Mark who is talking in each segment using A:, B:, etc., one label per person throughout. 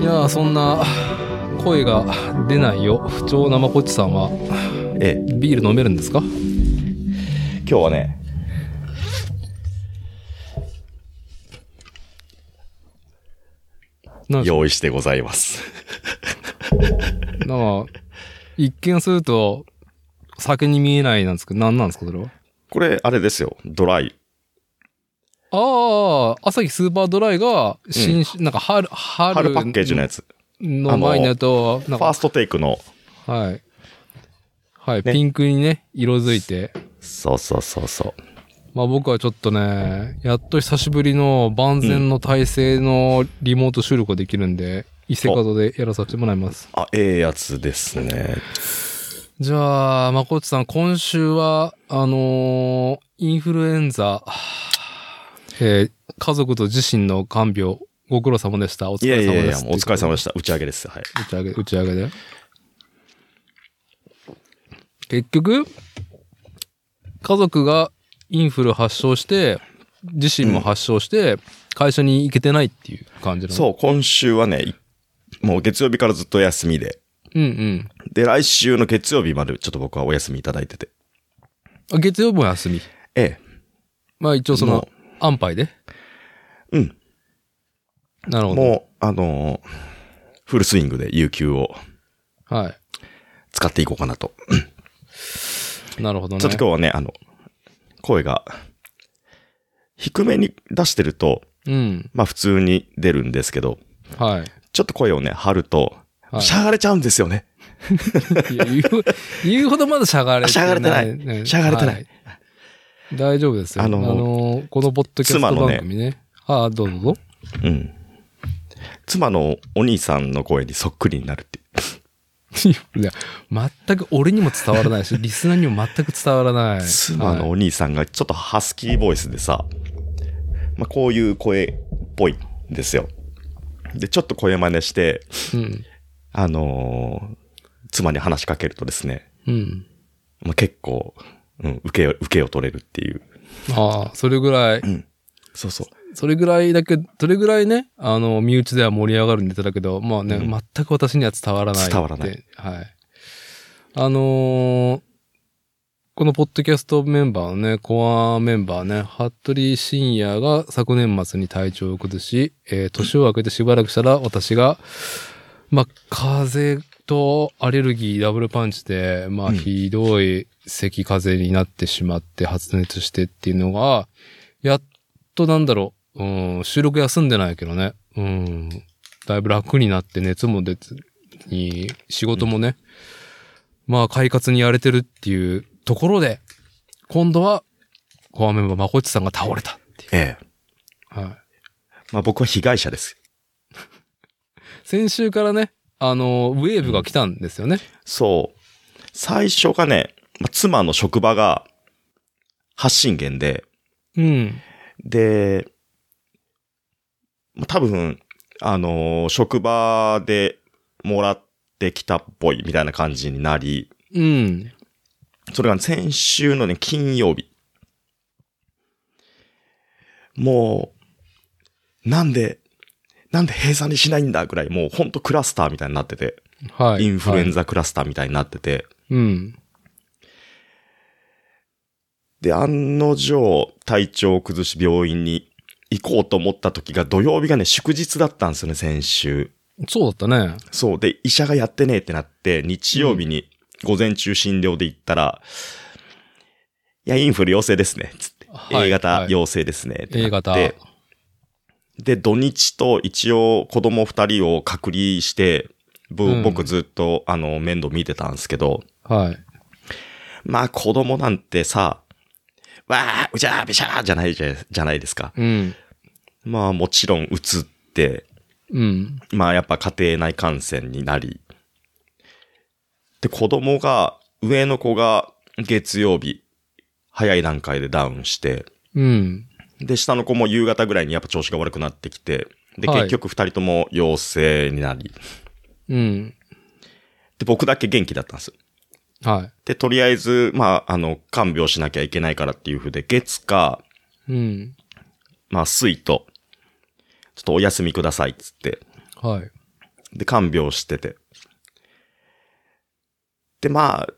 A: いやーそんな声が出ないよ不調生こっちさんは
B: ええ、
A: ビール飲めるんですか
B: 今日はね、
A: なんか
B: 用意してございます。
A: なんか一見すると酒に見えないなんですけど何なんですかそれは
B: これ、あれですよ。ドライ。
A: ああ朝日スーパードライが新種、なんか春春
B: 春パッケージのやつ。
A: の前のやつは
B: フ
A: なん
B: ァー
A: か
B: ストテイクの。
A: はいはい、
B: ね
A: ピンクにね色づいて
B: そうそうそうそう。
A: まあ僕はちょっとね、やっと久しぶりの万全の体制のリモート収録ができるんで、伊勢門でやらさせてもらいます。
B: あ、ええやつですね。
A: じゃあ、まこっちさん、今週は、あのーインフルエンザ、えー家族と自身の看病、ご苦労様でした。お疲
B: いや
A: れ
B: いや
A: 様
B: い
A: で
B: や、
A: す。
B: もうお疲れ様でした。打ち上げです。はい。
A: 打ち上げ、打ち上げで。結局、家族がインフル発症して、自身も発症して、会社に行けてないっていう感じなの。
B: そう、今週はね、いもう月曜日からずっと休みで。
A: う。うんうん
B: で、来週の月曜日までちょっと僕はお休みいただいてて。
A: あ。月曜日も休み。
B: え
A: まあ一応その
B: も、
A: 安牌で。
B: え、うん。
A: なるほど。
B: もう、あのーフルスイングで有給を
A: は
B: 使っていこうかなと。
A: い。なるほどね。
B: ちょっと今日はね、あの、声が、低めに出してると、
A: うん。
B: まあ普通に出るんですけど、
A: は
B: ちょっと声をね、張ると、
A: はい
B: しゃがれちゃうんですよね。
A: い。いや言う、言うほどまだしゃがれてない。
B: しゃがれてない
A: ね
B: しゃがれてない
A: は大丈夫ですよ。あ
B: あ
A: の
B: の
A: ーこのポッドキャスト
B: 妻の
A: 番
B: ね
A: 組ね。ああ、どうぞどうぞ。
B: うん。妻のお兄さんの声にそっくりになるっていう。
A: いや、全く俺にも伝わらないし、リスナーにも全く伝わらない。
B: 妻の
A: はい
B: お兄さんがちょっとハスキーボイスでさ、まあこういう声っぽいんですよ。で、ちょっと声真似して、
A: うん。
B: あのー妻に話しかけるとですね、
A: うん。
B: まあ、結構、うん、受けよ、受けを取れるっていう。
A: ああ、それぐらい、
B: そうそう。
A: それぐらいだけ、それぐらいね、あの、身内では盛り上がるネタだけど、まあね、
B: うん
A: 全く私には伝わらないって。
B: 伝わらない。
A: はい。あのーこのポッドキャストメンバーのね、コアメンバーね、服部深夜が昨年末に体調を崩し、えー年を明けてしばらくしたら私が、まあ、風邪とアレルギーダブルパンチで、まあ、
B: うん
A: ひどい咳風邪になってしまって、発熱してっていうのが、やっとなんだろう、うん、収録休んでないけどね、うん、だいぶ楽になって熱も出ずに、仕事もね、まあ、快活にやれてるっていうところで、今度は、コアメンバーまこっちさんが倒れたっていう。
B: ええ。
A: はい。
B: まあ僕は被害者です。
A: 先週からね、あの、ウェーブが来たんですよね。
B: そう。最初がね、まあ妻の職場が発信源で、
A: うん。
B: で、まあ多分、あのー職場でもらってきたっぽいみたいな感じになり、
A: うん。
B: それが先週のね、金曜日。もう、なんで、なんで閉鎖にしないんだぐらい、もうほんとクラスターみたいになってて、
A: はい。
B: インフルエン
A: ザ。
B: ザクラスターみたいになってて、
A: うん。
B: で、案の定、体調を崩し病院に行こうと思った時が土曜日がね、祝日だったんですよね、先週。
A: そうだったね。
B: そう。で、医者がやってねえってなって、日曜日に午前中診療で行ったら、いや、インフル陽性ですね。つって。
A: はい
B: A
A: は
B: 型
A: い
B: 陽性ですね。ってな
A: A
B: って
A: 型。
B: で、土日と一応子供二人を隔離して、ぼ
A: うん
B: 僕ずっと、あの、面倒見てたんですけど、
A: はい。
B: まあ子供なんてさ、わあ、うじゃーべしゃーじゃないじゃじゃないですか。
A: うん。
B: まあもちろん移って、
A: うん。
B: まあやっぱ家庭内感染になり。で、子供が、上の子が月曜日、早い段階でダウンして、
A: うん。
B: で、下の子も夕方ぐらいにやっぱ調子が悪くなってきて、で、
A: はい
B: 結局二人とも陽性になり、
A: うん。
B: で、僕だけ元気だったんです。
A: は
B: で、とりあえず、まあ、あの、看病しなきゃいけないからっていう風で、月か、
A: い。うん。
B: まあ、水と、ちょっとお休みくださいっつって、
A: はい。
B: で、看病してて。で、まあ、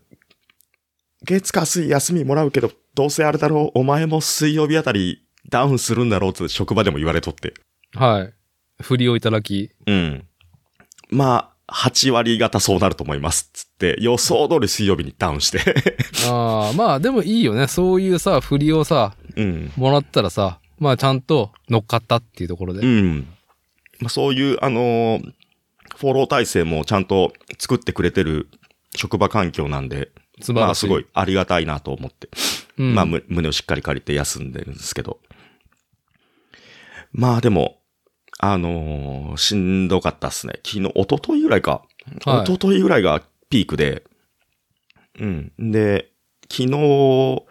B: 月火水休みもらうけど、どうせあれだろう、お前も水曜日あたりダウンするんだろうって職場でも言われとって。
A: はい。振りをいただき。
B: うん。まあ、8割方そうなると思います。つって、予想通り水曜日にダウンして。
A: ああ、まあでもいいよね。そういうさ、振りをさ、
B: うん。
A: もらったらさ、まあちゃんと乗っかったっていうところで。
B: うん。まあ、そういう、あのーフォロー体制もちゃんと作ってくれてる職場環境なんで、
A: 素晴らしい。
B: まあ、すごい。ありがたいなと思って。
A: うん、
B: まあ、む胸をしっかり借りて休んでるんですけど。まあ、でも、あのーしんどかったっすね。昨日、一昨日ぐらいか。
A: はい
B: 一昨日ぐらいがピークで。うん。で、昨日、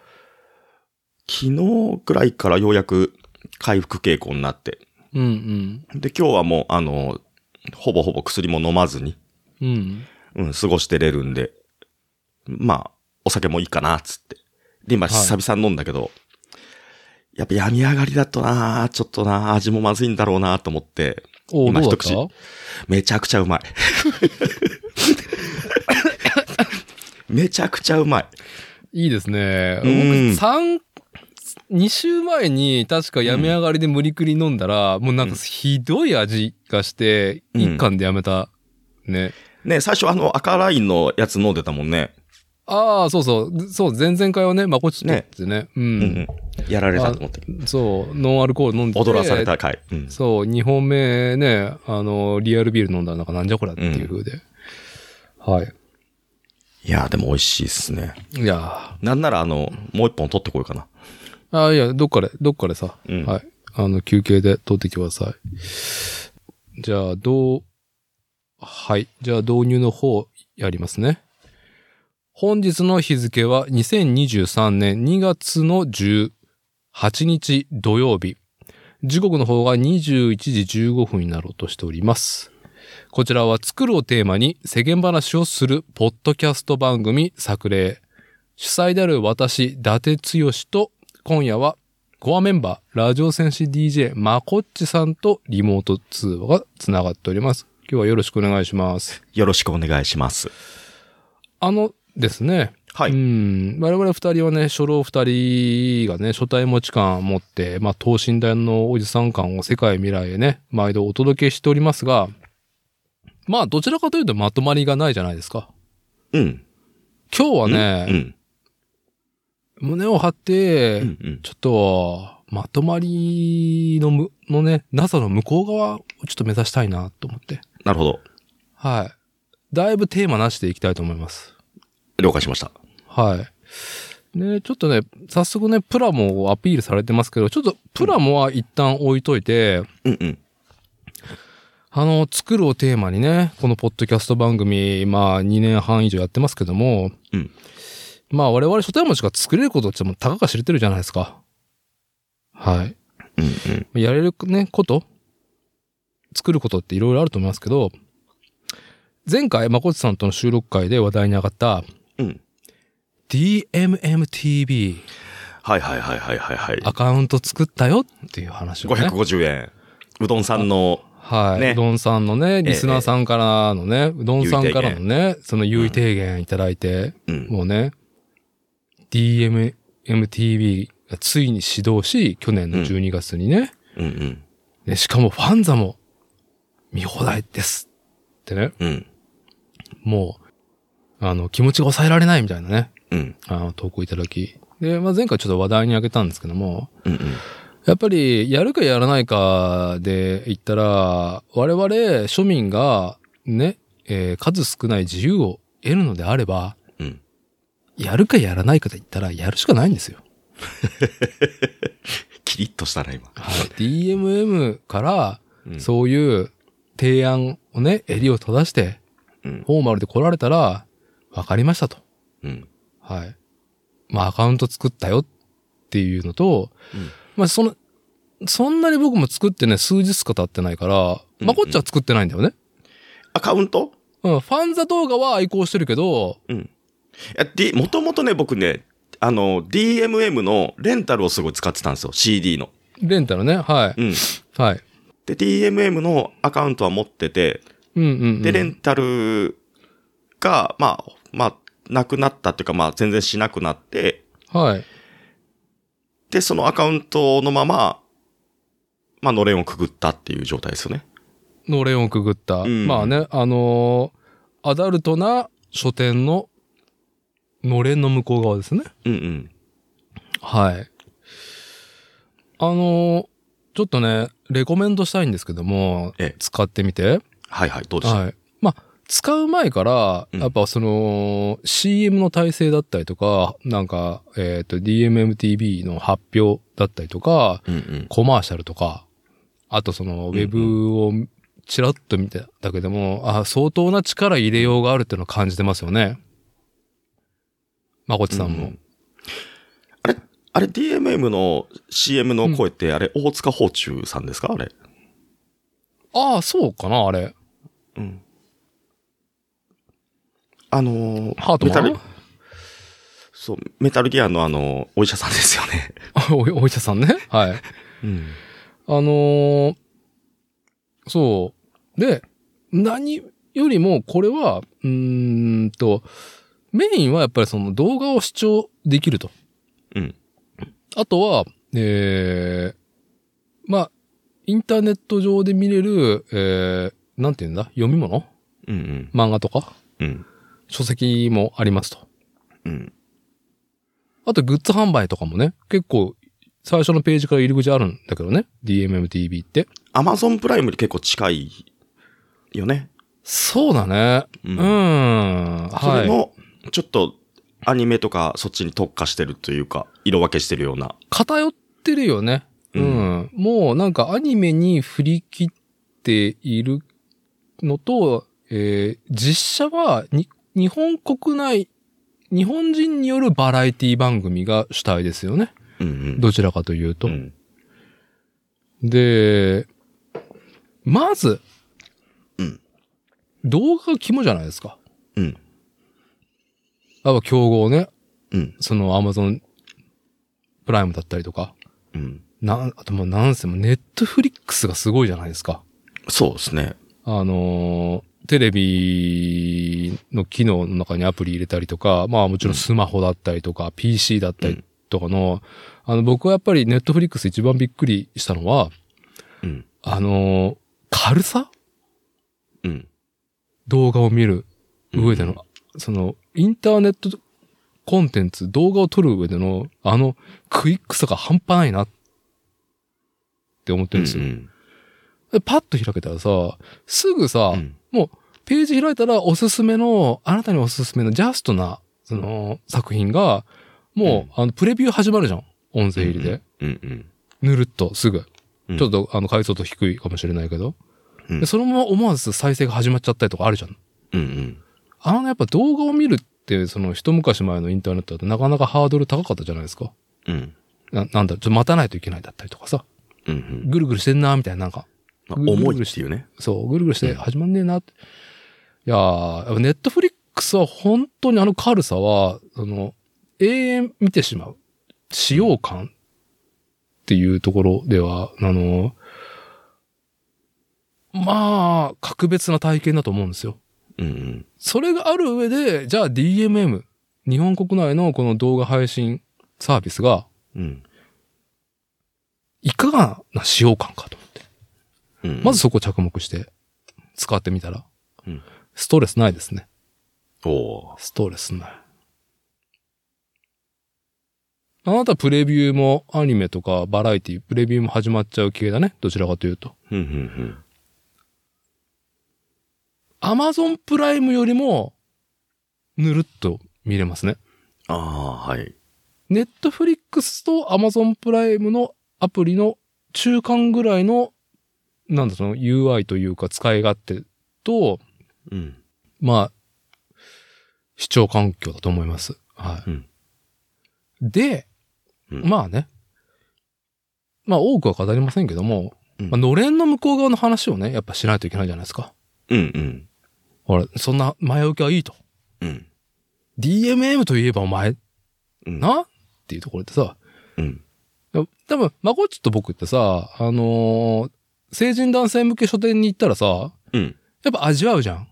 B: 昨日ぐらいからようやく回復傾向になって。
A: うん
B: で、今日はもう、あのーほぼほぼ薬も飲まずに、
A: うん。うん。
B: うん、過ごしてれるんで、まあ、お酒もいいかな、つって。で、今、
A: はい
B: 久々に飲んだけど、やっぱ病み上がりだとなちょっとな味もまずいんだろうなと思って、
A: おお、ど
B: 今
A: うだっ
B: 一
A: た
B: めちゃくちゃう まい。めちゃくちゃうまい。
A: いいですね。
B: うん
A: 僕、三、二週前に確か病み上がりで無理くり飲んだら、もうなんかひどい味がして、
B: うん
A: 一貫でやめた。ね。
B: ね、最初あの赤ラインのやつ飲んでたもんね。
A: ああ、そうそう。そう、前々回はね、まこっちとってね。う。
B: うんうん。やられたと思ったけど。
A: そう、ノンアルコール飲んでて
B: 踊らされた回。うん。
A: そう、2本目ね、あの、リアルビール飲んだらなんかなんじゃこりゃっていう風で。はい。
B: いやーでも美味しいっすね。
A: いや
B: なんならあの、もう一本取ってこようかな。
A: ーあ、いや、どっかで、どっかでさ、
B: うん
A: はい。あの、休憩で取ってきてください。じゃあ、どう、はい。じゃあ、導入の方、やりますね。本日の日付は2023年2月の18日土曜日。時刻の方が21時15分になろうとしております。こちらは作るをテーマに世間話をするポッドキャスト番組作例。主催である私、伊達剛と今夜はコアメンバー、ラジオ戦士 DJ まこっちさんとリモート通話がつながっております。今日はよろしくお願いします。
B: よろしくお願いします。
A: あのですね、
B: は
A: う
B: い。
A: ん。我々二人はね、初老二人がね、初体持ち感を持って、まあ、等身大のおじさん感を世界未来へね、毎度お届けしておりますが、まあ、どちらかというとまとまりがないじゃないですか。
B: うん。
A: 今日はね、
B: うん。
A: 胸を張って、
B: うんうん。
A: ちょっと、まとまりのむ、のね、NASA の向こう側をちょっと目指したいなと思って。
B: なるほど。
A: はい。だいぶテーマなしでいきたいと思います。
B: 了解しました。
A: はい。ね、ちょっとね、早速ね、プラモをアピールされてますけど、ちょっとプラモは一旦置いといて、
B: うんうん。
A: あの、作るをテーマにね、このポッドキャスト番組、まあ2年半以上やってますけども、
B: うん
A: まあ我々初対面しか作れることってもうたかが知れてるじゃないですか。はい。
B: うんうん。
A: やれるね、こと作ることっていろいろあると思いますけど、前回、まこっちさんとの収録会で話題に上がった、
B: うん。
A: DMMTV
B: はいはいはいはいはいはい。
A: アカウント作ったよっていう話をね。
B: 550円。うどんさんの、
A: はい。
B: ね
A: うどんさんのね、リスナーさんからのね、うどんさんからのね、その優位提言いただいて、
B: うん。
A: もうね、DMMTV がついに始動し、去年の12月にね、
B: うんうん。
A: でしかもファンザも見放題ですってね、
B: うん。
A: もう、あの、気持ちが抑えられないみたいなね、
B: うん。
A: あの、投稿いただき。で、まあ、前回ちょっと話題に挙げたんですけども、
B: うんうん。
A: やっぱり、やるかやらないかで言ったら、我々庶民がね、えー数少ない自由を得るのであれば、
B: うん。
A: やるかやらないかで言ったら、やるしかないんですよ。
B: キリッとしたな、今。
A: はい、DMM から、
B: うん
A: そういう提案をね、襟を正して、
B: うん。
A: フォーマルで来られたら、わかりましたと。
B: うん。
A: はい。まあ、アカウント作ったよっていうのと、
B: うん
A: まあ、その、そんなに僕も作ってね、数日しか経ってないから、
B: うん
A: まあ、こっちは作ってないんだよね。
B: アカウント
A: うん、ファンザ動画は愛好してるけど、
B: うん。いや、D、もともとね、僕ね、あの、DMM のレンタルをすごい使ってたんですよ。CD の。
A: レンタルね、は
B: うん。
A: い。はい。
B: で、DMM のアカウントは持ってて、
A: うんうん、うん。
B: で、レンタルが、まあ、まあ、なくなったっていうか、まあ、全然しなくなって、
A: はい。
B: で、そのアカウントのまま、まあ、のれんをくぐったっていう状態ですよね。
A: のれんをくぐった。
B: うん
A: まあね、あのーアダルトな書店ののれんの向こう側ですね。
B: うんうん。
A: はい。あのーちょっとね、レコメンドしたいんですけども
B: ええ、
A: 使ってみて。
B: はいはい、どうでした、
A: はい。まあ、使う前から、
B: うん
A: やっぱその、CM の体制だったりとか、なんか、えっ、と、DMMTV の発表だったりとか、
B: うんうん。
A: コマーシャルとか、あとその、ウ
B: ん
A: ェブをチラッと見ただけでも、あ相当な力入れようがあるっていうのを感じてますよね。まこっちさんも。
B: うあれ、あれ DMM の CM の声って、あれ、大塚宝中さんですかあれ。
A: ああ、そうかな、あれ。
B: うん。あのー
A: ハート
B: メタ
A: マ
B: ル
A: ン、
B: そう、メタルギアのあの、お医者さんですよね。
A: おお医者さんね。はい。
B: うん。
A: あのーそう。で、何よりも、これは、うーんと、メインはやっぱりその動画を視聴できると。
B: うん。
A: あとは、えー、まあ、インターネット上で見れる、えー、なんて言うんだ読み物
B: うんうん。
A: 漫画とか
B: うん。
A: 書籍もありますと。
B: うん。
A: あとグッズ販売とかもね、結構、最初のページから入り口あるんだけどね。DMMTV って。
B: アマゾンプライムに結構近いよね。
A: そうだね。
B: うん
A: うーん。
B: そ
A: は
B: れ
A: い。
B: の、ちょっと、アニメとか、そっちに特化してるというか、色分けしてるような。
A: 偏ってるよね。う。
B: うん
A: もうなんかアニメに振り切っているのと、えー実写はに日本国内、日本人によるバラエティ番組が主体ですよね。
B: うんうん。
A: どちらかというと。
B: うん
A: で、まず、
B: うん
A: 動画が肝じゃないですか。
B: うん。
A: やっぱ競合ね。
B: うん。
A: その Amazon プライムだったりとか。
B: うん。
A: なん、あともうなんせもネットフリックスがすごいじゃないですか。
B: そうですね。
A: あのーテレビの機能の中にアプリ入れたりとか、まあもちろんスマホだったりとか、PC だったりとかの、あの僕はやっぱりネットフリックス一番びっくりしたのは、
B: うん。
A: あのー軽さ
B: うん。
A: 動画を見る上での、その、インターネットコンテンツ、動画を撮る上での、あの、クイックさが半端ないなって思ってるんですよ。
B: うん
A: でパッと開けたらさ、すぐさ、
B: うん
A: ページ開いたらおすすめの、あなたにおすすめのジャストな、その、作品が、もう、あの、プレビュー始まるじゃん。音声入りで。。
B: うんうん。
A: ぬるっと、すぐ。
B: うん
A: ちょっと、あの、解像度低いかもしれないけど。
B: うん
A: でそのまま思わず再生が始まっちゃったりとかあるじゃん。
B: うんうん。
A: あのね、やっぱ動画を見るって、その、一昔前のインターネットだとなかなかハードル高かったじゃないですか。
B: うん。
A: な、なんだ、ちょっと待たないといけないだったりとかさ。
B: うんうん。
A: ぐるぐるしてんな、みたいな、なんか。
B: まあ重いっていうね。
A: そう、ぐるぐるして始まんねえなって。いやー、やっぱネットフリックスは本当にあの軽さは、その、永遠見てしまう。使用感っていうところでは、あの、まあ、格別な体験だと思うんですよ。
B: うんうん。
A: それがある上で、じゃあ DMM、日本国内のこの動画配信サービスが、
B: うん。
A: いかがな使用感かと思って。
B: うん
A: まず、そこ着目して、使ってみたら
B: うん、
A: ストレスないですね。
B: おー
A: ストレスない。あなたプレビューもアニメとかバラエティ、プレビューも始まっちゃう系だね。どちらかというと。
B: うんうん
A: アマゾンプライムよりも、ぬるっと見れますね。
B: ああー、はい。
A: ネットフリックスとアマゾンプライムのアプリの中間ぐらいの、なんだその UI というか使い勝手と、
B: うん。
A: まあ、視聴環境だと思います。はい。
B: うん
A: で、
B: うん
A: まあね。まあ多くは語りませんけども、
B: うん
A: まあ、のれんの向こう側の話をね、やっぱしないといけないじゃないですか。
B: うんうん。
A: ほら、そんな前置きはいいと。
B: うん。
A: DMM といえばお前、
B: うん。
A: なっていうところでさ、
B: うん。
A: 多分、まこっちと僕ってさ、あのー成人男性向け書店に行ったらさ、
B: うん。
A: やっぱ味わうじゃん。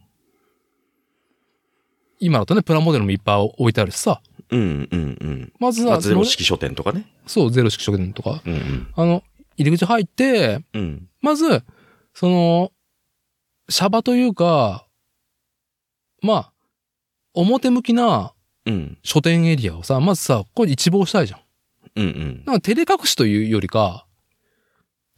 A: 今だとね、プラモデルもいっぱい置いてあるしさ。
B: うんうんうん。
A: まず
B: ま
A: は、
B: あ、ゼロ式書店とかね。
A: そのそう、ゼロ式食店とか。
B: うんうん。
A: あの、入り口入って、
B: うん。
A: まず、その、シャバというか、まあ、表向きな
B: うん。
A: 書店エリアをさ、まずさ、ここに一望したいじゃん。
B: うんうん。
A: なんか照れ隠しというよりか、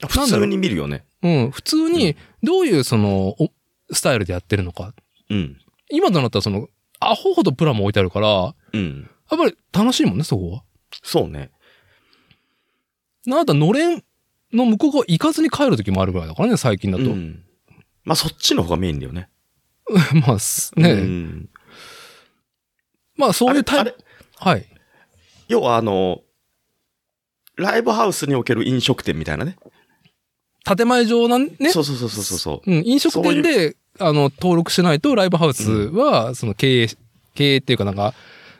B: 普通に見るよね。
A: うん、普通に、どういうその、おスタイルでやってるのか。
B: うん。
A: 今となったらその、アホほどプラも置いてあるから、やっ
B: うん。
A: ぱり楽しいもんね、そこは。
B: そうね。
A: なんだったらのれんの向こう側行かずに帰る時もあるぐらいだからね、最近だ
B: う
A: と。
B: ん。まあ、そっちの方がメインだよね。
A: まあ、すね、
B: うん。
A: まあ、そ
B: あ
A: うい
B: れ
A: う、タ
B: あ
A: イ
B: れ
A: プ。はい。
B: 要はあの、ライブハウスにおける飲食店みたいなね。
A: 建前上なんね。
B: そうそうそうそうそうそう。
A: うん、飲食店で、あの、登録しないと、ライブハウスは、その、経営、経営っていうかなんか、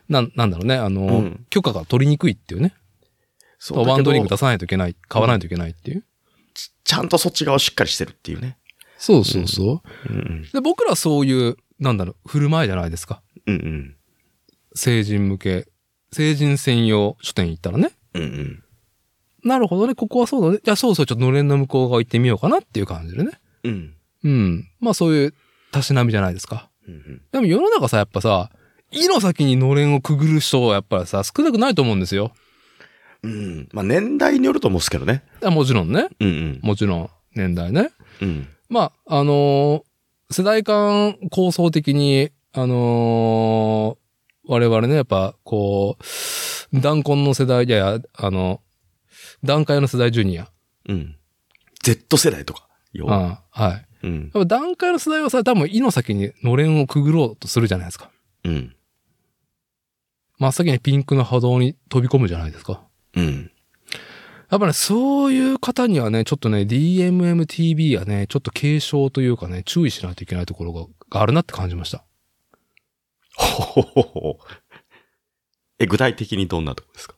A: なん、なんだろうね、あの、
B: うん
A: 許可が取りにくいっていうね。
B: そう
A: ワンドリンク
B: だけ
A: 出
B: ど
A: さないといけない、買わないといけないっていう。
B: ちちゃんとそっち側をしっかりしてるっていうね。
A: そうそうそう。
B: うん
A: で、僕らはそういう、なんだろう、振る舞いじゃないですか。
B: うん。うん
A: 成人向け、成人専用書店行ったらね。
B: うん。うんうん。
A: なるほどね、ここはそうだね。じゃあそうそう、ちょっとのれんの向こう側行ってみようかなっていう感じでね。
B: うん。
A: うん。まあそういう、たしなみじゃないですか。
B: うんうん。
A: でも世の中さ、やっぱさ、井の先にのれんをくぐる人はやっぱりさ、少なくないと思うんですよ。
B: うん。まあ、年代によると思うんですけどね。
A: あもちろんね。
B: うん
A: もちろん、年代ね。
B: うん。うん。
A: まあ、あのー世代間構想的に、あのー我々ね、やっぱ、こう、断根の世代、いやいや、あの、段階の世代ジュニア。
B: うん。Z 世代とか。要
A: あ
B: は。
A: あはい。
B: うん。
A: やっぱ段階の世代はさ、多分、井の先にのれんをくぐろうとするじゃないですか。
B: うん。
A: 真っ先にピンクの波動に飛び込むじゃないですか。
B: うん。
A: やっぱね、そういう方にはね、ちょっとね、DMMTV はね、ちょっと警鐘というかね、注意しないといけないところががあるなって感じました。
B: ほほほほ。え、具体的にどんなとこですか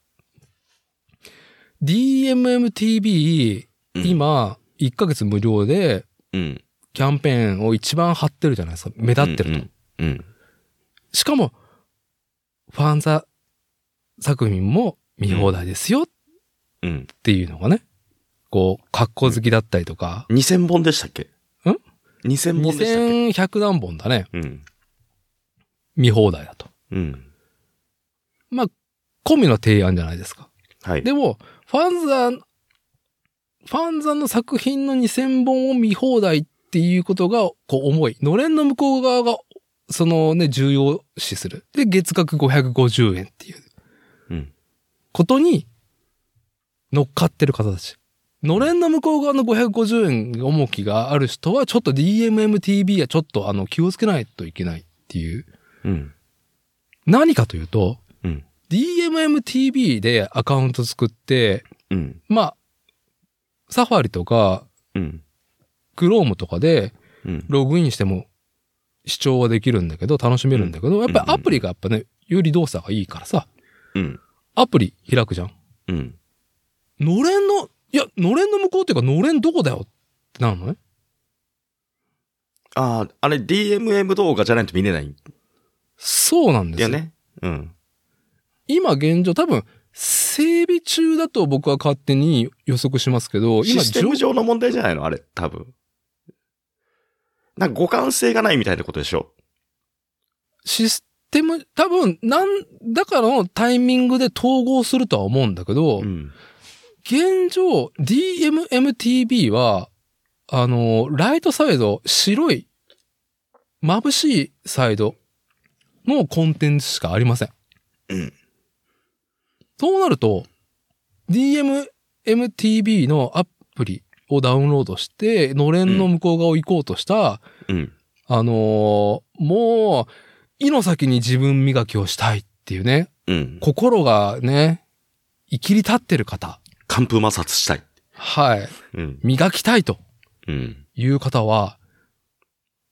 A: DMMTV、
B: うん、
A: 今、1ヶ月無料で、
B: うん。
A: キャンペーンを一番張ってるじゃないですか。目立ってると。
B: うん。うん。
A: しかも、ファンザ作品も見放題ですよっ
B: うん。
A: ていうのがね、こう、格好好きだったりとか、
B: 2000本でしたっけ
A: ん
B: ?2000 本でしたっけ
A: 2100何本だね、
B: うん。
A: 見放題だと。
B: うん。
A: 込みの提案じゃないですか。
B: はい。
A: でも、ファンザン、ファンザンの作品の2000本を見放題っていうことが、こう、重い。のれんの向こう側が、そのね、重要視する。で、月額550円っていう
B: うん。
A: ことに乗っかってる方たち。のれんの向こう側の550円が重きがある人は、ちょっと DMMTV はちょっとあの、気をつけないといけないっていう。
B: うん。
A: 何かというと、
B: うん。
A: DMMTV でアカウント作って、
B: うん。
A: まあ、サファリとか、
B: うん。
A: クロームとかで
B: うん。
A: ログインしても視聴はできるんだけど、楽しめるんだけど、やっぱりアプリがやっぱね、より動作がいいからさ、
B: うん。
A: アプリ開くじゃん。
B: うん。
A: のれんの、いや、のれんの向こうっていうか、のれんどこだよってなるのね。
B: ああ、あれ DMM 動画じゃないと見れないん
A: そうなんで
B: だ
A: す
B: よ
A: よ。
B: ね。うん。
A: 今現状多分、整備中だと僕は勝手に予測しますけど、
B: シ
A: 今、
B: ステム
A: じょ
B: 上の問題じゃないのあれ、多分。なんか互換性がないみたいなことでしょ。
A: システム、多分、なんだかのタイミングで統合するとは思うんだけど、
B: うん。
A: 現状、DMMTV は、あの、ライトサイド、白い、眩しいサイドのコンテンツしかありません。
B: うん
A: そうなると、DMMTV のアプリをダウンロードして、のれんの向こう側を行こうとした、
B: うん。
A: あのーもう、井の先に自分磨きをしたいっていうね、
B: うん。
A: 心がね、生きり立ってる方。
B: 寒風摩擦したい。
A: はい。
B: うん。
A: 磨きたいと
B: うん。
A: いう方は、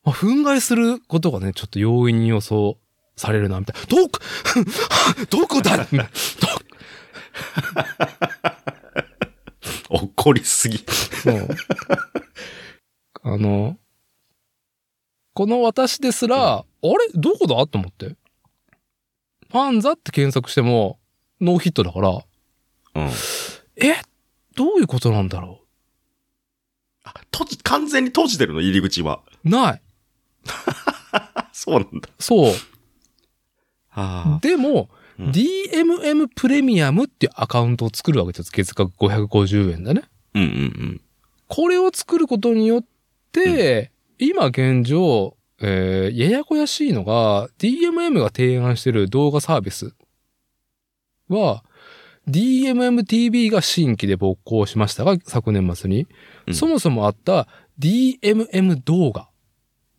A: まあ、憤慨することがね、ちょっと容易に予想されるな、みたいな。どこ、 どこだみたいな
B: 怒りすぎ。
A: どもうあの、この私ですら、あれどこだと思って。ファンザって検索しても、ノーヒットだから、
B: うん。
A: えどういうことなんだろ
B: あ、閉じ、完全に閉じてるの、入り口は。
A: うない。
B: あ、そうなんだ。
A: そう。
B: あ
A: でも、
B: うん
A: DMM プレミアムっていうアカウントを作るわけです。月額550円だね。
B: あ。うんうん
A: これを作ることによって、今現状、えーややこやしいのが、DMM が提案してる動画サービスは、DMMTV が新規で勃興しましたが、昨年末に、
B: うん
A: そもそもあった DMM 動画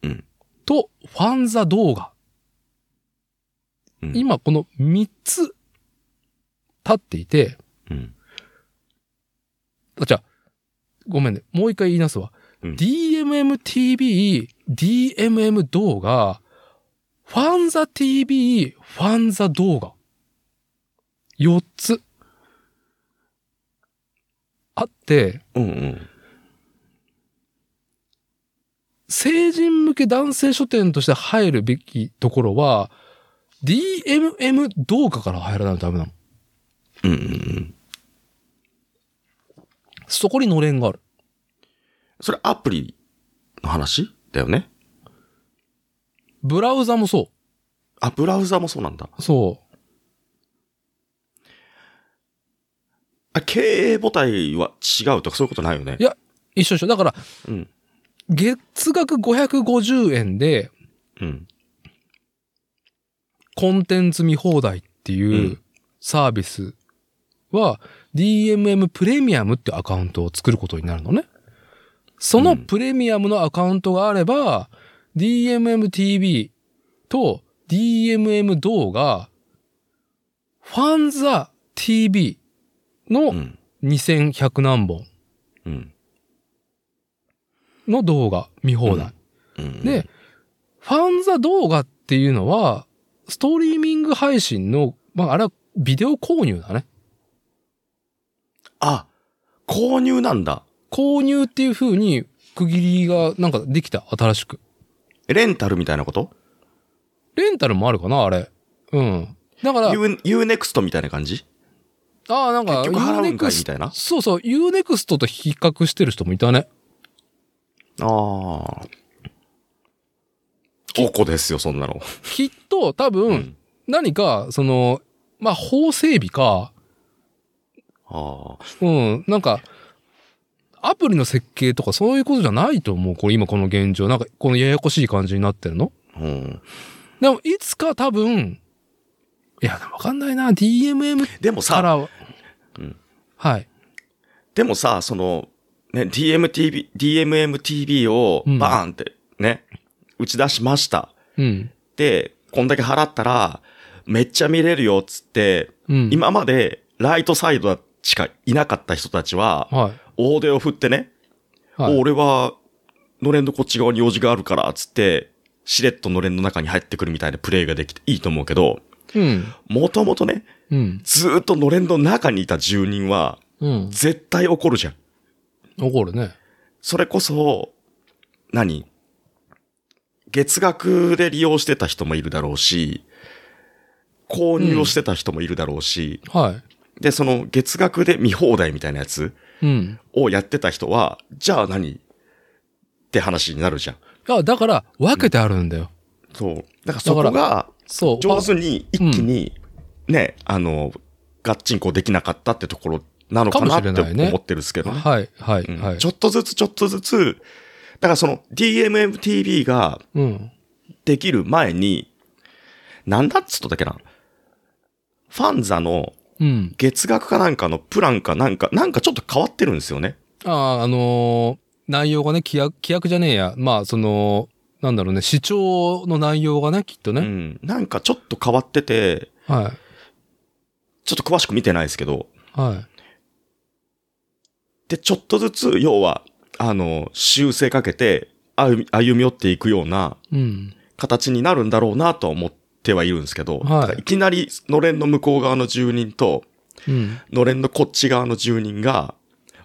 B: うん
A: とファンザ動画
B: うん。うん、
A: 今この3つ立っていて、
B: うん。
A: あ、じゃあごめんね。もう一回言い直すわ。
B: うん
A: DMMTV、DMM 動画、ファンザ TV、ファンザ動画。4つ。あって、
B: うんうん。
A: 成人向け男性書店として入るべきところは、DMM 動画から入らないとダメなの。
B: うんうんうん。
A: そこにのれんがある。
B: それアプリの話だよね。
A: ブラウザもそ
B: あ、ブラウザもそうなんだ。
A: う。そう。
B: あ、経営母体は違うとかそういうことないよね
A: い。や一緒一緒。だから、
B: うん
A: 月額550円で
B: うん。
A: コンテンツ見放題っていううんサービスは DMM プレミアムってアカウントを作ることになるのね。そうの
B: ん
A: プレミアムのアカウントがあれば、DMMTV と DMM 動画、ファンザ TV
B: う
A: の
B: ん。
A: 2100何本
B: うん。
A: の動画見放題。
B: うん、
A: で、ファンザ動画っていうのは、ストリーミング配信の、まあ、あれはビデオ購入だね。
B: あ、購入なんだ。
A: 購入っていう風に区切りがなんかできた、新しく。
B: レンタルみたいなこと
A: レンタルもあるかな、あれ。うん。だから、
B: ユーユーネクストみたいな感じ
A: ああ、なんか、
B: 結局払うんかい
A: Unext
B: みたいな
A: そうそう、Unext と比較してる人もいたね。
B: ああ。おこですよ、そんなの。
A: きっと、多分、
B: うん
A: 何か、その、まあ、法整備か、
B: ああ。
A: うん、なんか、アプリの設計とかそういうことじゃないと思う。これ今この現状。なんかこのややこしい感じになってるの
B: うん。
A: でもいつか多分、いや、わかんないな。DMM
B: でも
A: か
B: さ、
A: ら、
B: うん
A: はい。
B: でもさ、その、ね、DMTV、DMMTV を
A: うん
B: バーンってね、打ち出しました。
A: うん。
B: で、こんだけ払ったら、めっちゃ見れるよっつって、
A: うん。。
B: 今までライトサイドしかいなかった人たちは、
A: は
B: 大手を振ってね、
A: い。はい、
B: 俺は、のれんのこっち側に用事があるから、つって、しれっとのれんの中に入ってくるみたいなプレイができていいと思うけど、
A: うん。
B: もともとね、
A: うん。
B: ずーっとのれんの中にいた住人は、
A: うん。
B: 絶対怒るじゃん。
A: 怒るね。
B: それこそ、何月額で利用してた人もいるだろうし、購入をしてた人もいるだろうし、
A: は
B: で、その月額で見放題みたいなやつ
A: い。うん。
B: をやってた人は、じゃあ何って話になるじゃん。
A: いや、だから、分けてあるんだよ。
B: そう。だからそこ
A: だか
B: が、
A: そう。
B: 上手に一気に、ね、あの、ガッチンコできなかったってところなのかな
A: か
B: っ
A: もしてれ
B: 思
A: ないね
B: ってるんですけどね。
A: はい、はい、
B: うん
A: はい
B: ち。ょっとずつちょっとずつ、だからその DMMTV が
A: うん。
B: できる前に、なんだっつっとだっけな。ファンザの
A: うん。
B: 月額かなんかのプランかなんか、なんかちょっと変わってるんですよね。
A: ああ、あのー内容がね、規約、規約じゃねえや。まあ、その、なんだろうね、主張の内容がね、きっと
B: う
A: ね。
B: ん。なんかちょっと変わってて、
A: はい。
B: ちょっと詳しく見てないですけど、
A: はい。
B: で、ちょっとずつ、要は、あの、修正かけて、歩み、歩み寄っていくような
A: うん。
B: 形になるんだろうなとは思ってはいるんですけど、
A: はい
B: だからいきなり、のれんの向こう側の住人と、
A: うん。
B: のれんのこっち側の住人が、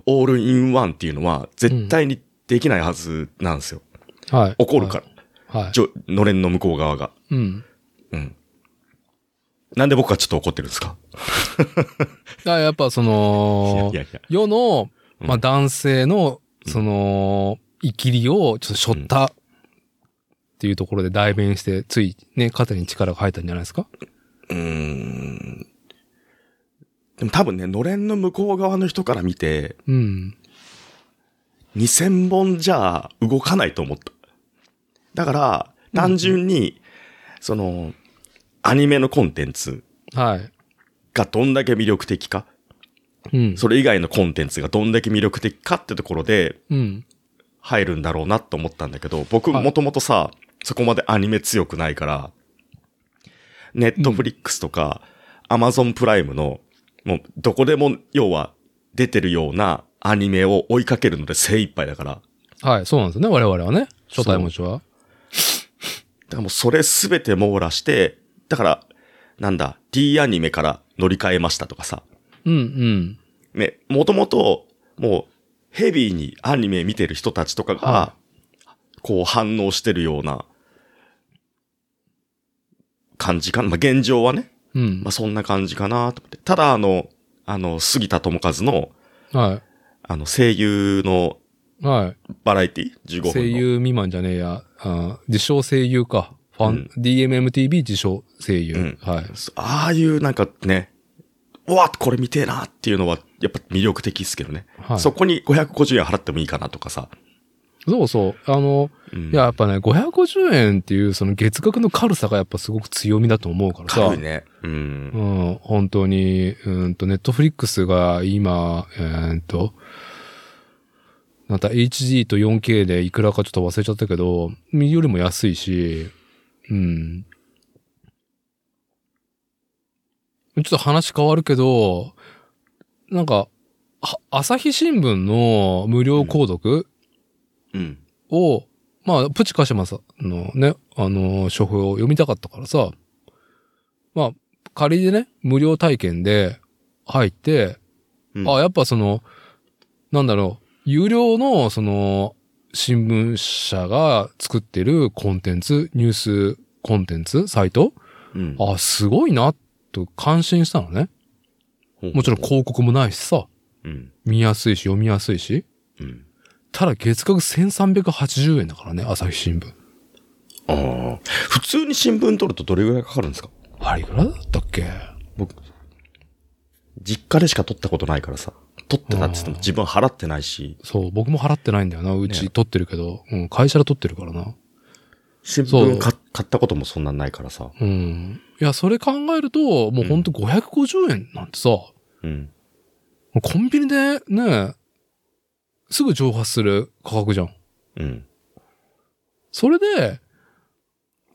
B: オールインワンっていうのは、絶対にできないはずなんですよ。
A: はい。
B: 怒るから。
A: ら。は
B: じょのれんの向こう側が。
A: い。うん。
B: うん。なんで僕はちょっと怒ってるんですか
A: だからやっぱそ
B: いや
A: の
B: い、やいや。
A: 世の、ま
B: う
A: あ
B: ん
A: 男性の、
B: うん
A: その、生きりをちょっと背負ったっていうところで代弁して、ついね、肩に力が入ったんじゃないですか
B: うーん。でも多分ね、のれんの向こう側の人から見て、
A: うん。
B: 2000本じゃ動かないと思った。だから、単純に、その、アニメのコンテンツ
A: はい。
B: がどんだけ魅力的か、
A: うん。
B: それ以外のコンテンツがどんだけ魅力的かってところで
A: うん。
B: 入るんだろうなと思ったんだけど、僕
A: はい
B: もともとさ、そこまでアニメ強くないから、ネットフリックスとか、アマゾンプライムの、もうどこでも、要は出てるようなアニメを追いかけるので精一杯だから、
A: はい、そうなんですよね。我々はね。初対持ちは。
B: だからもうそれすべて網羅して、だから、なんだ、D アニメから乗り換えましたとかさ。
A: うんうん。
B: ね、もともと、もう、ヘビーにアニメ見てる人たちとかが
A: は、
B: こう反応してるような、感じかな。まあ、現状はね、
A: うん
B: まあ、。そんな感じかなと思って。ただ、あの、あの、杉田智和の、
A: は
B: あの、声優の
A: い。はい。
B: バラエティ ?15 分の。
A: 声優未満じゃねえや。あ自称声優か。ファン、DMMTV 自称声優。はい。
B: ああいうなんかね、うわこれ見てえなっていうのは、やっぱ魅力的ですけどね。
A: はい
B: そこに550円払ってもいいかなとかさ。
A: そうそう。あの、
B: うん、
A: いや、やっぱね、550円っていうその月額の軽さがやっぱすごく強みだと思うからさ
B: 軽い。ね。うん。
A: うん、本当に、うんと、ネットフリックスが今、えーっと、なんか HD と 4K でいくらかちょっと忘れちゃったけど、よりも安いし、うん。ちょっと話変わるけど、なんか、は朝日新聞の無料購読
B: うん。
A: を、まあ、プチカシマさんのね、あの、書評を読みたかったからさ、まあ、仮でね、無料体験で入って、
B: うん
A: あ、やっぱその、なんだろう、有料の、その、新聞社が作ってるコンテンツ、ニュースコンテンツ、サイト、
B: うん、
A: あ、すごいな、と感心したのね。もちろん広告もないしさ、
B: うん。
A: 見やすいし、読みやすいし。
B: うん。
A: ただ月額1380円だからね、朝日新聞。
B: ああ。普通に新聞取るとどれぐらいかかるんですか
A: あれいくらだったっけ
B: 僕、実家でしか取ったことないからさ。取ってたって言っても自分払ってないし、
A: そう、僕も払ってないんだよな。うち
B: ね
A: 取ってるけど、うん、会社で取ってるからな。
B: 新
A: そう
B: 聞か買ったこともそんなんないからさ。
A: うん。いや、それ考えると、もうほんと550円なんてさ、
B: うん。
A: コンビニでね、すぐ蒸発する価格じゃん。
B: うん。
A: それで、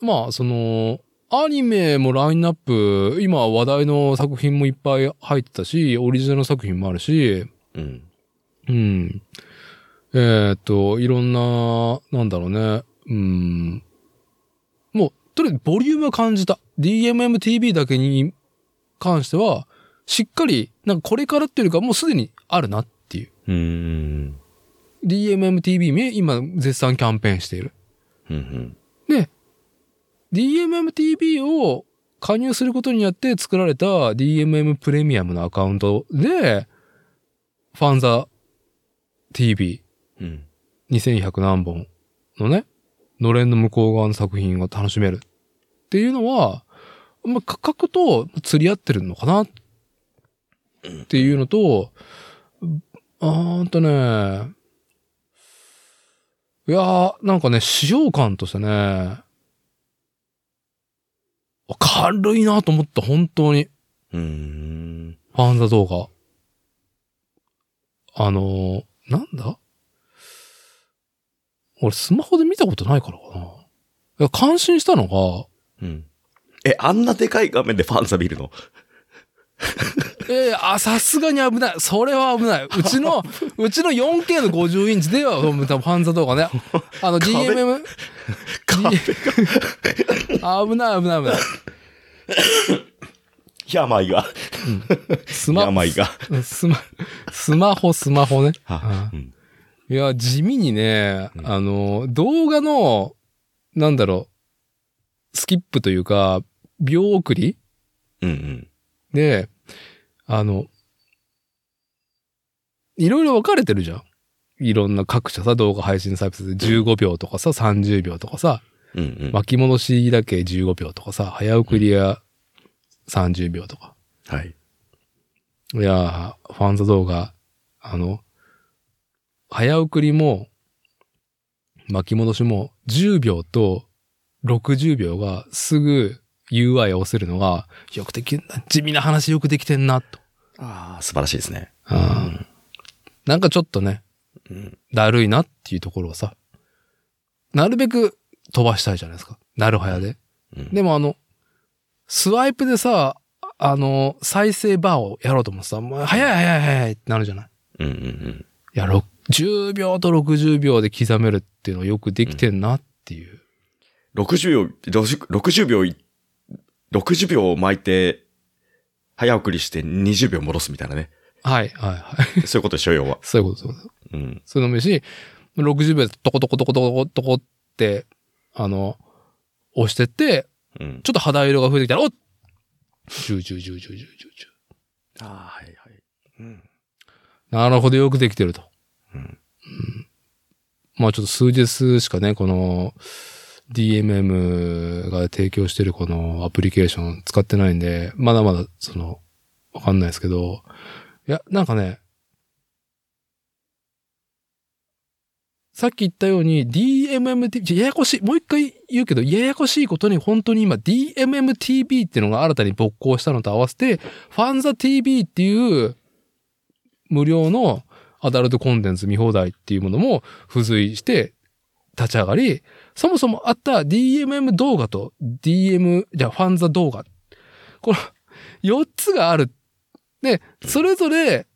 A: まあ、その、アニメもラインナップ、今話題の作品もいっぱい入ってたし、オリジナルの作品もあるし、
B: うん。
A: うん。えーっと、いろんな、なんだろうね。うん。もう、とりあえずボリュームは感じた。DMMTV だけに関しては、しっかり、なんかこれからっていうよりかもうすでにあるなっていう。
B: うん。うん。
A: DMMTV ね、今絶賛キャンペーンしている。
B: うん。
A: DMMTV を加入することによって作られた DMM プレミアムのアカウントで、ファンザ TV、
B: うん。
A: 2100何本のね、のれんの向こう側の作品を楽しめるっていうのは、まあ、価格と釣り合ってるのかなっていうのと、あーんとね、いやー、なんかね、使用感としてね、あ軽いなと思った、本当に。
B: うん。
A: ファンザ動画。あのーなんだ俺スマホで見たことないからかな。いや感心したのが、
B: うん。え、あんなでかい画面でファンサ見るの
A: ええあ、さすがに危ない。それは危ない。うちの、うちの 4K の50インチでは、うん多分ファンザ動画ね。あの DMM、
B: 壁 が
A: 危ない危ない危ない。
B: 病が。
A: スマ、
B: 病が。
A: うんスマ、スマホ、スマホね。
B: はうん
A: いや、地味にね、あの、動画のなんだろう、スキップというか、秒送り
B: うんうん。
A: で、あの、いろいろ分かれてるじゃん。いろんな各社さ、動画配信サービスで15秒とかさ、30秒とかさ、
B: うんうん。
A: 巻き戻しだけ15秒とかさ、早送りや30秒とか。
B: はい。
A: いやー、ファンザ動画、あの、早送りも、巻き戻しも、10秒と60秒がすぐ UI を押せるのが、よくできんな、地味な話よくできてんな、と。
B: ああ、素晴らしいですね。
A: うんなんかちょっとね、
B: うん。
A: だるいなっていうところをさ、なるべく飛ばしたいじゃないですか。なるはやで。
B: うん、
A: でもあの、スワイプでさ、あの、再生バーをやろうと思ってさ、もう早い早い早いってなるじゃない。
B: うんうんうん。
A: いや、ろ10秒と60秒で刻めるっていうのよくできてんなっていう。
B: 60秒、60秒い、60秒巻いて、早送りして20秒戻すみたいなね。
A: はい、はい、はい。
B: そういうことでしょ、要は。
A: そういうこと、そういうこと。
B: うん。
A: そういうのもいいし、60秒でトコトコトコトコトコって、あの、押してって、
B: うん。
A: ちょっと肌色が増えてきたら、おっ !10、10、10、10、10、10。
B: ああ、はいはい。うん。
A: なるほど、よくできてると。
B: うん
A: うんまあちょっと数日しかね、この DMM が提供してるこのアプリケーション使ってないんで、まだまだその、わかんないですけど、いや、なんかね、さっき言ったように DMMTV、ややこしい、もう一回言うけど、ややこしいことに本当に今 DMMTV っていうのが新たに勃興したのと合わせて、ファンザ TV っていう無料のアダルトコンテンツ見放題っていうものも付随して立ち上がり、そもそもあった DMM 動画と DM、じゃあファンザ動画。この4つがある。で、それぞれ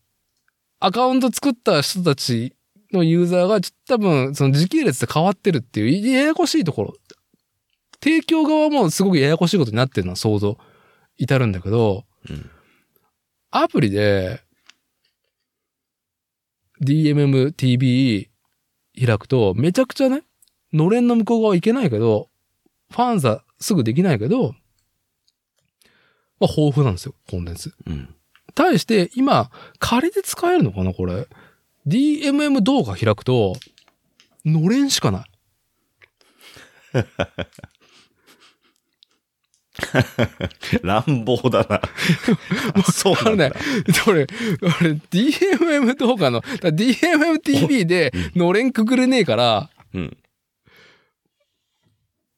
A: アカウント作った人たちのユーザーがちょ多分その時系列で変わってるっていうややこしいところ。提供側もすごくややこしいことになってるのは想像至るんだけど、
B: うん。
A: アプリで、DMMTV 開くと、めちゃくちゃね、のれんの向こう側行けないけど、ファンザすぐできないけど、まあ、豊富なんですよ、コンテンツ。
B: うん。
A: 対して、今、仮で使えるのかな、これ。DMM 動画開くと、のれんしかない。
B: 乱暴だな。 あそうなんだ。
A: あ俺、俺、DMM 動画の、だから DMMTV で、のれんくくれねえから、
B: うん。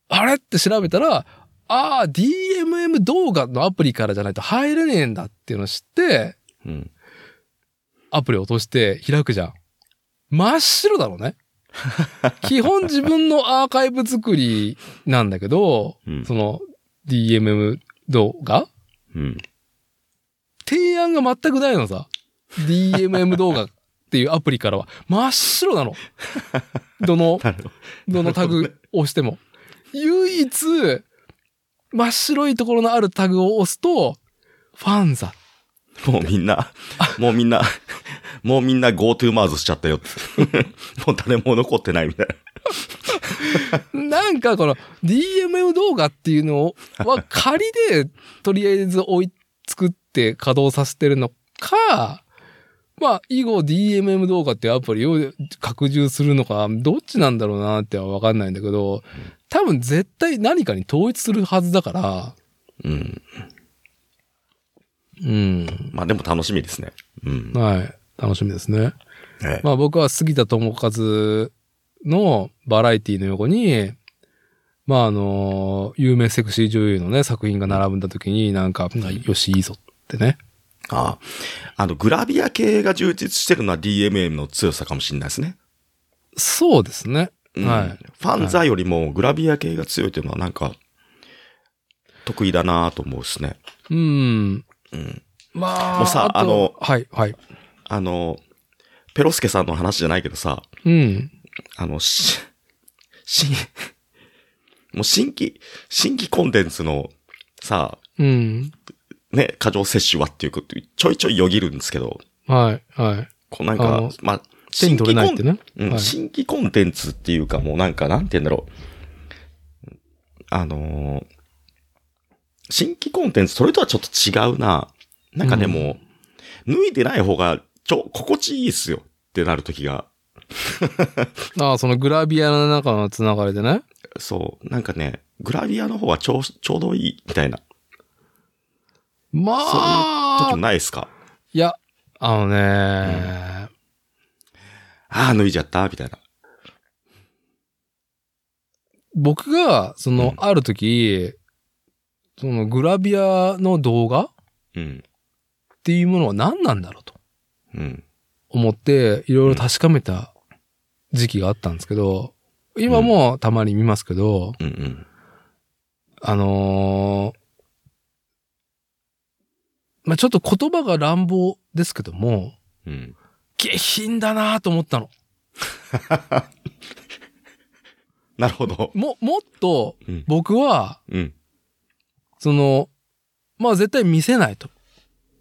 A: あれって調べたら、ああ、DMM 動画のアプリからじゃないと入れねえんだっていうのを知って、
B: うん。
A: アプリ落として開くじゃん。真っ白だろうね。基本自分のアーカイブ作りなんだけど、
B: うん
A: その DMM 動画
B: うん。
A: 提案が全くないのさ。DMM 動画っていうアプリからは真っ白なの。どの
B: なるほど。
A: どのタグを押しても。唯一、真っ白いところのあるタグを押すと、ファンザ。
B: もうみんな、もうみんな、もうみんな GoTo マーズしちゃった よって。もう誰も残ってないみたいな。
A: なんかこの DMM 動画っていうのは仮でとりあえず追い作って稼働させてるのか、まあ以後 DMM 動画っていうアプリを拡充するのか、どっちなんだろうなってはわかんないんだけど、多分絶対何かに統一するはずだから、
B: うん。
A: うん。
B: まあでも楽しみですね。うん。
A: はい。楽しみですね。
B: ええ
A: まあ僕は杉田智和のバラエティの横に、まああの、有名セクシー女優のね、作品が並んだ時になんか、よし、いいぞってね。
B: ああ。あの、グラビア系が充実してるのは DMM の強さかもしれないですね。
A: そうですね。
B: うん
A: はい。
B: ファンザよりもグラビア系が強いというのはなんか、得意だなと思うですね。
A: うん。
B: うん。
A: まあ、
B: もうさ
A: と
B: あの
A: はい、はい。
B: あの、ペロスケさんの話じゃないけどさ、
A: うん。
B: あの、し、し、もう新規、新規コンテンツのさ、
A: うん。
B: ね、過剰摂取はっていうこと、ちょいちょいよぎるんですけど、
A: はい、はい。
B: こうなん
A: あ
B: か
A: の、
B: まあ、
A: 手に取れないって
B: 新規コ
A: ね。
B: ンうん
A: はい
B: 新規コンテンツっていうかもうなんか、なんて言うんだろう。あのー新規コンテンツ、それとはちょっと違うな。なんかでも、脱いでない方が、ちょ、心地いいっすよってなる時が、
A: ああ、そのグラビアの中のつながりでね。
B: そう、なんかね、グラビアの方がちょう、ちょうどいいみたいな
A: まあ、
B: 時ないですか
A: いや、あのね、
B: ああ、脱いじゃったみたいな。
A: 僕が、その、
B: うん
A: ある時、そのグラビアの動画っ
B: うん。
A: ていうものは何なんだろうと
B: うん。
A: 思って、いろいろ確かめた時期があったんですけど、今もたまに見ますけど、
B: うんうん。
A: あのーまあ、ちょっと言葉が乱暴ですけども、
B: うん。
A: 下品だなと思ったの。
B: なるほど。
A: も、もっと
B: うん、
A: 僕は、
B: うん。
A: その、まあ、絶対見せないと。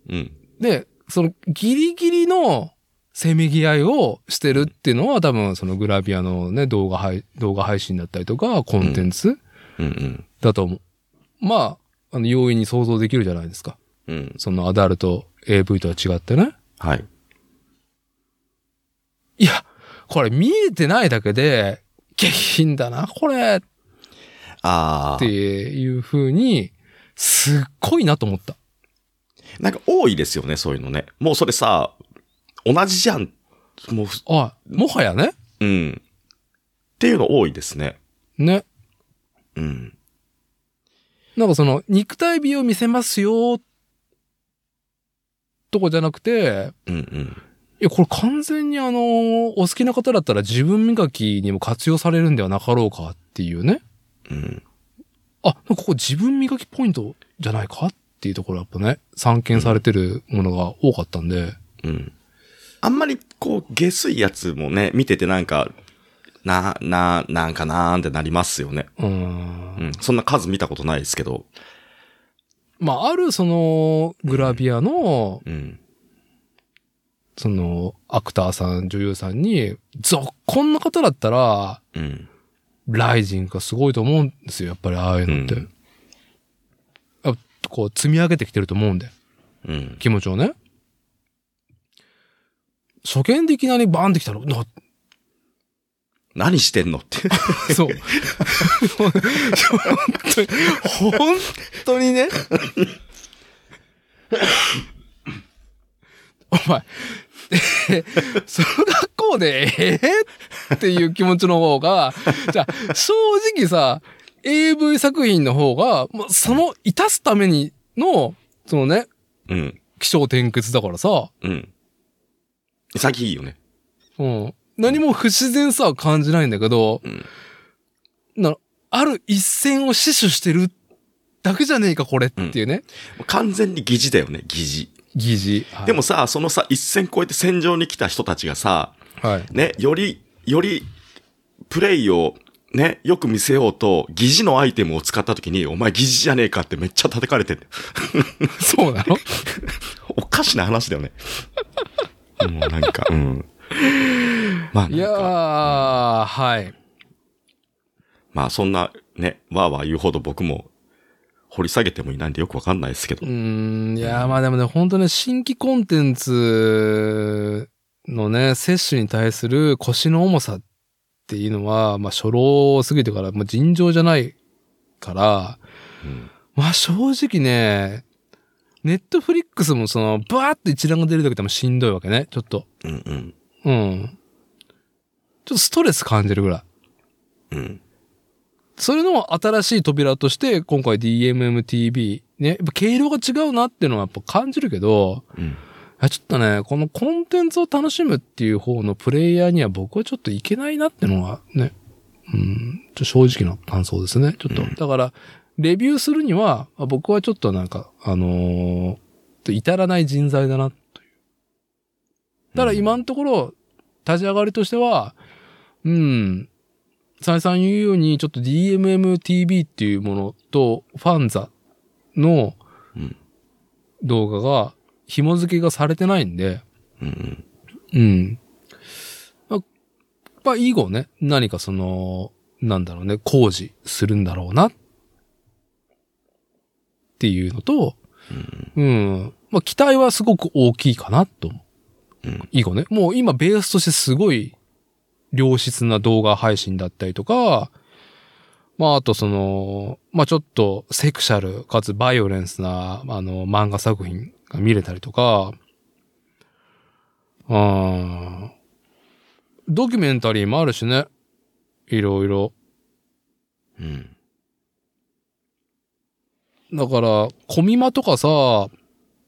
B: うん。
A: で、その、ギリギリのせめぎ合いをしてるっていうのは、多分、そのグラビアのね、動画配、動画配信だったりとか、コンテンツ
B: うんうん。
A: だと思う。まあ、あの、容易に想像できるじゃないですか。
B: うん。
A: そのアダルト AV とは違ってね。
B: はい。
A: いや、これ見えてないだけで、下品だな、これっ
B: ああ
A: て。いう風に、すっごいなと思った。
B: なんか多いですよね、そういうのね。もうそれさ、同じじゃん。もうふ、
A: あ、もはやね。
B: うん。っていうの多いですね。
A: ね。
B: うん。
A: なんかその、肉体美を見せますよ、とかじゃなくて、
B: うんうん。
A: いや、これ完全にあの、お好きな方だったら自分磨きにも活用されるんではなかろうかっていうね。
B: うん。
A: あ、ここ自分磨きポイントじゃないかっていうところやっぱね、散見されてるものが多かったんで。
B: うん。あんまり、こう、下水やつもね、見ててなんか、な、な、なんかなーんってなりますよね。
A: う。
B: うんん。そんな数見たことないですけど。
A: まあ、あるその、グラビアの、
B: うん。
A: その、アクターさん、女優さんに、ぞ、こんな方だったら、
B: うん。
A: ライジンがすごいと思うんですよ、やっぱりああいうのって。
B: うん
A: やっぱこう、積み上げてきてると思うんで、
B: うん。
A: 気持ちをね。初見でいきなりバーンってきたら、な
B: 何してんのって。
A: そう。本当に、本当にね。お前、その学校で、えー、っていう気持ちの方が、じゃあ正直さ、AV 作品の方が、もうその、いたすためにの、そのね、
B: うん。
A: 気象転結だからさ、
B: うん。潔いよね。
A: うん。何も不自然さは感じないんだけど、
B: うん
A: なある一線を死守してるだけじゃねえか、これっていうね。
B: 完全に疑似だよね、疑似。
A: 疑似。
B: でもさ、そのさ、一線越えて戦場に来た人たちがさ、
A: はい、はい。
B: ね、より、より、プレイを、ね、よく見せようと、疑似のアイテムを使った時に、お前疑似じゃねえかってめっちゃ叩かれてる。
A: そうなの
B: おかしな話だよね。 もうなんか、うん。まあなんか
A: いやー、はい。
B: まあそんな、ね、わーわー言うほど僕も、掘り下げてもいないんでよくわかんないですけ
A: う
B: ど。
A: ーん、いやー、まあでもね、本当ね、新規コンテンツのね、摂取に対する腰の重さっていうのは、まあ初老を過ぎてから、もう尋常じゃないから、
B: うん
A: まあ正直ね、ネットフリックスもその、バーって一覧が出るだけでもしんどいわけね、ちょっと。
B: うんうん。
A: うん。ちょっとストレス感じるぐらい。
B: うん。
A: それの新しい扉として、今回 DMMTV、ね、やっぱ毛色が違うなっていうのはやっぱ感じるけど、
B: うん。
A: あちょっとね、このコンテンツを楽しむっていう方のプレイヤーには僕はちょっといけないなってのはね、うん、ちょ正直な感想ですね。ちょっと。
B: うん
A: だから、レビューするには、あ僕はちょっとなんか、あのーちょっと至らない人材だな、という。ただ今のところ、立ち上がりとしては、うん、再三言うように、ちょっと DMMTV っていうものと、ファンザの
B: うん
A: 動画が、紐付けがされてないんで、
B: うんうん。
A: うん。まあ、まあ、以後ね、何かその、なんだろうね、工事するんだろうなっっていうのと、
B: う
A: う
B: ん。
A: ん。まあ、期待はすごく大きいかなと思う。
B: うん
A: 以後ね。もう今ベースとしてすごい良質な動画配信だったりとか、まあ、あとその、まあ、ちょっとセクシャルかつバイオレンスな、あの、漫画作品が見れたりとか、うん。ドキュメンタリーもあるしね。いろいろ。
B: うん。
A: だから、コミマとかさ、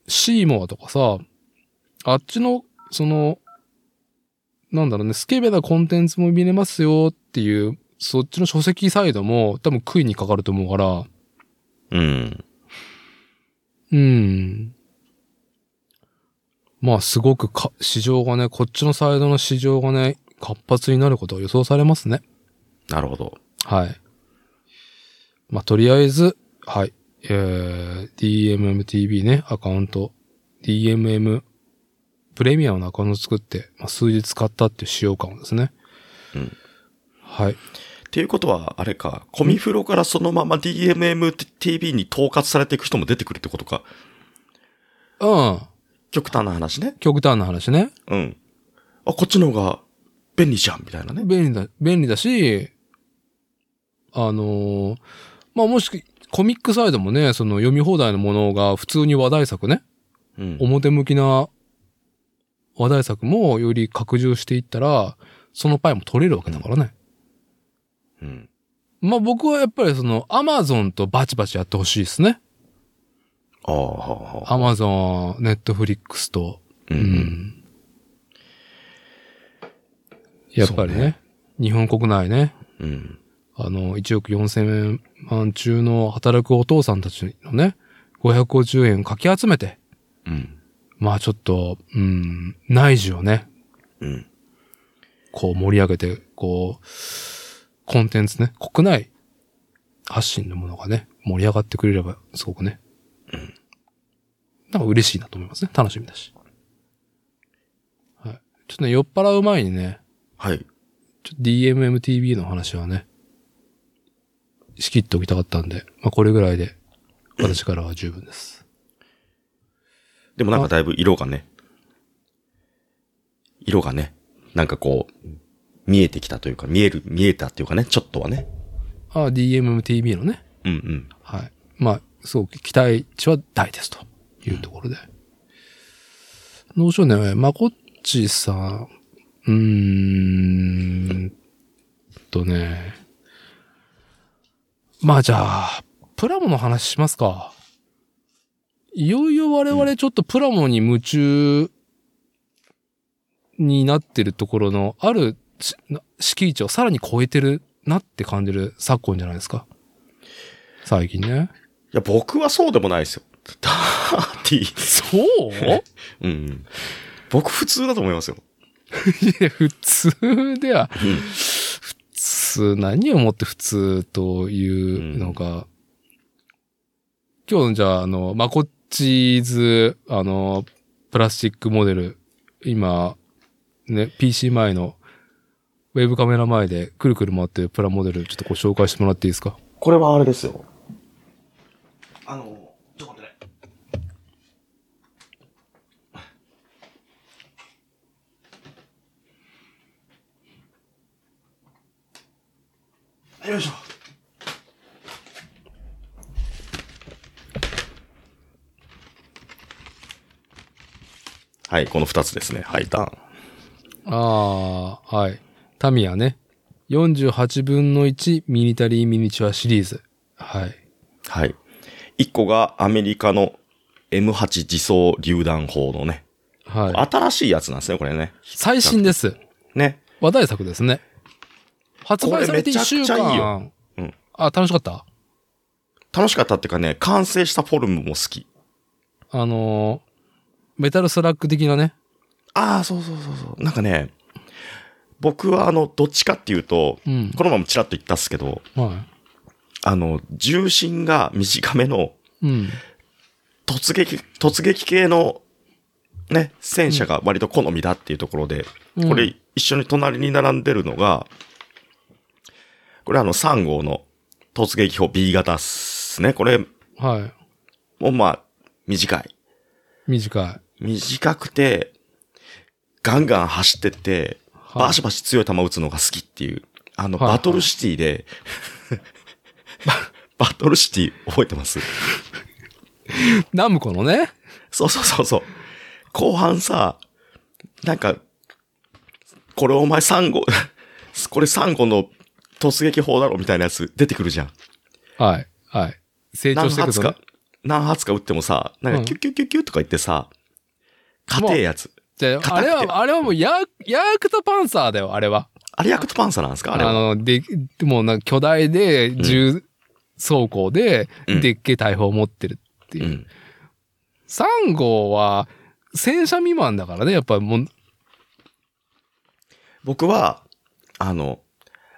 A: シーモアとかさ、あっちの、その、なんだろうね、スケベなコンテンツも見れますよっていう、そっちの書籍サイドも多分食いにかかると思うから、
B: うん。
A: うん。まあすごくか、市場がね、こっちのサイドの市場がね、活発になることが予想されますね。
B: なるほど。
A: はい。まあ、とりあえず、はい。えー、DMMTV ね、アカウント。DMM プレミアムのアカウントを作って、まあ、数日使ったっていう使用感をですね。
B: うん
A: はい。
B: っていうことは、あれか、コミフロからそのまま DMMTV に統括されていく人も出てくるってことか。
A: うん。
B: 極端な話ね。
A: 極端な話ね。
B: うん。あ、こっちの方が便利じゃん、みたいなね。
A: 便利だ、便利だし、あのーまあ、もしく、コミックサイドもね、その読み放題のものが普通に話題作ね。
B: うん。
A: 表向きな話題作もより拡充していったら、そのパイも取れるわけだからね。
B: うん。
A: まあ僕はやっぱりその、アマゾンとバチバチやってほしいですね。
B: ああ、はあ、はあ。
A: アマゾン、ネットフリックスと。
B: う。
A: うんん。やっぱりね、
B: そう
A: 日本国内ね、
B: うん。
A: あの、1億4000万中の働くお父さんたちのね、550円かき集めて、
B: うん。
A: まあちょっと、うん、内需をね、
B: うん。
A: こう盛り上げて、こう、コンテンツね、国内発信のものがね、盛り上がってくれれば、すごくね。なんか嬉しいなと思いますね。楽しみだし。はい。ちょっとね、酔っ払う前にね、
B: はい。
A: ちょっと DMMTV の話はね、仕切っておきたかったんで、まあこれぐらいで、私からは十分です。
B: でもなんかだいぶ色がね、色がね、なんかこう、見えてきたというか、見える、見えたっていうかね、ちょっとはね。
A: ああ、DMMTV のね、
B: うんうん。
A: はい。まあ、すごく期待値は大ですというところで。どうしようね。まこっちさん、うーんとね。まあじゃあ、プラモの話しますか。いよいよ我々ちょっとプラモに夢中になってるところの、あるしな敷地をさらに超えてるなって感じる昨今じゃないですか。最近ね。
B: いや、僕はそうでもないですよ。 ダーティー。
A: そう
B: うんうん。僕普通だと思いますよ。
A: いや、普通では、
B: うん
A: 普通、何をもって普通というのか。今日のじゃあ、あの、まこっちーズ、あの、プラスチックモデル、今、ね、PC 前の、ウェブカメラ前でくるくる回ってるプラモデル、ちょっとご紹介してもらっていいですか
B: これはあれですよ。あの、ちょっと待ってね。あよいしょ。はい、この二つですね。はい、ターン。
A: ああ、はい。タミヤね。48分の1ミリタリーミニチュアシリーズ。はい。
B: はい。一個がアメリカの M8 自走榴弾砲のね、
A: はい。
B: 新しいやつなんですね、これね。
A: 最新です。
B: ね。
A: 話題作ですね。発売されて1週
B: これめちゃくちゃ
A: 間
B: いいよ。うん
A: あ、楽しかった
B: 楽しかったっていうかね、完成したフォルムも好き。
A: あのーメタルスラック的なね。
B: ああ、そうそうそうそう。なんかね、僕はあの、どっちかっていうと、
A: うん。
B: このままちらっと言ったっすけど、
A: は
B: あの、重心が短めの
A: い。うん。
B: 突撃、突撃系のね、戦車が割と好みだっていうところで、
A: うん
B: これ一緒に隣に並んでるのが、これあの3号の突撃砲 B 型っすね。これ
A: はい。
B: もまあ、短い。
A: 短
B: 短くて、ガンガン走ってって、
A: はい
B: バシバシ強い球打つのが好きっていう。あの、
A: はい
B: バトルシティで、 ババトルシティ覚えてます
A: い。ナムコのね。
B: そうそうそうそう。後半さ、なんか、これお前3号、 これ3号の突撃砲だろみたいなやつ出てくるじゃん。
A: はい。はい。成長
B: 何
A: していく
B: 発
A: とね
B: か。、何発か撃ってもさ、なん
A: う
B: か
A: ん
B: キュッキュッキュッキュッとか言ってさ、硬えやつ。
A: じゃあ、あ
B: 硬く
A: れ
B: て
A: は、あれはもうヤー、ヤークタパンサーだよ、あれは。
B: あれヤクトパンサーなんですかあ
A: あ
B: れは。
A: の、で、もうなんか巨大で、
B: ん
A: 重装甲で、
B: うん
A: でっけえ大砲を持ってるっていうう。
B: ん。
A: 3号は、戦車未満だからね、やっぱもう、
B: 僕は、あの、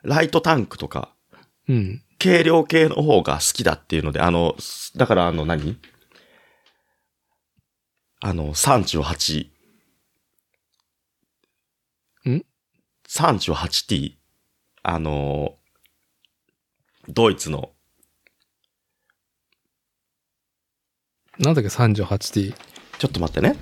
B: ライトタンクとか、
A: うん。
B: 軽量系の方が好きだっていうので、あの、すだからあの何、あの、38。
A: ん
B: ?38T。あの、ドイツの、
A: なんだっけ、38T。
B: ちょっと待ってね。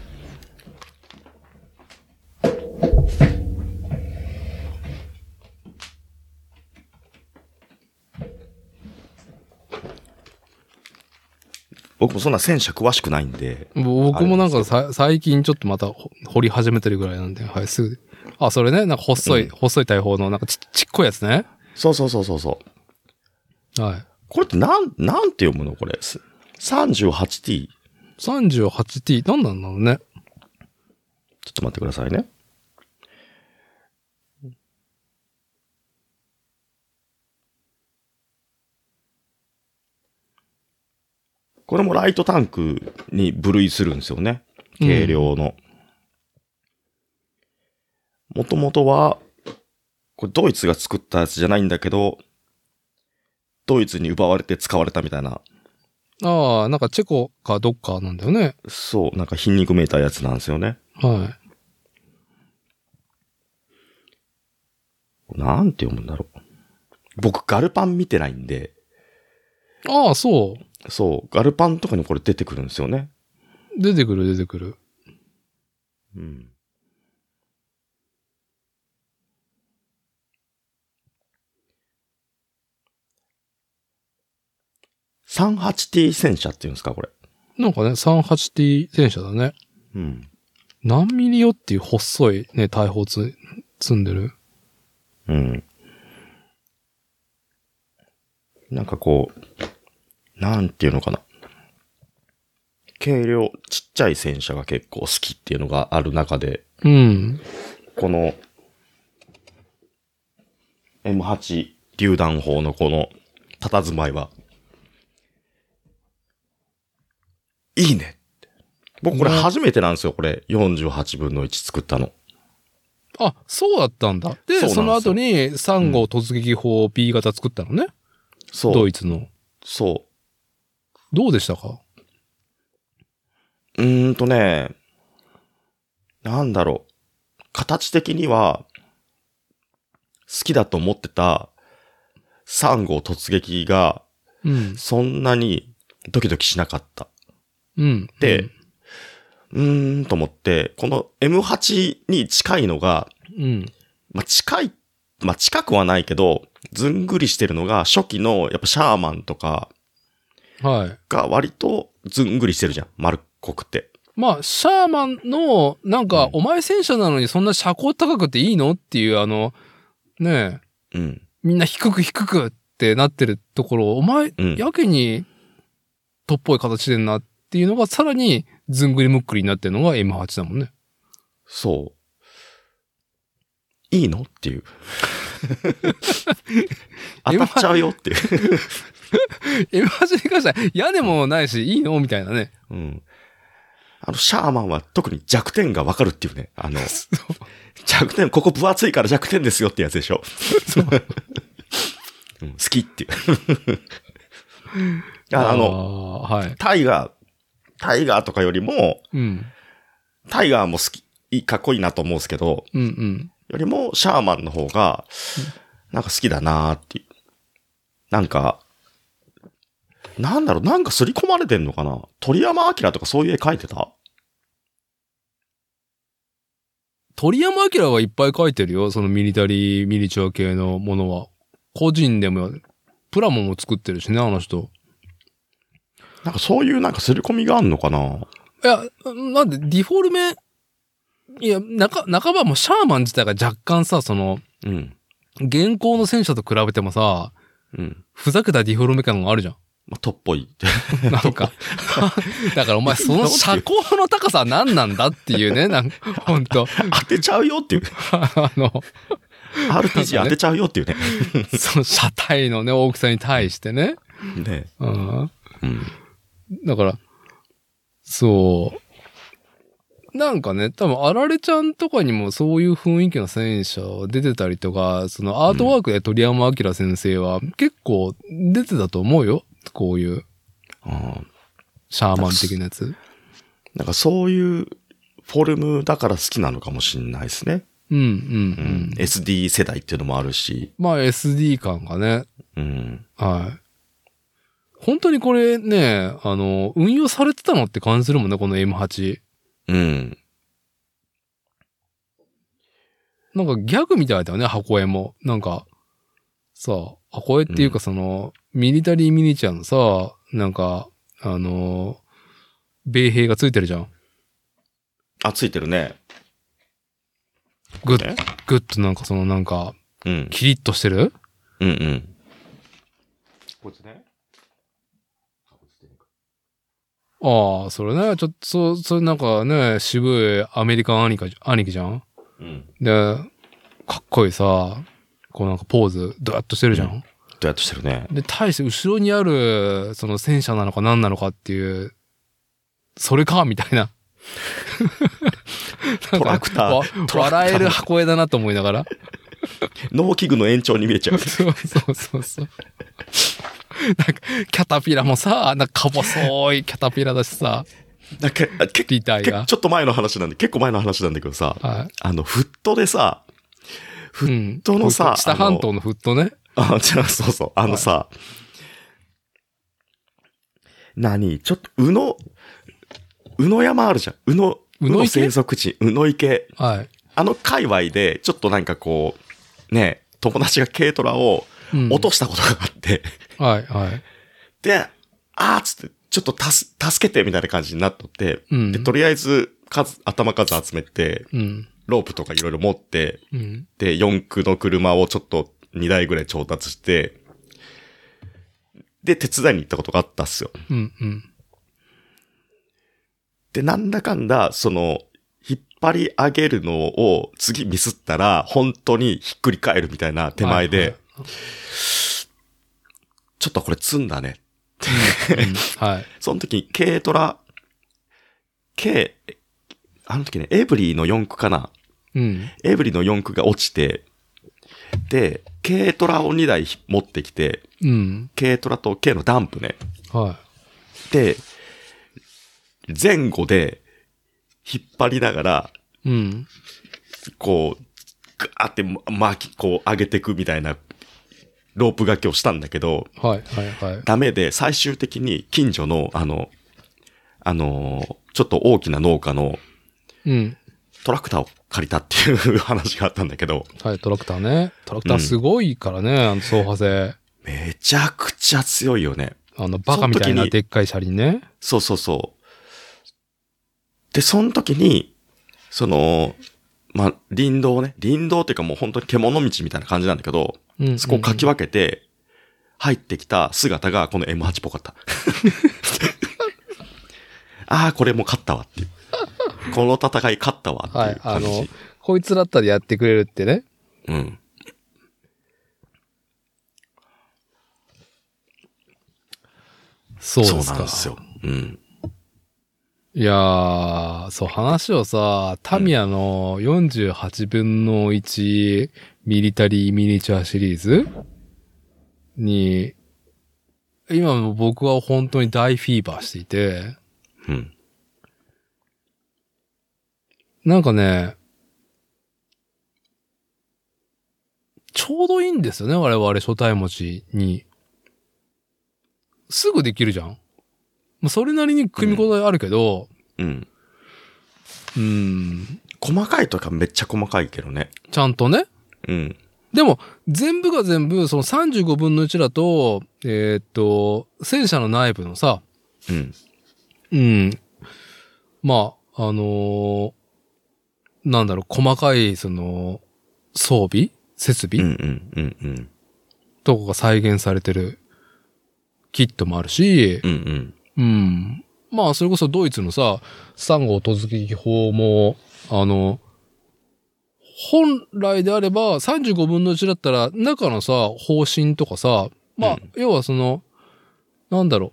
B: 僕もそんな戦車詳しくないんで、
A: 僕もなんかさ最近ちょっとまたほ掘り始めてるぐらいなんで、はい、すぐ。あ、それね、なんか細い、
B: うん
A: 細い大砲の、なんかちちっこいやつね。
B: そうそうそうそうそう。
A: はい。
B: これってなん、なんて読むのこれ。す 38t。ちょ
A: 38T、何なんだろうね。
B: っと待ってくださいね。これもライトタンクに部類するんですよね。軽量の。もともとは、これドイツが作ったやつじゃないんだけど、ドイツに奪われて使われたみたいな
A: ああ、なんかチェコかどっかなんだよね。
B: そう、なんか皮肉めいたやつなんですよね。
A: は
B: なんて読むんだろう。僕、ガルパン見てないんで、
A: い。ああ、そ
B: そう、ガルパンとかにこれ出てくるんですよね。
A: う。出てくる、出てくる。
B: うん。38T 戦車っていうんですか、これ。
A: なんかね、38T 戦車だね。
B: うん。
A: 何ミリよっていう細いね、大砲つ、積んでる。
B: うん。なんかこう、なんていうのかな。軽量、ちっちゃい戦車が結構好きっていうのがある中で、
A: うん。
B: この M8 榴弾砲のこの佇まいは、いいねって僕これ
A: ね
B: 初めてなんですよ、これ。48分の1作ったの。
A: あ、そうだったんだ。
B: そうなん
A: で、
B: ですよ
A: その後に3号突撃砲 B 型作ったのね。
B: そ
A: ド
B: う。
A: イツの。
B: そう。
A: どうでしたか
B: うーんとね、なんだろう。形的には、好きだと思ってた3号突撃が、
A: うん。
B: そんなにドキドキしなかった。
A: うん。
B: で、うーんと思って、この M8 に近いのが、
A: うん。
B: まあ、近い、まあ、近くはないけど、ずんぐりしてるのが初期の、やっぱシャーマンとか
A: はい。
B: が割とずんぐりしてるじゃん。丸っこくて。
A: まあ、シャーマンの、なんか
B: うん、
A: お前戦車なのにそんな車高高くていいのっていう、あの、ねえ、
B: うん。
A: みんな低く低くってなってるところを、お前、
B: うん
A: やけに、とっぽい形でんなっていうのが、さらに、ずんぐりむっくりになってるのが M8 だもんね。
B: そう。いいのっ ていう。当たっちゃうよっていう。
A: M8 に関しては、屋根もないし、いいのみたいなね。
B: うん。あの、シャーマンは特に弱点がわかるっていうね。あの、弱点、ここ分厚いから弱点ですよってやつでしょ。うん、好きっていう。ああの、
A: の、はい。
B: タイガー、タイガーとかよりも、
A: うん。
B: タイガーも好き、いいかっこいいなと思うんですけど、
A: うんうん。
B: よりもシャーマンの方が、なんか好きだなーっていう。なんか、なんだろう、なんか刷り込まれてんのかな鳥山明とかそういう絵描いてた
A: 鳥山明はいっぱい書いてるよ。そのミリタリー、ミリチュア系のものは。個人でも、プラモも作ってるしね、あの人。
B: なんかそういうなんか刷り込みがあんのかない
A: や、なんで、ディフォルメ、いや、中、半ばもシャーマン自体が若干さ、その、
B: うん。
A: 現行の戦車と比べてもさ、
B: うん。
A: ふざけたディフォルメ感があるじゃん。
B: まあ、トッぽい。
A: なんか。 だからお前、その車高の高さは何なんだっていうね、なんか、ほんと。
B: 当てちゃうよ っていう。
A: あの、
B: RPG 当てちゃうよっていうね。
A: その車体のね、大きさに対してね。
B: ね。
A: うん。
B: うん。
A: だから、そう。なんかね、多分、あられちゃんとかにもそういう雰囲気の戦車は出てたりとか、そのアートワークで鳥山明先生は結構出てたと思うよ。こういう
B: あー
A: シャーマン的なやつ。
B: なんかそういうフォルムだから好きなのかもしんないですね。
A: うんうんう
B: うんん。。SD 世代っていうのもあるし。
A: まあ SD 感がね、
B: うん。
A: はい。本当にこれね、あの、運用されてたのって感じするもんね、この M8。
B: うん。
A: なんかギャグみたいだよね、箱絵も。なんか、さ、箱絵っていう
B: う
A: かその、ミリタリーミニチュアのさ、なんか、あのー米兵がついてるじゃん。
B: あ、ついてるね。
A: グ
B: え
A: ッ、グッとなんかそのなんか、
B: うん。
A: キリッとしてる
B: うんうん。こっちね。
A: ああ、それね、ちょっと、そう、それなんかね、渋いアメリカン兄貴、兄貴じゃん
B: うん。ど
A: で、かっこいいさ、こうなんかポーズ、ドヤッとしてるじゃん、
B: うやってしてるね。
A: で、対して後ろにある、その戦車なのか何なのかっていう、それかみたいな。
B: トラクター
A: わ
B: トラクター
A: 笑える箱絵だなと思いながら。
B: 農機具の延長に見えちゃう。
A: そうそうそうそう。 なんか、キャタピラもさ、なんかか細いキャタピラだしさ、
B: なんか、あ結
A: リタイ
B: 構、
A: が。
B: ちょっと前の話なんで、結構前の話なんだけどさ、
A: は
B: あの、フットでさ、
A: い。うん。
B: トのさ
A: 下半島のフットね。
B: あ、違う、そうそう、あのさ、何ちょっと、宇野、宇野山あるじゃん。宇野、
A: 宇野池
B: 生息地、宇野池。
A: はい。
B: あの界隈で、ちょっとなんかこう、ね、友達が軽トラを
A: うん
B: 落としたことがあって、
A: はい、はい。
B: で、あーっつって、ちょっとたす、助けてみたいな感じになっとって、
A: うん
B: で、とりあえず、数、頭数集めて、
A: うん。
B: ロープとかいろいろ持って、
A: うん。
B: で、四駆の車をちょっと2台ぐらい調達して、で、手伝いに行ったことがあったっすよ。
A: うん、うん。
B: で、なんだかんだ、その、引っ張り上げるのを次ミスったら、本当にひっくり返るみたいな手前で、
A: はいはい
B: ちょっとこれ積んだね。
A: うんはい。
B: その時に軽トラ、軽、あの時ね、エブリーの四駆かな。
A: うん。
B: エブリの四駆が落ちて、で、軽トラを2台持ってきて、
A: うん。
B: 軽トラと軽のダンプね。
A: は
B: で、前後で引っ張りながら、
A: い。うん。
B: こう、ガーって巻き、こう上げていくみたいなロープ掛けをしたんだけど、
A: はい、はい、はい。
B: ダメで最終的に近所の、あの、あのーちょっと大きな農家の
A: うん。
B: トラクターを借りたっていう 話があったんだけど、
A: はい、トラクターね。トラクターすごいからね、あの、走破性。
B: めちゃくちゃ強いよね。
A: あの、バカみたい
B: その時
A: な
B: に
A: でっかい車輪ね。
B: そうそうそう。で、その時に、その、まあ、林道ね。林道っていうかもう本当に獣道みたいな感じなんだけど、
A: うん
B: そこをかき分けて、入ってきた姿がこの M8 っぽ かった。ああ、これもう勝ったわっていう。この戦い勝ったわって、
A: はいいうあ
B: 感じ。
A: の、こいつだったらやってくれるってね。
B: うん。
A: そうです
B: そ
A: か。
B: うなんですよ。うん。
A: いやー、そう、話をさ、タミヤの48分の1ミリタリーミニチュアシリーズに、今も僕は本当に大フィーバーしていて、
B: うん。
A: なんかね、ちょうどいいんですよね、我々初対持ちに。すぐできるじゃん。まあ、それなりに組み応えあるけど、
B: うん。
A: うん、
B: 細かいとかめっちゃ細かいけどね。
A: ちゃんとね。
B: うん。
A: でも、全部が全部、その35分の1だと、えーっと、戦車の内部のさ、
B: うん。
A: うん。まあ、あのーなんだろう、細かい、その、装備設
B: うんう
A: 備、
B: んうんうん。
A: とかが再現されてるキットもあるし、
B: うんうん。
A: うん。まあ、それこそドイツのさ、3号突撃砲も、あの、本来であれば35分の1だったら中のさ、方針とかさ、まあ、
B: うん
A: 要はその、なんだろ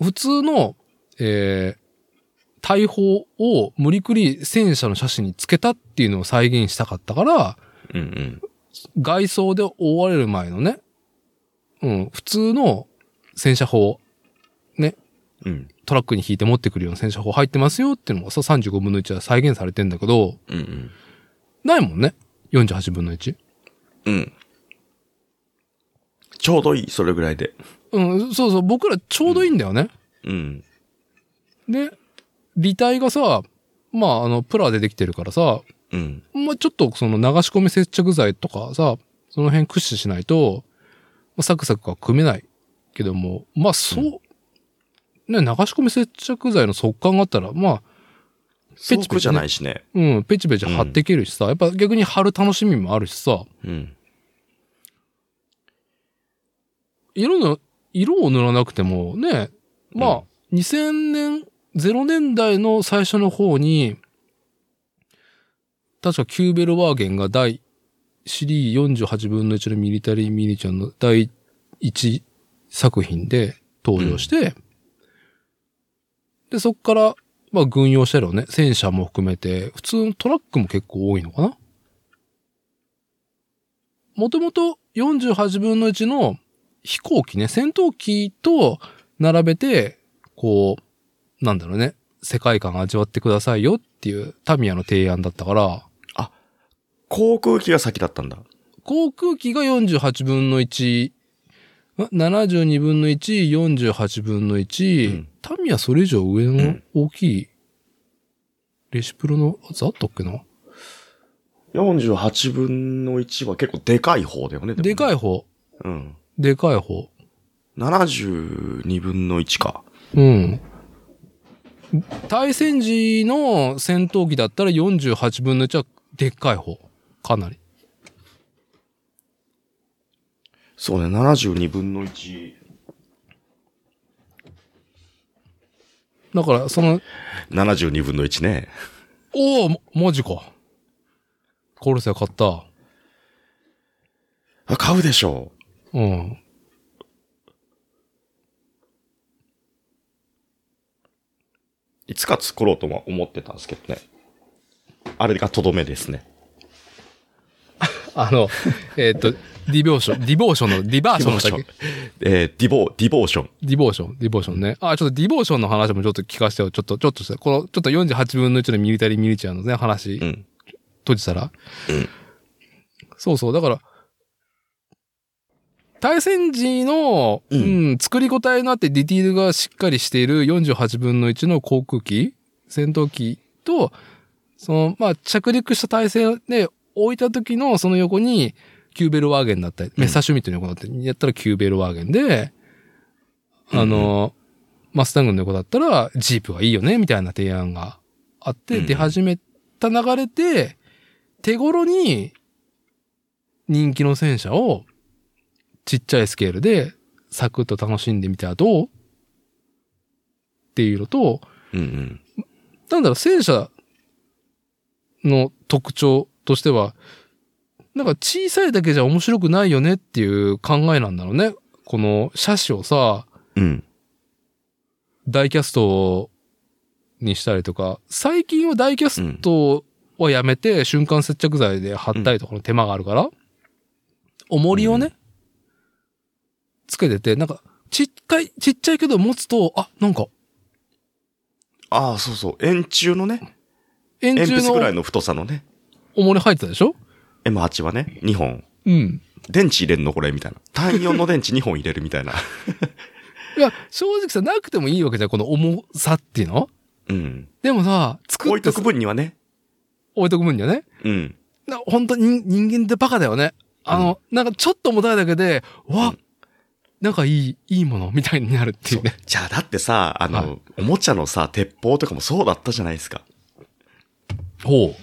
A: う。普通の、えー、大砲を無理くり戦車の写真につけたっていうのを再現したかったから、
B: うんうん。
A: 外装で覆われる前のね、うん、普通の戦車砲
B: うん。
A: トラックに引いて持ってくるような戦車砲入ってますよっていうのがさ、35分の1は再現されてんだけど、
B: うんうん。
A: ないもんね。48分の 1?
B: うん。ちょうどいい、それぐらいで。
A: うん、そうそう、僕らちょうどいいんだよね。
B: うん。
A: で、履体がさ、まあ、あの、プラでできてるからさ、
B: うん。
A: まあ、ちょっとその流し込み接着剤とかさ、その辺駆使しないと、まあサクサクは組めないけども、まあ、そう、ね、流し込み接着剤の速乾があったら、まあ、。
B: ペチペチじゃないいしね。
A: うん、ペチペチ貼っていけるしさ、やっぱ逆に貼る楽しみもあるしさ、
B: うん。
A: 色の、色を塗らなくてもね、まあ、2000年、0年代の最初の方に、確かキューベルワーゲンが第シリー48分の1のミリタリーミニチュアの第1作品で登場して、で、そっから、まあ軍用車両ね、戦車も含めて、普通のトラックも結構多いのかなもともと48分の1の飛行機ね、戦闘機と並べて、こう、なんだろうね、世界観味わってくださいよっていうタミヤの提案だったから、
B: 航空機が先だったんだ。
A: 航空機が48分の1、ん72分の1、48分の1、
B: うん
A: タミヤそれ以上上
B: う
A: の
B: ん
A: 大きい、レシプロのやつあったっけな
B: 48分の1は結構でかい方だよね。
A: でか
B: い。
A: い方、
B: うん。
A: でかい方。
B: 72分の1か。
A: うん。対戦時の戦闘機だったら48分の1はでっかい方。かなり。
B: そうね、72分の1。
A: だから、その、
B: 72分の1ね。
A: おお、まマジか。コルセア買った。
B: あ、買うでしょ
A: うん。
B: う。いつか作ろうとは思ってたんですけどね。あれがとどめですね。
A: あの、 えーっと、ディボーション、ディボーションの、ディバーションの
B: ディボー
A: 先
B: シえー、ディボ、ディボーション。
A: ディボーション、ディボーションね。あ、ちょっとディボーションの話もちょっと聞かせてよ。ちょっと、ちょっとして。この、ちょっと48分の1のミリタリーミリチュアのね、話
B: う、ん。
A: 閉じたら。そうそう、だから、対戦時の、う
B: うんん、
A: 作り応えのあってディティールがしっかりしている48分の1の航空機、戦闘機と、その、まあ、着陸した体勢で置いた時のその横に、キューベルワーゲンだったり、メッサーシュミットの横だったり、やったらキューベルワーゲンで、あの、マスタングの横だったら、ジープがいいよね、みたいな提案があっ
B: う
A: て、
B: んうん
A: 出始めた流れで、手頃に、人気の戦車を、ちっちゃいスケールで、サクッと楽しんでみてはどうっていうのと、
B: うんうん。
A: なんだろう、戦車の特徴としては、なんか小さいだけじゃ面白くないよねっていう考えなんだろうね。この車種をさ、
B: うん。
A: ダイキャストにしたりとか、最近はダイキャストはやめて瞬間接着剤で貼ったりとかの手間があるから、重りをね、つけてて、なんか、ちっかい、ちっちゃいけど持つと、あ、なんか、
B: ああ、そうそう。円柱のね。
A: 円
B: 鉛
A: 柱
B: 筆ぐらい
A: の
B: の太さのね。
A: 重り入ってたでしょ
B: M8 はね、2本。
A: うん。
B: 電池入れんのこれみたいな。単4の電池2本入れるみたいな。
A: いや、正直さ、なくてもいいわけじゃん、この重さっていうの
B: うん。
A: でもさ、作
B: 置
A: っ
B: い
A: て
B: と
A: さ
B: く分にはね。
A: 置いとく分にはね。
B: うん。
A: な本当に人間ってバカだよね。あの、なんかちょっと重たいだけで、わ、
B: うん
A: なんかいい、いいものみたいになるっていうね。
B: じゃあだってさ、あの、
A: はい
B: おもちゃのさ、鉄砲とかもそうだったじゃないですか。
A: ほ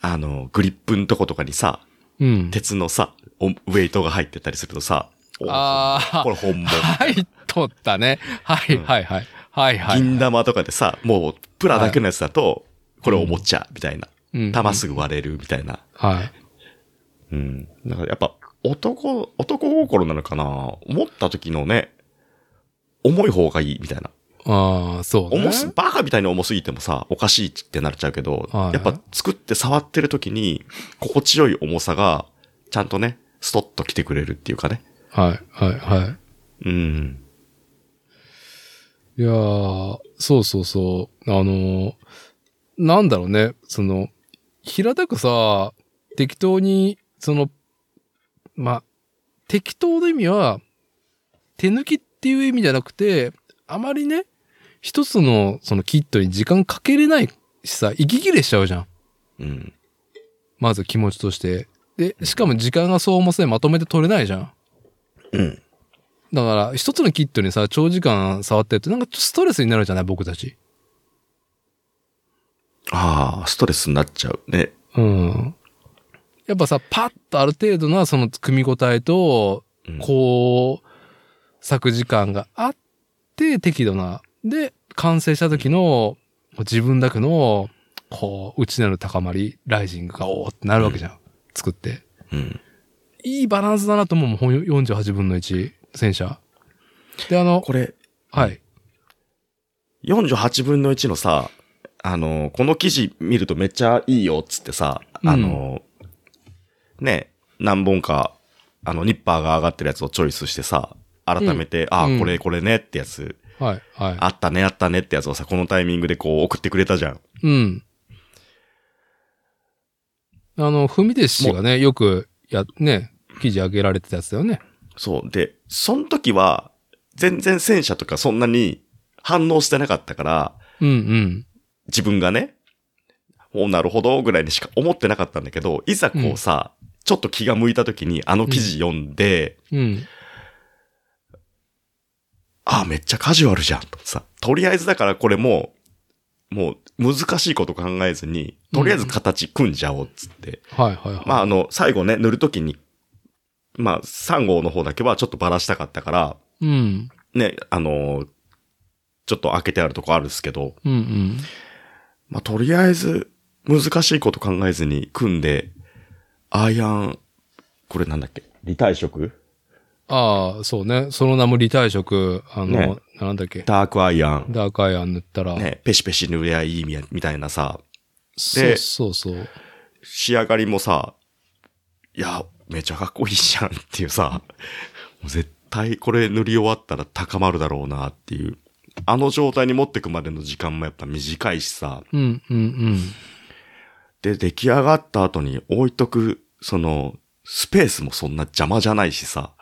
B: あの、グリップんとことかにさ、
A: う。うん。
B: 鉄のさ、おウェイトが入ってたりするとさ、お
A: あー
B: これ本物。
A: はい、取ったね。はい、
B: うん
A: はい、はい。はい、はい。
B: 銀玉とかでさ、もうプラだけのやつだと、これおもちゃ、みたいな。
A: うん
B: 玉すぐ割れる、みたいな。
A: はい。
B: うん。だからやっぱ、男、男心なのかな思った時のね、重い方がいい、みたいな。
A: ああ、そう、ね。
B: 重す、バカみたいに重すぎてもさ、おかしいってなっちゃうけど、
A: はい
B: やっぱ作って触ってる時に、心地よい重さが、ちゃんとね、ストッと来てくれるっていうかね。
A: はい、はい、はい。
B: うん。
A: いやー、そうそうそう。あのーなんだろうね、その、平たくさ、適当に、その、まあ、適当の意味は、手抜きっていう意味じゃなくて、あまりね、一つのそのキットに時間かけれないしさ、息切れしちゃうじゃん。
B: うん。
A: まず気持ちとして。で、しかも時間がそう重さでまとめて取れないじゃん。
B: うん。
A: だから、一つのキットにさ、長時間触ってると、なんかちょっとストレスになるじゃない、僕たち。
B: ああ、ストレスになっちゃうね。
A: うん。やっぱさ、パッとある程度なその組み応えと、
B: うん
A: こう、作時間があって、適度な。で、完成した時の、自分だけの、こう、内なる高まり、ライジングが、おーってなるわけじゃん。作って。
B: うん。
A: いいバランスだなと思うもん、本48分の1、戦車。で、あの、
B: これ、
A: はい。
B: 48分の1のさ、あの、この記事見るとめっちゃいいよっつってさ、あの、ね、何本か、あの、ニッパーが上がってるやつをチョイスしてさ、改めて、あ
A: うん
B: あ、これこれねってやつ、
A: はい、はい。
B: あったねあったねってやつをさ、このタイミングでこう送ってくれたじゃん。
A: うん。あの、ふみでしがね、よく、や、ね、記事上げられてたやつだよね。
B: そう。で、その時は、全然戦車とかそんなに反応してなかったから、
A: うんうん。
B: 自分がね、おなるほどぐらいにしか思ってなかったんだけど、いざこうさ、ちょっと気が向いた時にあの記事読んで、
A: うん。
B: あ、めっちゃカジュアルじゃんとさ、とりあえずだからこれもう、もう難しいこと考えずに、とりあえず形組んじゃおうっつって。
A: はいはいはい。
B: まああの、最後ね、塗るときに、まあ3号の方だけはちょっとばらしたかったから、
A: うん。
B: ね、あのーちょっと開けてあるとこあるんですけど、
A: うんうん。
B: まあ、とりあえず、難しいこと考えずに組んで、アイアン、これなんだっけ離退色
A: ああ、そうね。その名も離退色、あの、
B: ね
A: なんだっけ。
B: ダークアイアン。
A: ダークアイアン塗ったら、
B: ね、ペシペシ塗りゃいいみみたいなさ、
A: そう
B: で
A: そうそう。
B: 仕上がりもさ、いや、めちゃかっこいいじゃんっていうさ、もう絶対これ塗り終わったら高まるだろうなっていう。あの状態に持ってくまでの時間もやっぱ短いしさ、
A: うんうんうん。
B: で、出来上がった後に置いとく、その、スペースもそんな邪魔じゃないしさ。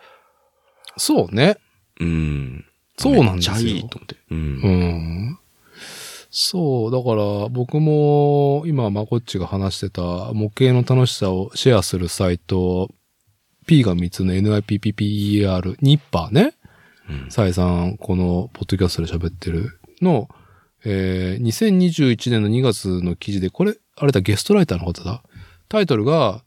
A: そうね。
B: うん。
A: そうなんですよ
B: めっちゃいいと思って。うん。
A: うん。そう、だから僕も今まこっちが話してた模型の楽しさをシェアするサイト、P が3つの NIPPPER、ニッパーね。
B: うん
A: サイさん、このポッドキャストで喋ってるの、えー2021年の2月の記事で、これ、あれだ、ゲストライターの方だ。タイトルが、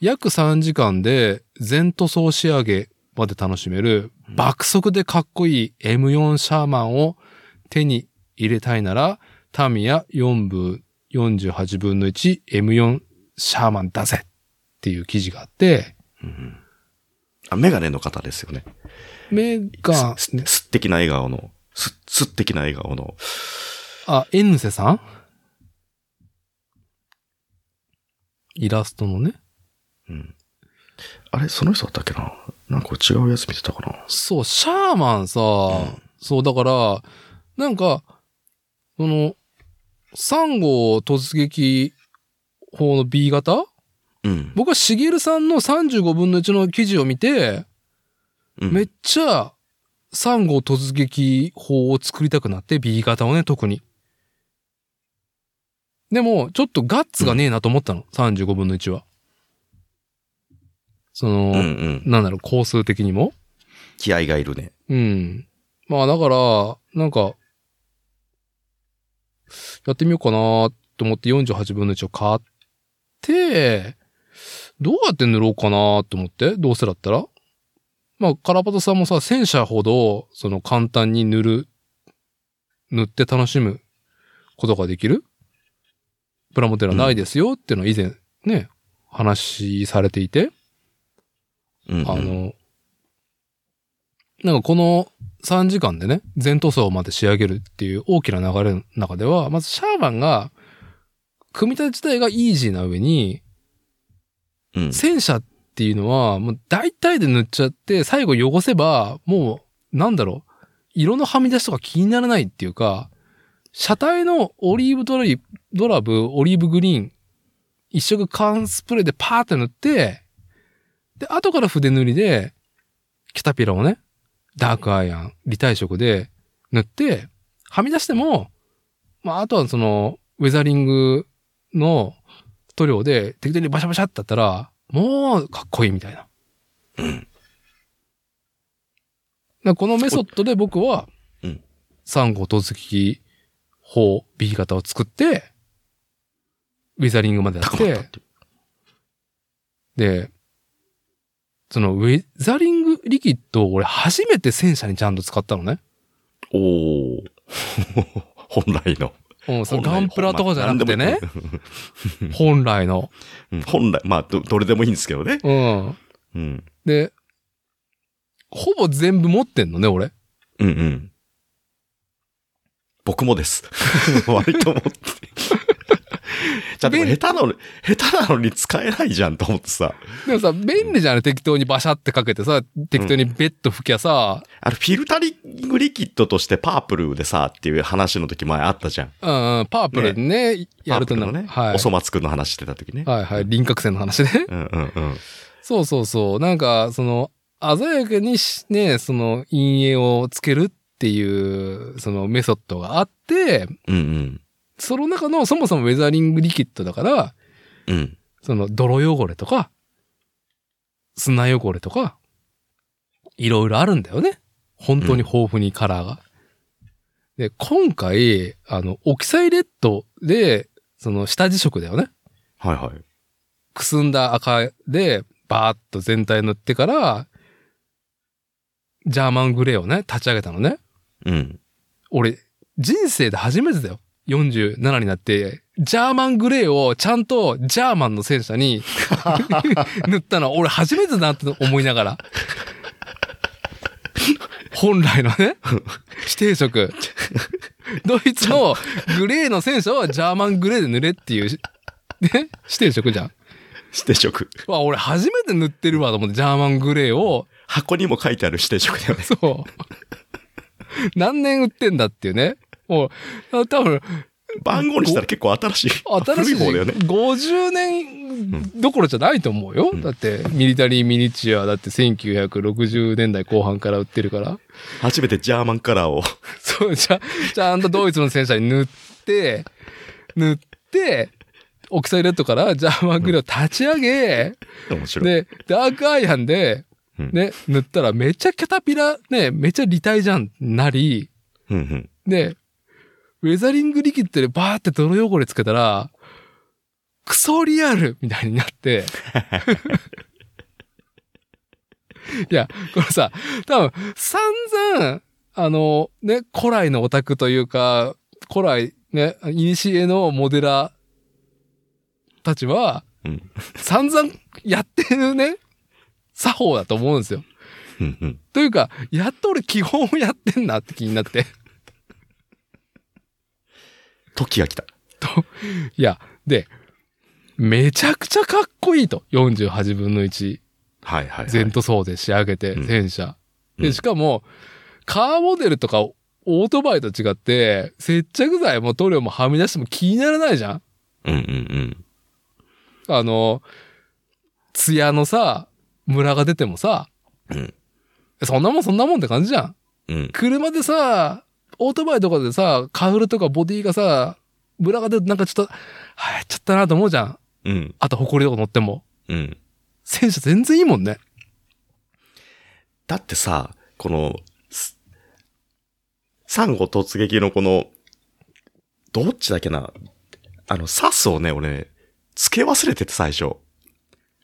A: 約3時間で全塗装仕上げまで楽しめる、爆速でかっこいい M4 シャーマンを手に入れたいなら、タミヤ4分48分の 1M4 シャーマンだぜっていう記事があって、
B: うんあ、メガネの方ですよね。
A: メガ、
B: すす素敵な笑顔の、す、素敵な笑顔の。
A: あ、エヌセさんイラストのね。
B: うん。あれ、その人だったっけななんか違うやつ見てたかな
A: そう、シャーマンさ、
B: ん
A: そう、だから、なんか、その、3号突撃法の B 型
B: うん。
A: 僕はしげるさんの35分の1の記事を見て、
B: うん
A: めっちゃ、 3号突撃法を作りたくなって、B 型をね、特に。でも、ちょっとガッツがねえなと思ったの。35分の1は。その、
B: うんうん。
A: なんだろう、工数的にも。
B: 気合がいるね。
A: うん。まあだから、なんか、やってみようかなと思って48分の1を買って、どうやって塗ろうかなと思って、どうせだったら。まあ、カラパトさんもさ、戦車ほど、その簡単に塗る、塗って楽しむことができるプラモデルはないですよっていうのは以前ね、話されていて。
B: うん、うん。
A: あの、なんかこの3時間でね、全塗装まで仕上げるっていう大きな流れの中では、まずシャーバンが、組み立て自体がイージーな上に、
B: うん、
A: 戦車っていうのは、もう大体で塗っちゃって、最後汚せば、もう、なんだろう、色のはみ出しとか気にならないっていうか、車体のオリーブドライドラブ、オリーブグリーン、一色缶スプレーでパーって塗って、で、後から筆塗りで、キタピラをね、ダークアイアン、離体色で塗って、はみ出しても、まあ、あとはその、ウェザリングの塗料で適当にバシャバシャってやったら、もうかっこいいみたいな。だからこのメソッドで僕は
B: うん、
A: 3号突撃法 B 型を作って、ウェザリングまでやっ、
B: 高まったってていう。
A: で、そのウェザリングリキッドを俺初めて戦車にちゃんと使ったのね。
B: おお 本来の。
A: うん、その
B: 本来
A: ガンプラとかじゃなくてね、。
B: 本来
A: 本来の。
B: うん本来、まあど、どれでもいいんですけどね。
A: うん。
B: うん。
A: で、ほぼ全部持ってんのね、俺。
B: うんうん。僕もです。 割と 思って。じゃあでも下手なの、下手なのに使えないじゃんと思ってさ。
A: でもさ、便利じゃない適当にバシャってかけてさ、適当にベッド吹きゃさ、
B: あれ、フィルタリングリキッドとしてパープルでさ、っていう話の時前あったじゃん。
A: うん、うん、パープルでね、やるとな
B: パープルのね。
A: はい
B: お。そ松くんの話してた時ね。
A: はいはい、輪郭線の話ね。
B: うんうんうん。
A: そうそうそう。なんか、その、鮮やかにし、ね、その、陰影をつけるっていう、そのメソッドがあって、
B: うんうん。
A: その中のそもそもウェザリングリキッドだから、
B: うん。
A: その泥汚れとか、砂汚れとか、いろいろあるんだよね。本当に豊富にカラーが。で、今回、あの、オキサイレッドで、その下地色だよね。
B: はいはい。
A: くすんだ赤で、バーッと全体塗ってから、ジャーマングレーをね、立ち上げたのね。
B: うん。
A: 俺、人生で初めてだよ。47になって、ジャーマングレーをちゃんとジャーマンの戦車に塗ったのは俺初めてだなって思いながら。本来のね、指定色。ドイツのグレーの戦車はジャーマングレーで塗れっていう、ね、指定色じゃん。
B: 指定色。
A: わ、俺初めて塗ってるわと思って、ジャーマングレーを、
B: 箱にも書いてある指定色だよ ね。
A: そう。何年売ってんだっていうね。もう、多分、
B: 番号にしたら結構新しい。
A: 新しい
B: 古い方だよね。
A: 50年どころじゃないと思うよ。
B: うん
A: だって、ミリタリーミニチュアだって1960年代後半から売ってるから。
B: 初めてジャーマンカラーを。
A: そう、じゃ、ちゃんとドイツの戦車に塗って、塗って、オキサイレッドからジャーマングレーを立ち上げ、
B: 面白い。
A: で、ダークアイアンで、
B: うん
A: ね、塗ったらめちゃキャタピラ、ね、めちゃ立体じゃん、なり、
B: うんうん。
A: で、ウェザリングリキッドでバーって泥汚れつけたら、クソリアルみたいにな って。いや、これさ、多分、散々、あの、ね、古来のオタクというか、古来、ね、イニシエのモデラーたちは、
B: うん
A: 散々やってるね、作法だと思うんですよ。
B: うんうん。
A: というか、やっと俺基本をやってんなって気になって。
B: 時が来た。
A: いや、で、めちゃくちゃかっこいいと。48分の1、
B: はいはい、はい。
A: 全塗装で仕上げて
B: う、ん
A: 戦車。
B: う
A: で、
B: ん
A: しかも、カーモデルとかオートバイと違って、接着剤も塗料もはみ出しても気にならないじゃん
B: うんうん
A: あの、ツヤのさ、ムラが出てもさ、
B: うん
A: そんなもんそんなもんって感じじゃん。
B: うん。
A: 車でさ、オートバイとかでさ、カフルとかボディがさ、ムラが出るとなんかちょっと、はい、ちゃったなと思うじゃん。
B: うん。
A: あと、埃とか乗っても。
B: うん。
A: 戦車全然いいもんね。
B: だってさ、この、すサンゴ突撃のこの、どっちだっけな、あの、サスをね、俺、付け忘れてて最初。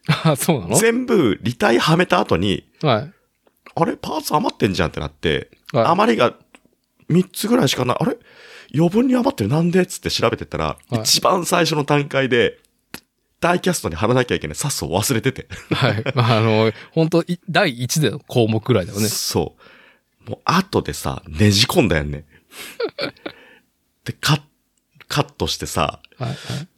A: あ、そうなの
B: 全部、履体はめた後に、
A: はい。
B: あれパーツ余ってんじゃんってなって、
A: はい
B: 余りが3つぐらいしかない。あれ余分に余ってるなんでっつって調べてったら、
A: はい
B: 一番最初の段階で、ダイキャストに貼らなきゃいけないサスを忘れてて。
A: はい。あの、本当い第1での項目くらいだよね。
B: そう。もう後でさ、ねじ込んだよね。 で、カッ、カットしてさ、
A: はい。はい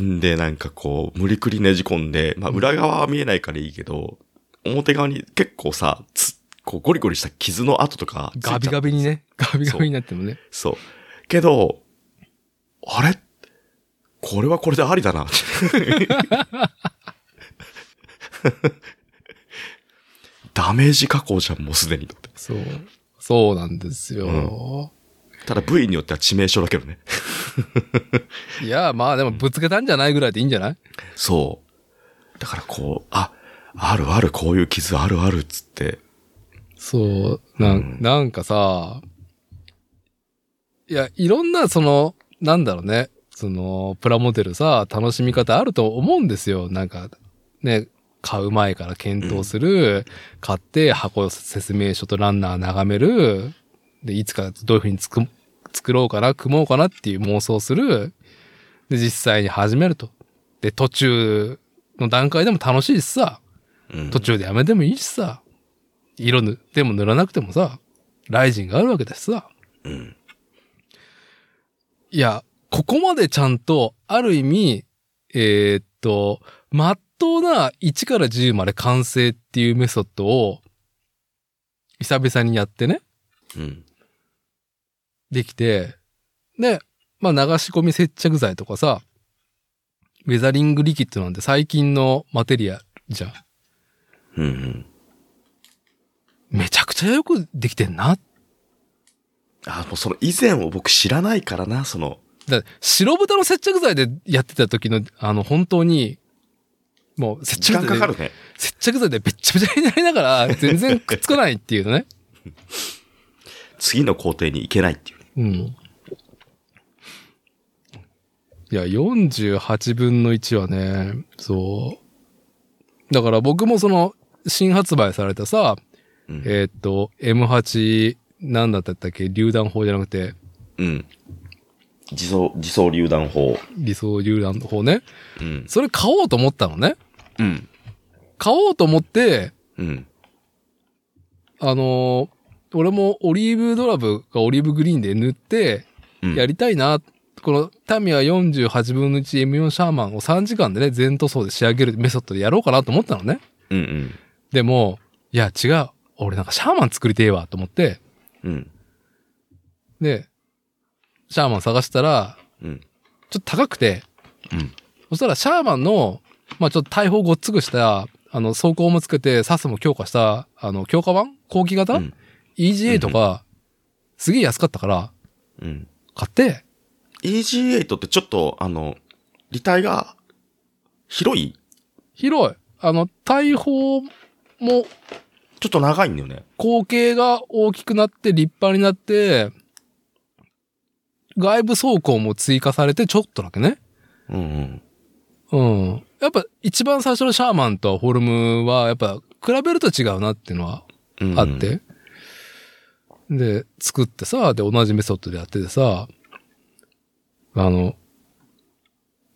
B: んで、なんかこう、無理くりねじ込んで、まあ裏側は見えないからいいけど、表側に結構さ、つ、こうゴリゴリした傷の跡とか、
A: ガビガビに。ね。ガビガビになってもね。
B: そう。けど、あれこれはこれでありだな。 ダメージ加工じゃん、もうすでにと思って。
A: そう。そうなんですよ。
B: ただ部位によっては致命傷だけどね。
A: いや、まあでもぶつけたんじゃないぐらいでいいんじゃない
B: そう。だからこう、あ、あるある、こういう傷あるあるっつって。
A: そう。なん,、
B: うん
A: なんかさ、いや、いろんな、その、なんだろうね。その、プラモデルさ、楽しみ方あると思うんですよ。なんか、ね、買う前から検討する、買って箱説明書とランナー眺める、で、いつかどういうふうにつく作ろうかな、組もうかなっていう妄想する、で、実際に始めると。で、途中の段階でも楽しいしさ、
B: うん
A: 途中でやめてもいいしさ、色塗っても塗らなくてもさ、ライジンがあるわけだしさ。
B: うん。
A: いや、ここまでちゃんと、ある意味、えーっと、まっとうな1から10まで完成っていうメソッドを、久々にやってね、
B: うん。
A: できて、で、まあ流し込み接着剤とかさ、ウェザリングリキッドなんて最近のマテリアルじゃん。
B: うんうん。
A: めちゃくちゃよくできてんな
B: あ、もうその以前を僕知らないからな、その。
A: だ白豚の接着剤でやってた時の、あの、本当に、もう接
B: 時
A: 着
B: 間
A: 剤
B: かか
A: で、
B: るね。
A: 接着剤でべっちゃべちゃになりながら、全然くっつかないっていうね。
B: 次の工程に行けないっていう。
A: うん。いや、48分の1はね、そう。だから僕もその、新発売されたさ、
B: うん
A: えーっと、M8、なんだったっけ、榴弾砲じゃなくて、
B: うん。自走、自走榴弾砲。
A: 理想榴弾砲ね。
B: うん。
A: それ買おうと思ったのね。
B: うん。
A: 買おうと思って、
B: うん。
A: あのー俺もオリーブドラブがオリーブグリーンで塗って、
B: うん。
A: やりたいな。このタミヤ48分の 1M4 シャーマンを3時間でね、全塗装で仕上げるメソッドでやろうかなと思ったのね。
B: うん
A: でも、いや違う。俺なんかシャーマン作りてえわと思って、
B: うん。うん。
A: で、シャーマン探したら、
B: うん。
A: ちょっと高くて、
B: うん。
A: そしたらシャーマンの、まあちょっと大砲ごっつくした、あの、装甲もつけて、サスも強化した、あの、強化版後期型、
B: うん
A: ?EGA とか、すげえ安かったから、
B: うん。
A: 買って、
B: EG8 ってちょっと、あの、履体が広い
A: 広い。あの、大砲も
B: ちょっと長いんだよね。
A: 口径が大きくなって立派になって、外部装甲も追加されてちょっとだけね。
B: うんう
A: う
B: ん。
A: ん。やっぱ一番最初のシャーマンとフォルムはやっぱ比べると違うなっていうのは
B: うん
A: あっ。て。で、作ってさ、で、同じメソッドでやっててさ、あの、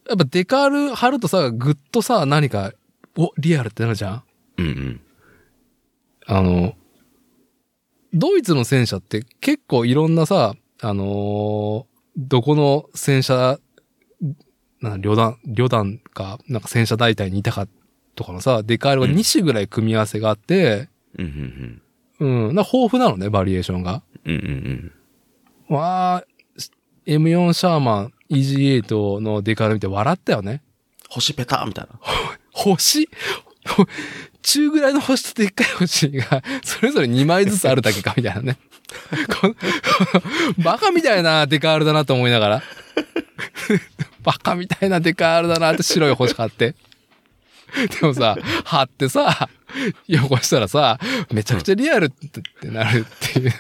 A: やっぱデカール貼るとさ、ぐっとさ、何か、お、リアルってなるじゃん
B: うんうん。
A: あの、ドイツの戦車って結構いろんなさ、あのーどこの戦車、な旅団、旅団か、なんか戦車大隊にいたかとかのさ、デカールが
B: うん
A: 2種ぐらい組み合わせがあって、
B: うんうん
A: うん、な豊富なのね、バリエーションが。
B: うん。うんうん
A: わー、M4 シャーマン EG8 のデカール見て笑ったよね。
B: 星ペタみたいな。
A: 星、ほ中ぐらいの星とでっかい星が、それぞれ2枚ずつあるだけか、みたいなね。 こバカみたいなデカールだなと思いながら。バカみたいなデカールだなって白い星買って。でもさ、貼ってさ、汚したらさ、めちゃくちゃリアルってってなるっていう。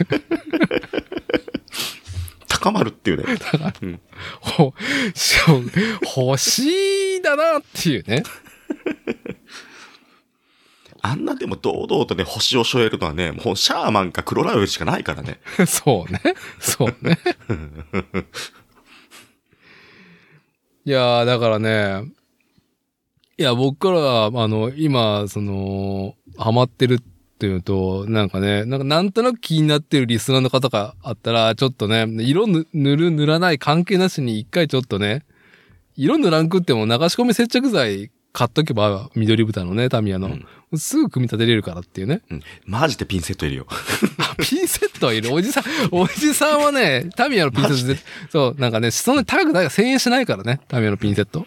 B: 高まるっていうね。うん
A: ほ、しかも星だなっていうね。
B: あんなでも堂々とね、星を背負えるのはね、もうシャーマンか黒ラウルしかないからね。
A: そうね。そうね。いやー、だからね、いや、僕からは、あの、今、その、ハマってるっていうのと、なんかね、なんかなんとなく気になってるリスナーの方があったら、ちょっとね、色ぬ塗る塗らない関係なしに一回ちょっとね、色塗らんくっても流し込み接着剤買っとけば、緑豚のね、タミヤの、すぐ組み立てれるからっていうね。
B: うん。マジでピンセットいるよ。
A: ピンセットはいるおじさん、おじさんはね、タミヤのピンセットで、そう、なんかね、そんなに高くないから1000円しないからね、タミヤのピンセット。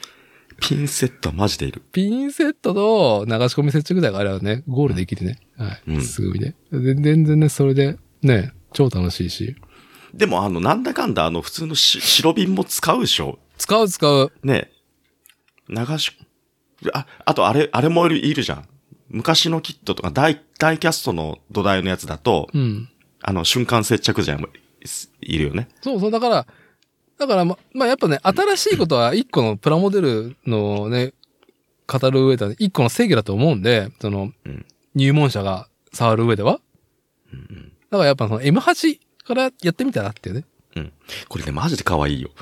B: ピンセットはマジでいる。
A: ピンセットと流し込み接着剤があればね、ゴールできるね。はい。
B: うん
A: すぐにね。で全然ね、それで、ね、超楽しいし。
B: でもあの、なんだかんだあの、普通のし白瓶も使うでしょ
A: 使う使う。
B: ねえ。流し、あ、あとあれ、あれもいるいるじゃん。昔のキットとか、ダイ、ダイキャストの土台のやつだと、
A: うん。
B: あの、瞬間接着剤もいいるよね。
A: そうそう、だから、だからま、まあ、やっぱね、新しいことは一個のプラモデルのね、語る上では一個の制御だと思うんで、その
B: うん、
A: 入門者が触る上では。だからやっぱその M8 からやってみたらっていうね。
B: うん。これね、マジで可愛いよ。こ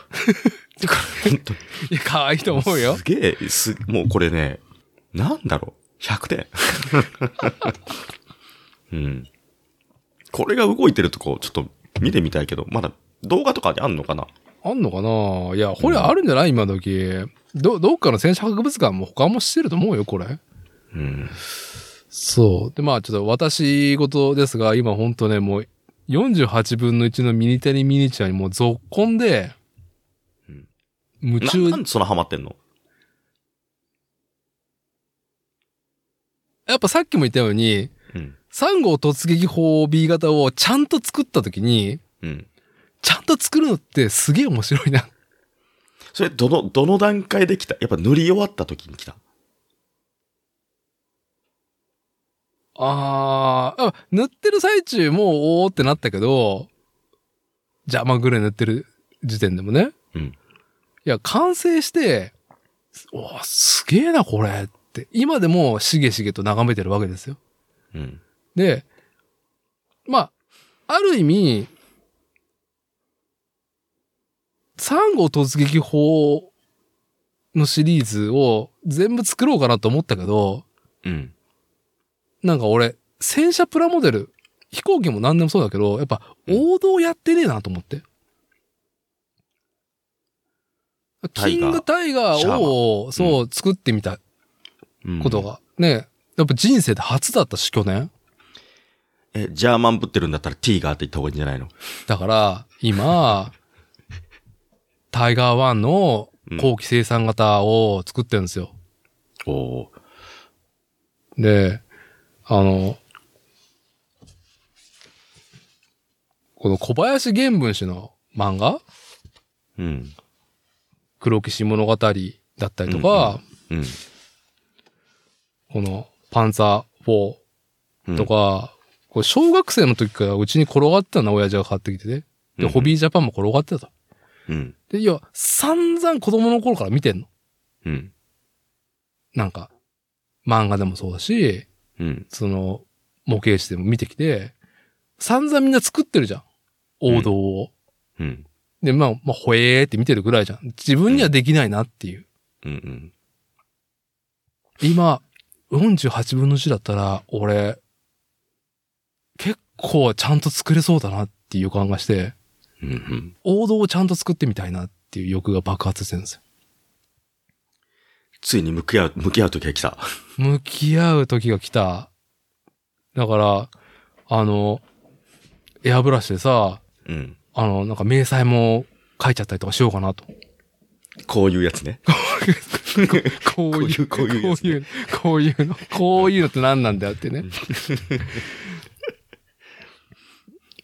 B: れ 本当に
A: いや、可愛いと思うよ。
B: すげえ、す、もうこれね、なんだろう、100点。 うん。これが動いてるとこ、ちょっと見てみたいけど、まだ動画とかであんのかな
A: あんのかないや、これあるんじゃない今時。ど、どっかの戦車博物館も他もしてると思うよ、これ。
B: うん。
A: そう。で、まあちょっと私事ですが、今ほんとね、もう48分の1のミニタニミニチュアにもう続婚で
B: うん、
A: 夢
B: な
A: 中
B: なん、でそんなハマってんの
A: やっぱさっきも言ったように、
B: うん。
A: 3号突撃砲 B 型をちゃんと作った時に、
B: うん。
A: ちゃんと作るのってすげえ面白いな。
B: それ、どの、どの段階で来たやっぱ塗り終わった時に来た。
A: あーあ、塗ってる最中もうおーってなったけど、邪魔ぐらい塗ってる時点でもね。
B: うん
A: いや、完成して、おーすげえな、これって。今でもしげしげと眺めてるわけですよ。
B: うん。
A: で、まあ、ある意味、3号突撃砲のシリーズを全部作ろうかなと思ったけど、
B: うん。
A: なんか俺、戦車プラモデル、飛行機も何でもそうだけど、やっぱ
B: うん
A: 王道やってねえなと思って。
B: タ
A: キ
B: イガー
A: ングタイガ
B: シャーマ
A: ー
B: ン
A: を、そう、作ってみた
B: うん
A: こと。が、ね、やっぱ人生で初だったし、去年。
B: え、ジャーマンぶってるんだったらティーガーって言った方がいいんじゃないの
A: だから、今、タイガー1の後期生産型を作ってるんですよ。
B: おおー
A: で、あの、この小林玄文氏の漫画
B: うん。
A: 黒騎士物語だったりとか、
B: うん。
A: このパンツァー
B: うん
A: 4と、か、これ小学生の時からうちに転がってたな、親父が買ってきてね。で、ホビージャパンも転がってたと。
B: ー。うん。
A: で、いや、散々子供の頃から見てんの。
B: うん。
A: なんか、漫画でもそうだし、
B: うん。
A: その、模型師でも見てきて、散々みんな作ってるじゃん。王道を。
B: うん。
A: で、まあ、まあ、ほえーって見てるぐらいじゃん。自分にはできないなっていう。
B: うん。うん。
A: 今、48分の1だったら、俺、結構ちゃんと作れそうだなっていう予感がして、
B: うん。うん。
A: 王道をちゃんと作ってみたいなっていう欲が爆発してるんですよ。
B: ついに向き合う、向き合う時が来た。
A: 向き合う時が来た。だから、あの、エアブラシでさ、
B: うん。
A: あの、なんか明細も書いちゃったりとかしようかなと。
B: こういうやつね。
A: こういう、
B: こういうこういうやつ
A: こういう、こういうの、こういうのって何なんだよってね。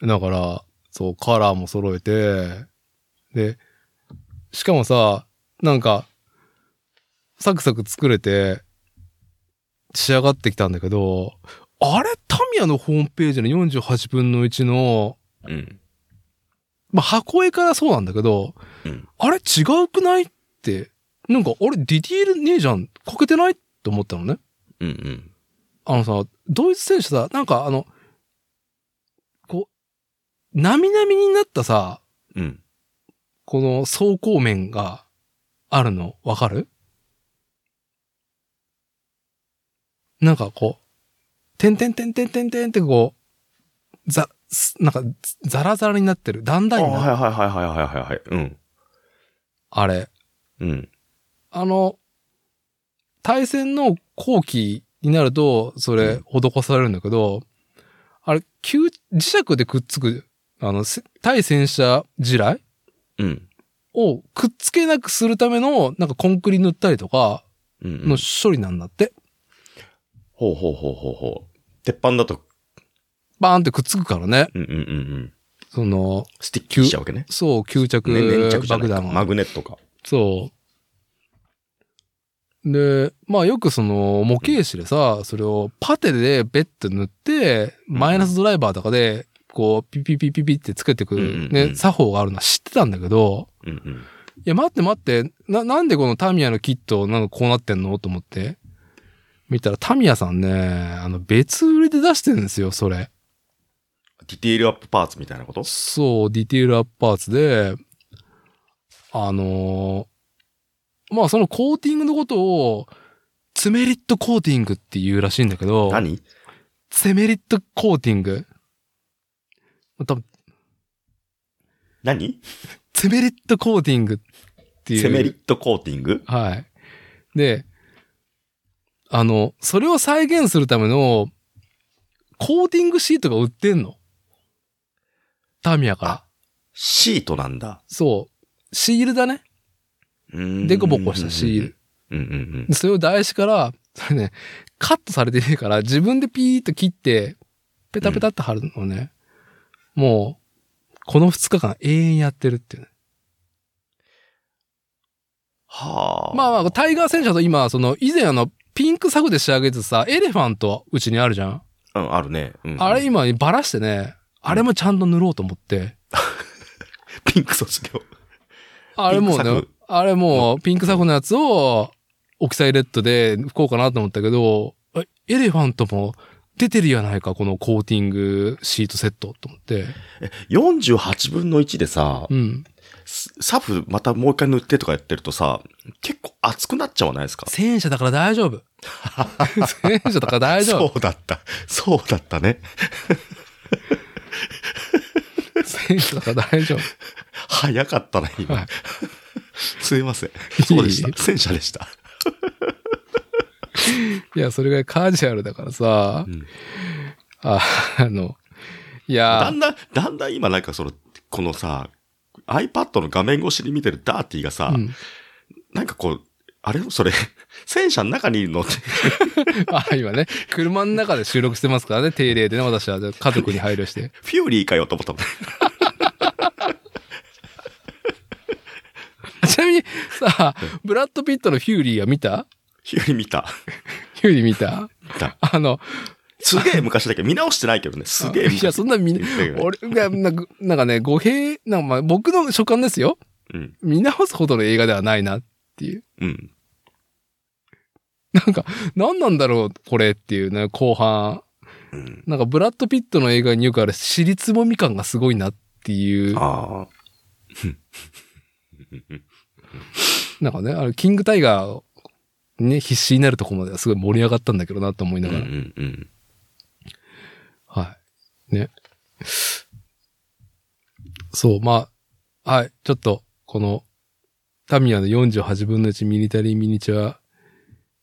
A: だから、そう、カラーも揃えて、で、しかもさ、なんか、サクサク作れて、仕上がってきたんだけど、あれ、タミヤのホームページの48分の1の、
B: うん。
A: まあ、箱絵からそうなんだけど、
B: うん
A: あれ違うくないって、なんか、あれ、ディティールねえじゃん、かけてないって思ったのね。
B: うんうん。
A: あのさ、ドイツ選手さ、なんかあの、こう、なみなみになったさ、
B: うん。
A: この走行面があるの、わかるなんかこう、てんてんてんてんてんてんってこう、ざ、すなんか、ざザラザラになってる。だんだ
B: あ
A: ん
B: はい
A: にな
B: はい
A: る。
B: はいはいはいはいはい。うん。
A: あれ。
B: うん。
A: あの、対戦の後期になると、それ、施されるんだけど、あれ、急、磁石でくっつく、あの、せ対戦車地雷
B: うん。
A: をくっつけなくするための、なんかコンクリ塗ったりとか
B: うん、うん
A: の。処理なんだって。
B: ほうほうほうほうほう。鉄板だと、
A: バーンってくっつくからね。
B: うんうんうんうん。
A: その、
B: スティッキーしちゃうわけね。
A: そう、吸着
B: ね、粘着じゃな
A: 爆
B: いか
A: 弾
B: マグネットか。
A: そう。で、まあよくその模型紙でさ、それをパテでベッて塗って、
B: ん
A: マイナスドライバーとかで、こう、ピピピピピってつけてく
B: うんうんう
A: る、
B: ん
A: ね、作法があるのは知ってたんだけど、
B: うんうん。
A: いや、待って待って、な、なんでこのタミヤのキット、なんかこうなってんのと思って、見たらタミヤさんね、あの、別売りで出してるんですよ、それ。
B: ディテールアップパーツみたいなこと
A: そう、ディテールアップパーツで、あのーまあそのコーティングのことを、ツメリットコーティングっていうらしいんだけど、
B: 何
A: ツメリットコーティング多分、
B: 何
A: ツメリットコーティングっていう。
B: セメリットコーティング
A: はい。で、あの、それを再現するための、コーティングシートが売ってんの。タミヤから。
B: シートなんだ。
A: そう。シールだね。
B: で
A: デコボコしたシール。。
B: うんうんうん
A: で。それを台紙から、それね、カットされてねえから、自分でピーッと切って、ペタペタって貼るのね。もう、この2日間永遠やってるっていうね。
B: はあ。
A: まあまあ、タイガー戦車と今、その、以前あの、ピンクサグで仕上げてたさ、エレファントうちにあるじゃん。
B: うん、あるね。うん
A: あれ今バラしてね、あれもちゃんと塗ろうと思って。
B: ピンク卒業。
A: あれもう
B: ピンクサ
A: ね
B: グ、
A: あれもう、ピンクサグのやつを、オキサイレッドで吹こうかなと思ったけど、えエレファントも出てるやないか、このコーティングシートセットと思って。
B: 48分の1でさ、
A: うん。
B: スサフまたもう一回塗ってとかやってるとさ、結構熱くなっちゃわないですか
A: 戦車だから大丈夫。戦車だから大丈夫。
B: そうだった。そうだったね。
A: 戦車だから大丈夫。
B: 早かったな、今。
A: はい
B: すいません。そうでし
A: いい
B: た。戦車でした。
A: いや、それぐらいカジュアルだからさ、
B: うん
A: ああの、い
B: だ
A: や
B: ん、だん、だんだん今なんかその、このさ、iPad の画面越しに見てるダーティーがさ、
A: うん、
B: なんかこう、あれそれ、戦車の中にいるのって
A: あ今ね、車の中で収録してますからね、定例でね、私は家族に配慮して。
B: フューリーかよと思ったもん。
A: ちなみにさ、ブラッド・ピットのフューリーは見た
B: フューリー見た。
A: フューリー見た
B: 見た
A: あの、
B: すげえ昔だけど、見直してないけどね。すげえ
A: いや、
B: 昔。
A: そんなみんな、
B: 俺、
A: 俺がなんか、なんかね、語弊、なんかまあ僕の所感ですよ。
B: うん、
A: 見直すほどの映画ではないなっていう。
B: うん。
A: なんか、何なんだろう、これっていうね、後半。
B: うん。
A: なんか、ブラッド・ピットの映画によくある、尻つぼみ感がすごいなっていう。
B: ああ。
A: なんかね、あれ、キング・タイガー、ね、必死になるとこまではすごい盛り上がったんだけどなと思いうなん
B: う
A: がら。
B: んうん。
A: はい。ね。そう、まあ、はい、ちょっと、この、タミヤの48分の1ミリタリーミニチュア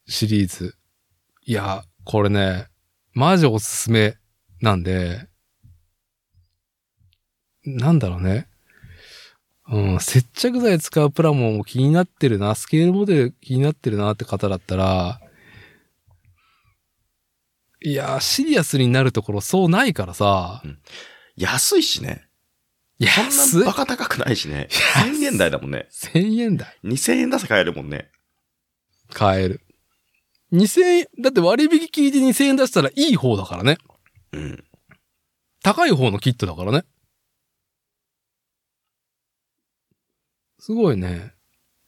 A: シリーズ。いや、これね、マジおすすめなんで、なんだろうね。うん、接着剤使うプラモも気になってるな、スケールモデル気になってるなって方だったら、いやー、シリアスになるところそうないからさ。
B: 安いしね。そん
A: 安
B: ないバカ高くないしね。1000円台だもんね。
A: !1000 円台
B: 2000円出せ買えるもんね。
A: 買える。2000円、だって割引聞いて2000円出したらいい方だからね。
B: うん。
A: 高い方のキットだからね。すごいね。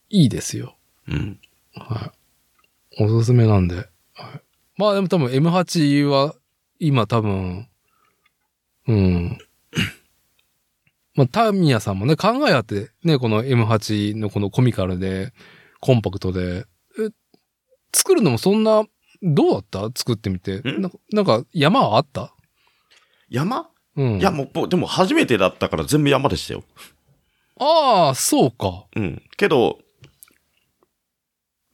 A: いいですよ。
B: うん。
A: はい。おすすめなんで。はい、まあでも多分 M8 は今多分、うん。まあタミヤさんもね、考えあってね、この M8 のこのコミカルで、コンパクトで、え作るのもそんな、どうだった作ってみて。
B: ん
A: なんか、なんか山はあった
B: 山、
A: うん。
B: いや、もうぼ、でも初めてだったから全部山でしたよ。
A: ああ、そうか。
B: うん。けど、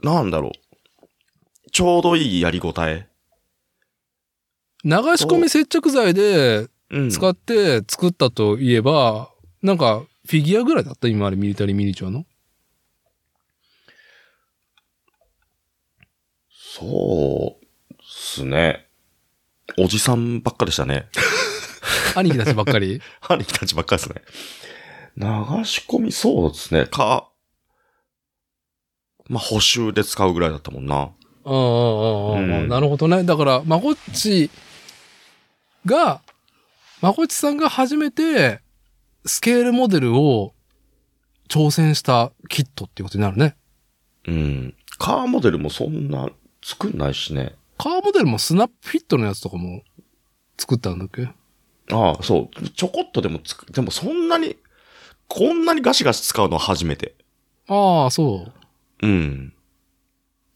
B: なんだろう。ちょうどいいやりごたえ。
A: 流し込み接着剤で
B: うん。
A: 使って作ったといえば、なんか、フィギュアぐらいだった今までミリタリーミニチュアの。
B: そうっすね。おじさんばっかでしたね。
A: 兄貴たちばっか り。
B: 兄貴たちばっかですね。流し込み、そうですね。か、まあ、補修で使うぐらいだったもんな。
A: うんうんうんうんう。
B: うんん
A: なるほどね。だから、まこっちが、まこっちさんが初めて、スケールモデルを挑戦したキットっていうことになるね。
B: うん。カーモデルもそんな作んないしね。
A: カーモデルもスナップフィットのやつとかも作ったんだっけ
B: ああ、そう。ちょこっとでもつく、でもそんなに、こんなにガシガシ使うのは初めて。
A: ああ、そう。
B: うん。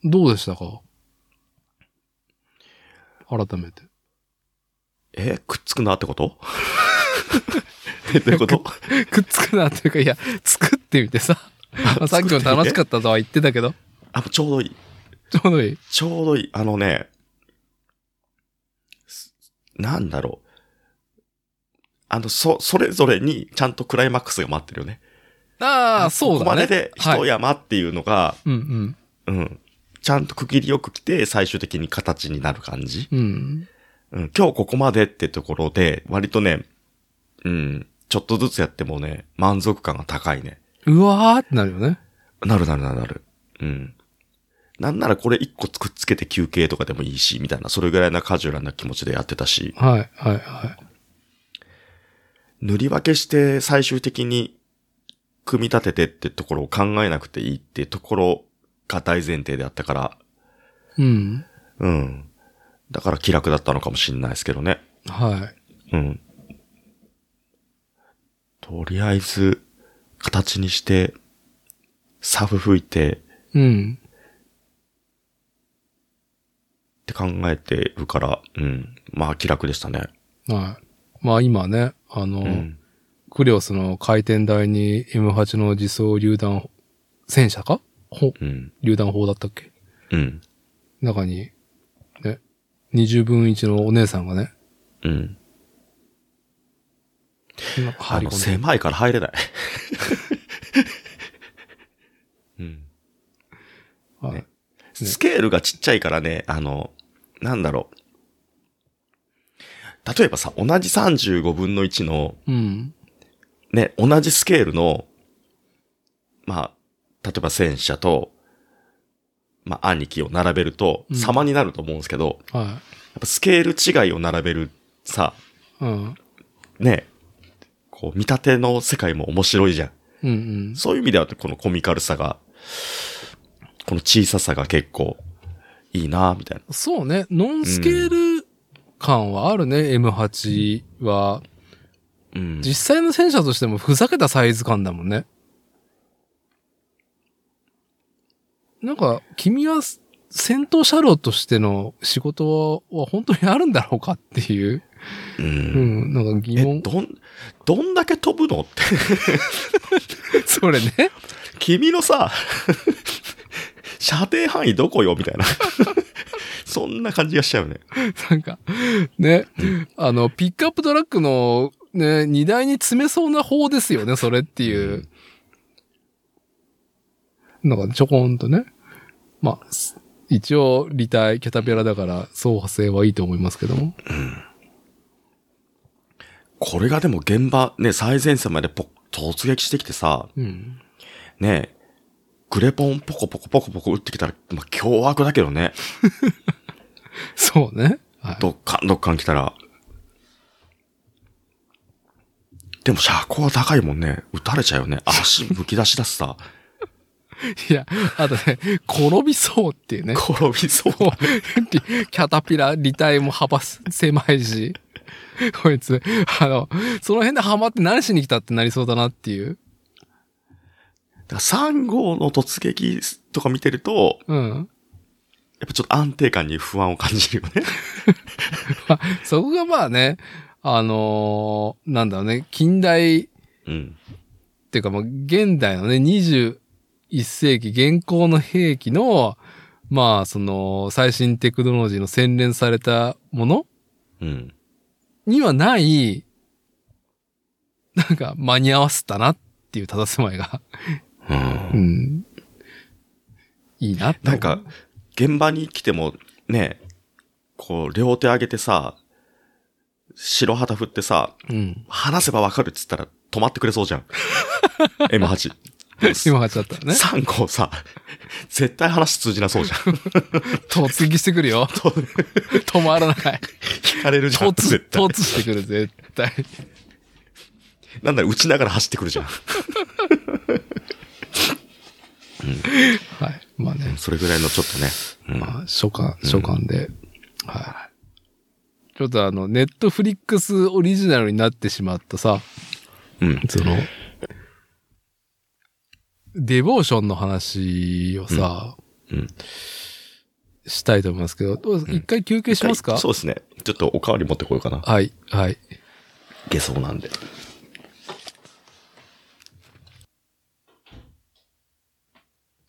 A: どうでしたか改めて。
B: えくっつくなってこと えどういうこと
A: くっつくなっていうか、いや、作ってみて さ。 まあさっきも楽しかったとは言ってたけど、
B: あ、ちょうどいい。
A: ちょうどいい。
B: ちょうどいい。あのね、すなんだろう。あの、そ、それぞれにちゃんとクライマックスが待ってるよね。
A: ああ、そうだね。
B: ここまでで一
A: はい、
B: 山っていうのが、
A: うんうん。
B: うん。ちゃんと区切りよく来て、最終的に形になる感じ。
A: うん。
B: うん、今日ここまでってところで、割とね、うん、ちょっとずつやってもね、満足感が高いね。
A: うわーってなるよね。
B: なるなるなるなる。うん。なんならこれ一個くっつけて休憩とかでもいいし、みたいな、それぐらいなカジュアルな気持ちでやってたし、
A: はい、はい、は
B: 塗り分けして最終的に組み立ててってところを考えなくていいってところが大前提であったから、
A: い。うん。
B: うん。だから気楽だったのかもしんないですけどね。
A: はい。
B: うん。とりあえず、形にして、サフ吹いて、
A: うん。
B: って考えてるから、うん。まあ、気楽でしたね。
A: はい。まあ今ね、あの、
B: うん。
A: クレオスの回転台に M8 の自走榴弾、戦車かほ
B: うん。
A: 榴弾砲だったっけ
B: うん。
A: 中に、ね、20分1のお姉さんがね、
B: うん。
A: なんか
B: あ
A: 入り
B: の、
A: 込んで。
B: 狭いから入 れない。うん。
A: はい
B: ねスケールがちっちゃいからね、あの、なんだろう。例えばさ、同じ35分の1の、
A: うん。
B: ね、同じスケールの、まあ、例えば戦車と、まあ、兄貴を並べると
A: う、ん
B: 様になると思うんですけど、や
A: は
B: っぱスケール違いを並べる、さ、
A: い。うん。
B: ね、こう、見立ての世界も面白いじゃん。
A: うんうん。
B: そういう意味では、このコミカルさが、この小ささが結構、いいなみたいな。
A: そうね。ノンスケール感はあるね、M8 は。
B: うん。
A: 実際の戦車としてもふざけたサイズ感だもんね。なんか、君は戦闘車両としての仕事は本当にあるんだろうかっていう、う
B: う。
A: んん、なんか疑
B: え、
A: 問。
B: どん、どんだけ飛ぶのって。
A: それね。
B: 君のさ、 射程範囲どこよみたいな。 そんな感じがしちゃうね。
A: なんか、ね、あの、ピックアップトラックの、ね、荷台に詰めそうな方ですよね、それっていう。なんか、ちょこんとね。まあ、す一応、履体、キャタピラだから、走破性はいいと思いますけども。
B: これがでも現場、ね、最前線までポ突撃してきてさ、
A: うん。
B: ね、グレポンポコポコポコポコ打ってきたら、まあ、凶悪だけどね。
A: そうね。はい。
B: ドッカンドッカン来たら。でも車高は高いもんね。撃たれちゃうよね。足むき出しだしさ。
A: いや、あとね、転びそうっていうね。
B: 転びそう。
A: こうリキャタピラ、履体も幅狭いし、こいつ、あの、その辺でハマって何しに来たってなりそうだなっていう。
B: だから3号の突撃とか見てると、
A: うん。
B: やっぱちょっと安定感に不安を感じるよ ね。
A: まあそこがまあね、あのーなんだろうね、近代っ
B: うん。
A: ていうかまあ現代のね、21世紀現行の兵器の、まあその最新テクノロジーの洗練されたもの
B: うん。
A: にはない、なんか間に合わせたなっていうただまいが。
B: うん。
A: うん。いいなって思う
B: なんか、、現場に来ても、ね、こう、両手上げてさ、白旗振ってさ、
A: うん。
B: 話せばわかるっつったら止まってくれそうじゃ ん。M8。
A: 今がちゃったらね。
B: 3号さ、絶対話通じなそうじゃん。
A: 突撃してくる よ。止まらない。
B: 聞かれるじゃん。
A: 突
B: 絶、対。
A: 突してくる、絶対。
B: なんだろ、打ちながら走ってくるじゃん。
A: はい。まあね。
B: それぐらいのちょっとね。うん
A: まあ、初感、初感で。はい。ちょっとあの、ネットフリックスオリジナルになってしまったさ、
B: うん。
A: その、デボーションの話をさ、
B: うん。
A: したいと思いますけど、どう一回休憩しますか、
B: そうですね。ちょっとおかわり持ってこようかな。
A: はい、はい。
B: 下そうなんで。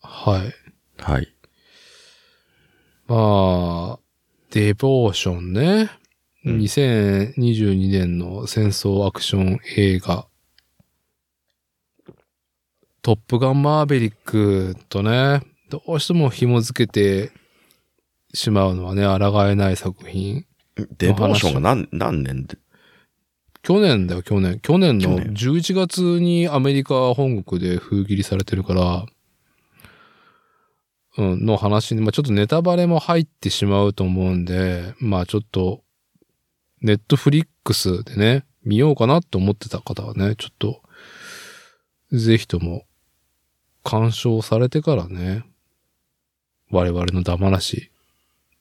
A: はい。
B: はい。
A: まあ、デボーションね。
B: うん
A: 2022年の戦争アクション映画。トップガンマーベリックとね、どうしても紐づけてしまうのはね、抗えない作品。
B: デボーションが何、何年で。
A: 去年だよ、去年。去年の
B: 去年
A: 11月にアメリカ本国で封切りされてるから、うん、の話に、まあちょっとネタバレも入ってしまうと思うんで、まあちょっと、ネットフリックスでね、見ようかなと思ってた方はね、ちょっと、ぜひとも、鑑賞されてからね、我々のダマなし、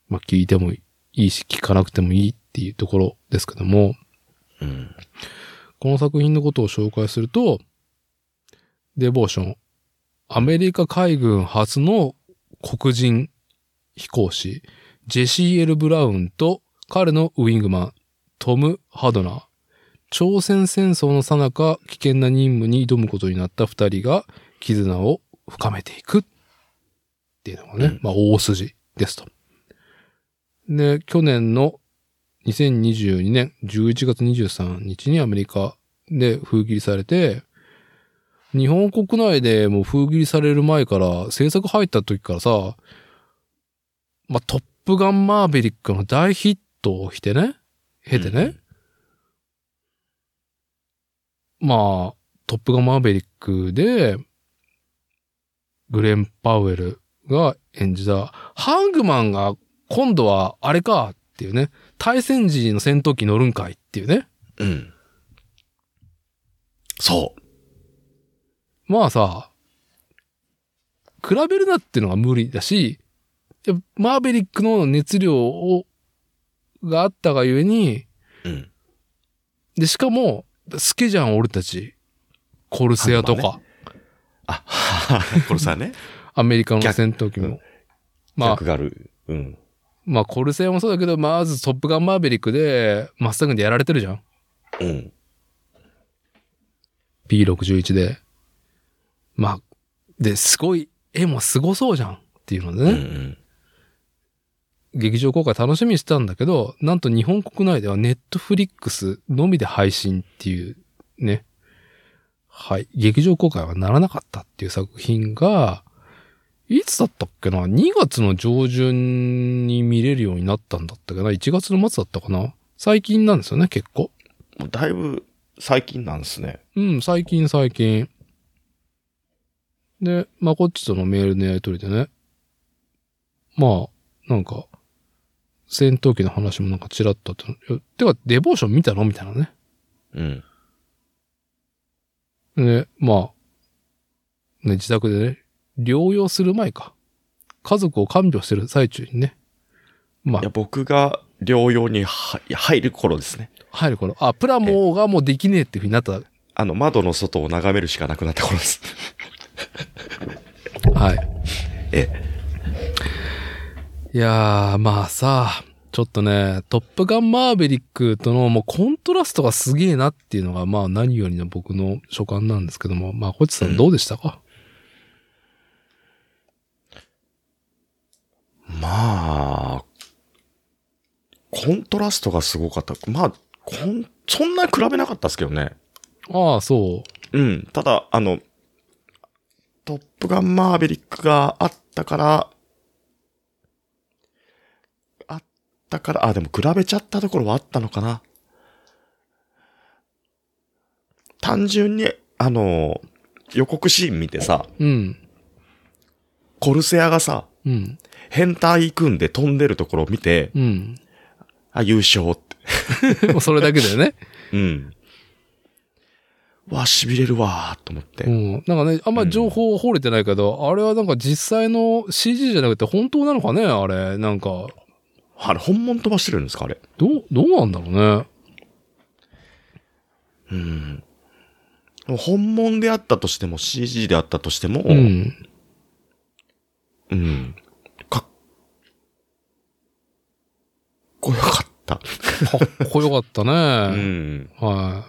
A: まあ聞いてもいいし、聞かなくてもいいっていうところですけども、
B: うん。
A: この作品のことを紹介すると、デボーション。アメリカ海軍初の黒人飛行士、ジェシー・エル・ブラウンと彼のウィングマン、トム・ハドナー。朝鮮戦争の最中、危険な任務に挑むことになった二人が絆を深めていくっていうのがね、
B: うん
A: まあ大筋ですと。で、去年の2022年11月23日にアメリカで封切りされて、日本国内でもう封切りされる前から、制作入った時からさ、まあ、トップガンマーヴェリックの大ヒットをしてね、経てね、まあ、トップガンマーヴェリックで、グレン・パウエルが演じた、ハングマンが今度はあれかっていうね、対戦時の戦闘機乗るんかいっていうね。
B: うん。そう。
A: まあさ、比べるなっていうのが無理だし、やっぱマーベリックの熱量を、があったがゆえに、
B: うん。
A: で、しかも、好きじゃん、俺たち。コルセアと
B: ハン
A: か、
B: あ、ははこれさね。
A: アメリカの戦闘機も。 まあ、
B: 逆がある。うん。
A: まあ、コルセアもそうだけど、まずトップガンマーベリックで、まっすぐでやられてるじゃん。
B: うん。
A: P61 で。まあ、で、すごい、絵もすごそうじゃんっていうので
B: う
A: ね。
B: ん。
A: 劇場公開楽しみにしてたんだけど、なんと日本国内ではネットフリックスのみで配信っていうね、はい、劇場公開はならなかったっていう作品が、いつだったっけな ?2 月の上旬に見れるようになったんだったかな ?1 月の末だったかな最近なんですよね、結構。
B: もうだいぶ最近なんですね。
A: うん、最近最近。で、まあ、こっちとのメールのやりとりでね。まあ、なんか、戦闘機の話もなんかチラッとあったのいやてか、デボーション見たのみたいなね。
B: うん。
A: で、まあ、ね、自宅でね、療養する前か。家族を看病してる最中にね。まあ
B: いや、、僕が療養には入る頃ですね。
A: 入る頃、あ、プラモがもうできねえっていうふうになった。はい。
B: あの、窓の外を眺めるしかなくなった頃です。え
A: いやー、まあさ、ちょっとね、トップガンマーベリックとのもうコントラストがすげえなっていうのが、まあ何よりの僕の所感なんですけども、まあ、こっちさんどうでしたか、
B: まあ、コントラストがすごかった。まあ、こん、そんなに比べなかったですけどね。
A: ああ、そ
B: うん。ただ、あの、トップガンマーベリックがあったから、あったから、あ、でも比べちゃったところはあったのかな。単純に、あの、予告シーン見てさ、
A: う。うん。
B: コルセアがさ、
A: うん。
B: 変態組んで飛んでるところを見て、
A: うん。
B: あ、優勝って。
A: もうそれだけだよ ね。
B: うん。わ、痺れるわーと思って。
A: うん。なんかね、あんまり情報掘れてないけど、あれはなんか実際の CG じゃなくて本当なのかねあれ。なんか、
B: あれ、本物飛ばしてるんですかあれ。
A: どう、どうなんだろうね。
B: うん。でも本物であったとしても CG であったとしても、
A: う。ん。
B: うんかっこよかった。
A: かっこよかった
B: う
A: ね。
B: ん。
A: は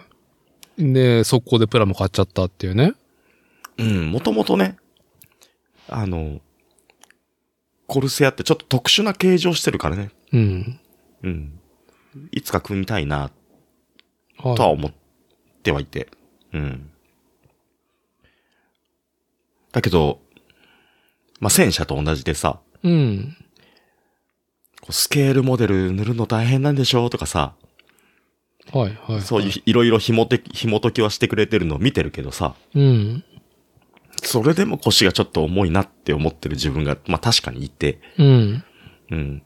A: い。で、速攻でプラも買っちゃったっていうね。
B: うん。もともとね、あの、コルセアってちょっと特殊な形状してるからね。
A: うん。
B: うん。いつか組みたいな、
A: はい
B: とは思ってはいて。うん。だけど、まあ、戦車と同じでさ、
A: うん。
B: こうスケールモデル塗るの大変なんでしょうとかさ、
A: はい、はい。
B: そういういろいろ紐て、紐解きはしてくれてるのを見てるけどさ、
A: うん。
B: それでも腰がちょっと重いなって思ってる自分が、まあ確かにいて、
A: うん。
B: うん。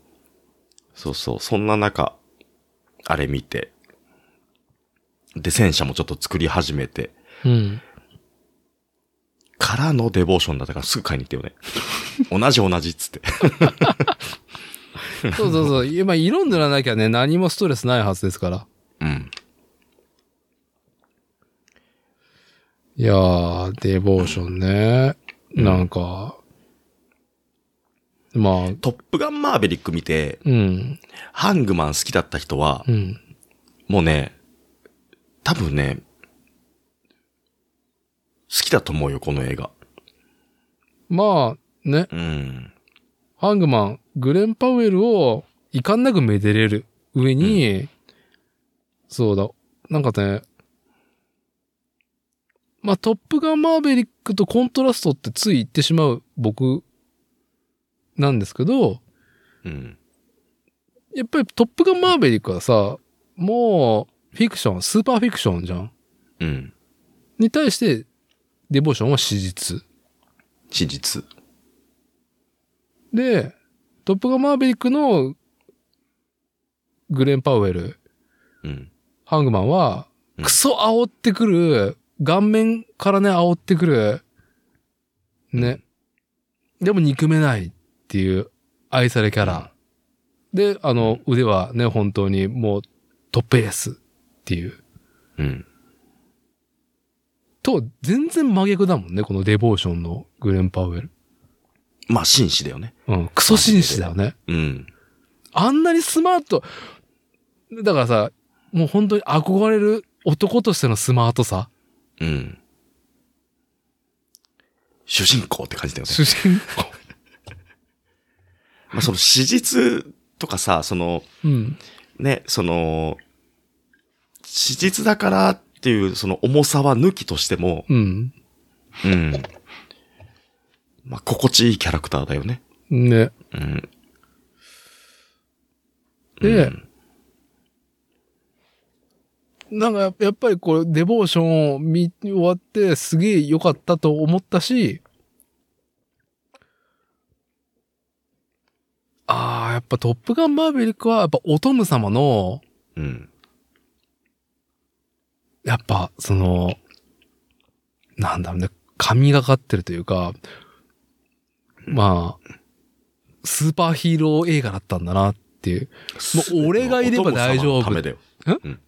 B: そうそう、そんな中、あれ見て、で、戦車もちょっと作り始めて、
A: うん。
B: からのデボーションだったからすぐ買いに行ったよ ね。同じ同じっつって。
A: そうそうそう。今、色塗らなきゃね、何もストレスないはずですから。
B: うん。
A: いやー、デボーションね。
B: うん
A: なんか、まあ、
B: トップガンマーベリック見て、
A: うん。
B: ハングマン好きだった人は
A: う、ん。
B: もうね、多分ね、好きだと思うよ、この映画。
A: まあ、ね、
B: うん。
A: ハングマン、グレン・パウエルを遺憾なくめでれる上に、そうだ、なんかね、まあ、トップガンマーベリックとコントラストってつい言ってしまう僕なんですけど、
B: うん。
A: やっぱりトップガンマーベリックはさ、もうフィクション、スーパーフィクションじゃん。
B: うん。
A: に対して、デボーションは史実。
B: 史実。
A: で、トップガンマーベリックのグレン・パウエル、
B: うん。
A: ハングマンは、
B: うん
A: クソ煽ってくる、顔面からね、煽ってくる、ね。でも憎めないっていう愛されキャラ。で、あの、腕はね、本当にもうトップエースっていう。
B: うん。
A: と、全然真逆だもんね、このデボーションのグレン・パウエル。
B: まあ、紳士だよね。
A: うん、クソ紳士だよね。
B: うん。
A: あんなにスマート、だからさ、もう本当に憧れる男としてのスマートさ。
B: うん。主人公って感じだよね。
A: 主人公。
B: まあ、その史実とかさ、その、
A: うん。
B: ね、その、史実だからっていう、その重さは抜きとしても、
A: うん。
B: うん。まあ、心地いいキャラクターだよね。
A: ね。
B: うん。
A: で
B: うん
A: なんかやっぱやっぱりこう、デボーションを見終わってすげえ良かったと思ったし、ああ、やっぱトップガンマーヴェリックはやっぱオトム様の、
B: うん。
A: やっぱその、なんだろうね、神がかってるというか、まあ、スーパーヒーロー映画だったんだなっていう。もう俺がいれば大丈夫
B: お供様のためだよ。うん。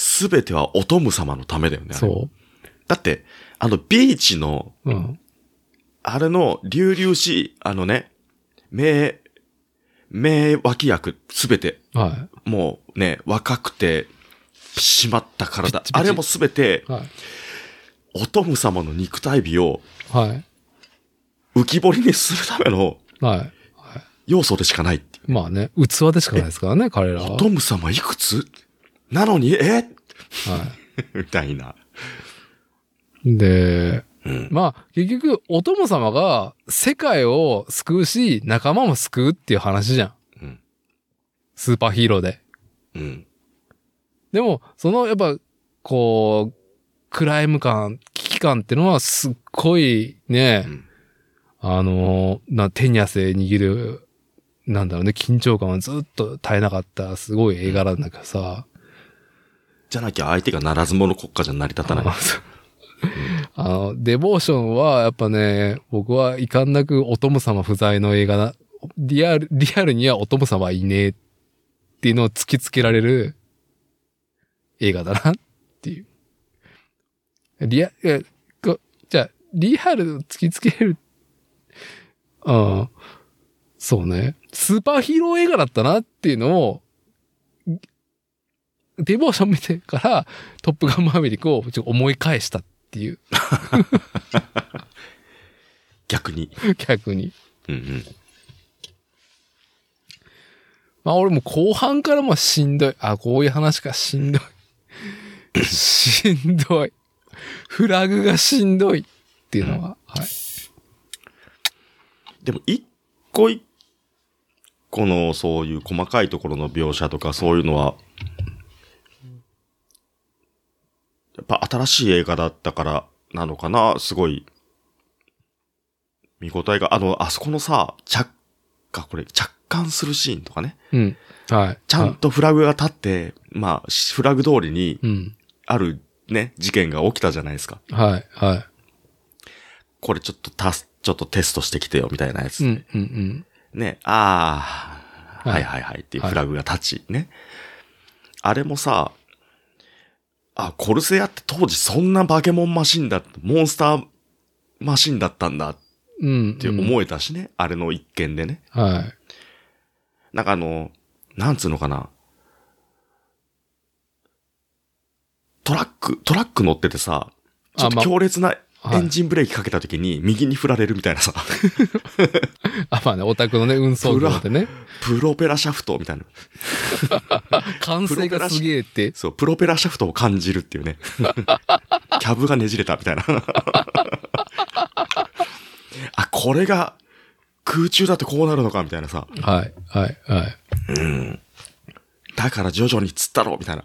B: すべてはお供様のためだよね。あれ
A: そ
B: だって、あの、ビーチの、
A: う。うん。
B: あれの、隆々しい、あのね、名、名脇役、すべて、
A: は
B: もうね、若くて、締まった体
A: ピッチ。ピチ
B: あれもすべて
A: い。、はい。
B: お供様の肉体美を
A: はい。
B: 浮き彫りにするための
A: はい。はい
B: 要素でしかないっていう。
A: まあね、器でしかないですからね、彼らは。
B: お供様いくつなのに、え
A: は
B: みたいな。
A: い。で、
B: うん。
A: まあ、結局、お供様が世界を救うし、仲間も救うっていう話じゃん。
B: うん
A: スーパーヒーローで。
B: うん。
A: でも、その、やっぱ、こう、クライム感、危機感ってのはすっごいね、
B: うん
A: あの、な手に汗握る、なんだろうね、緊張感はずっと絶えなかった、すごい映画なんだけどさ。
B: じゃなきゃ相手がならず者国家じゃ成り立たない。
A: あの、デボーションはやっぱね、僕は遺憾なくお供様不在の映画な、リアル、リアルにはお供様はいねえっていうのを突きつけられる映画だなっていう。リア、え、こじゃあ、リアルを突きつける。うん。そうね。スーパーヒーロー映画だったなっていうのを、デボーション見てから、トップガンマーヴェリックをちょっと思い返したっていう。
B: 逆に。
A: 逆に。
B: うんうん。
A: まあ俺も後半からもうしんどい。あ、こういう話かしんどい。しんどい。フラグがしんどいっていうのは、はい。
B: でも、一個一個のそういう細かいところの描写とかそういうのは、やっぱ新しい映画だったからなのかな、すごい。見応えが、あの、あそこのさ、着火、これ、着艦するシーンとかね。
A: うん。はい。
B: ちゃん
A: あ。
B: とフラグが立って、まあ、しフラグ通りに
A: うん。
B: あるね、事件が起きたじゃないですか。
A: はい、は
B: これちょっとたす、ちょっとテストしてきてよ、みたいなやつ。
A: い。うん、うん、うん。
B: ね、ああ、
A: は
B: はいいはいはいっていうフラグが立ち、ね。あれもさ、あ、コルセアって当時そんなバケモンマシンだ、モンスターマシンだったんだっ
A: うん。
B: て
A: うん。
B: 思えたしね、あれの一件でね。
A: はい。
B: なんかあの、なんつうのかな。トラック、トラック乗っててさ、ちょ
A: あ
B: っ
A: ま
B: と
A: あ
B: 強烈な
A: はい
B: エンジンブレーキかけた時に右に振られるみたいなさ、
A: あ、まあね、オタクのね、運送業でね、
B: プロペラシャフトみたいな。
A: 完成がすげえって。
B: そう、プロペラシャフトを感じるっていうね。 キャブがねじれたみたいな。 あ、これが空中だってこうなるのかみたいなさ。
A: はい、はい、はい。
B: だから徐々に釣ったろみたいな。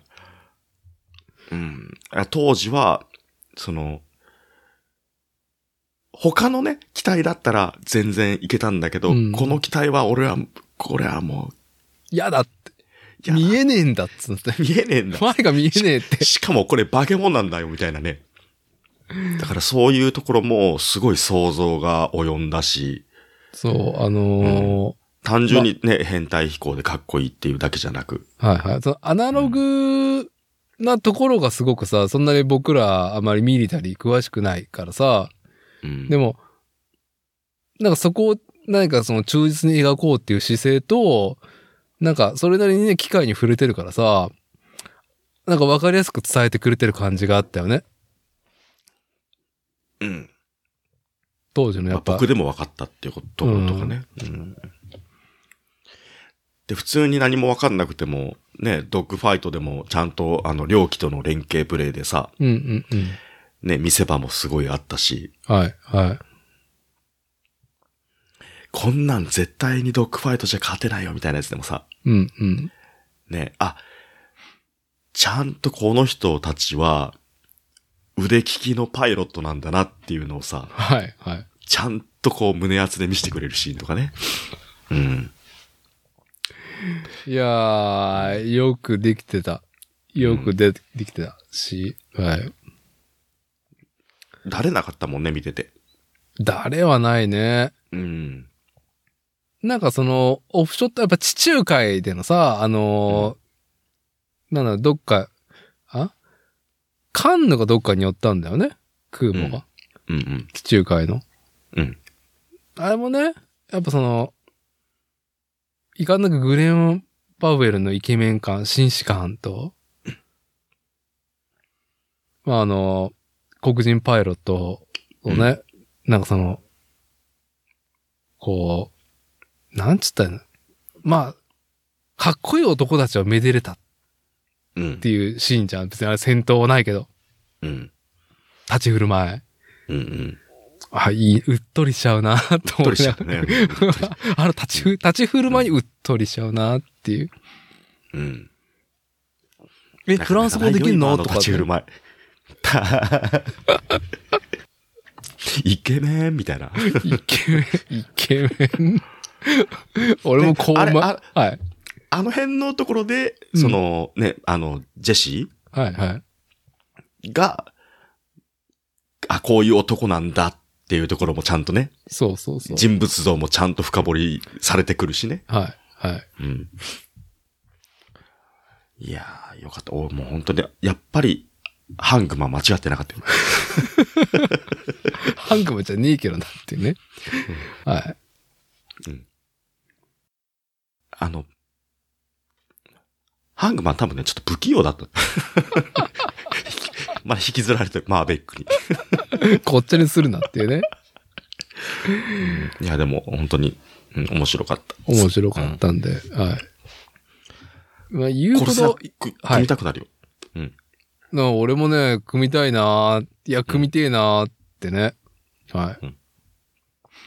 B: うん。あ当時は、その、他のね、機体だったら全然いけたんだけど、
A: うん
B: この機体は俺は、これはも
A: 嫌だって。
B: う、いや
A: 見えねえんだっつって。
B: 見えねえんだ。
A: 前が見えねえって。
B: しかもこれ化け物なんだよ、みたいなね。だからそういうところもすごい想像が及んだし、
A: そう、あの
B: 単純にね、変態飛行でかっこいいっていうだけじゃなく、
A: ーはいはい。そのアナログなところがすごくさ、そんなに僕らあまりミリタリー詳しくないからさ、
B: うん
A: でも、なんかそこを何かその忠実に描こうっていう姿勢と、なんかそれなりにね、機械に触れてるからさ、なんかわかりやすく伝えてくれてる感じがあったよね。
B: うん
A: 当時のや
B: まあ
A: っぱ。
B: 僕でも分かったっていうこととかね。うんで、普通に何も分かんなくても、ね、ドッグファイトでもちゃんとあの、両機との連携プレーでさ、
A: うんうんう
B: ね、見せ場もすごいあったし、
A: ん。はいはい。
B: こんなん絶対にドッグファイトじゃ勝てないよみたいなやつでもさ、
A: うんうん。
B: ね、あ、ちゃんとこの人たちは、腕利きのパイロットなんだなっていうのをさ、
A: はい、はい。
B: ちゃんとこう胸圧で見せてくれるシーンとかね。うん。
A: いやー、よくできてた。よくで,、できてたし、はい。
B: 慣れなかったもんね、見てて。
A: 誰はないね。
B: うん。
A: なんかその、オフショット、やっぱ地中海でのさ、あのーなんだろう、どっか、あカンヌがどっかに寄ったんだよね。空母が。
B: うんうん。
A: 地中海の。
B: うん。
A: あれもね、やっぱその、いかんなくグレン・パウエルのイケメン感、紳士感と、まああの、黒人パイロットをね、なんかその、こう、なんつったらいいのまあ、かっこいい男たちをめでれたっ
B: うん
A: て。いうシーンじゃん。別にあれ戦闘はないけど、
B: うん。
A: 立ち振る舞い。
B: うんうん。
A: あ、いい、うっとりしちゃうな、と
B: うっと
A: 思
B: り
A: い
B: しち
A: な
B: ゃ
A: が
B: う
A: ら
B: ね。
A: あの、立ちふ、立ち振る舞いにうっとりしちゃうなっていう。
B: うん。
A: え、フランス語できるのと
B: 今
A: か。
B: 立ち振る舞い。イケメンみたいな。
A: イケメン、イケメン。 俺もこう、
B: であれ
A: ま、はい。
B: あの辺のところで、
A: うん
B: その、ね、あの、ジェシ
A: はい、はい。
B: ーが、あ、こういう男なんだっていうところもちゃんとね、
A: そうそうそう。
B: 人物像もちゃんと深掘りされてくるしね。
A: はい、はい。
B: うん。いやー、よかった。おもう本当に、やっぱり、ハングマン間違ってなかったよ。
A: ハングマンじゃねえけどなっていうね。はい。
B: あの、ハングマン多分ね、ちょっと不器用だった。 まあ引きずられてる、マーベックに。
A: こっちゃにするなって いうね。
B: いや、でも本当に、うん面白かった。
A: 面白かったんで、はい。まあ、言う
B: これ
A: ほ
B: さ
A: ど、、
B: く
A: はい
B: 組みたくなるよ。
A: な俺もね、組みたいなーいや、組みてえなーってね。はい。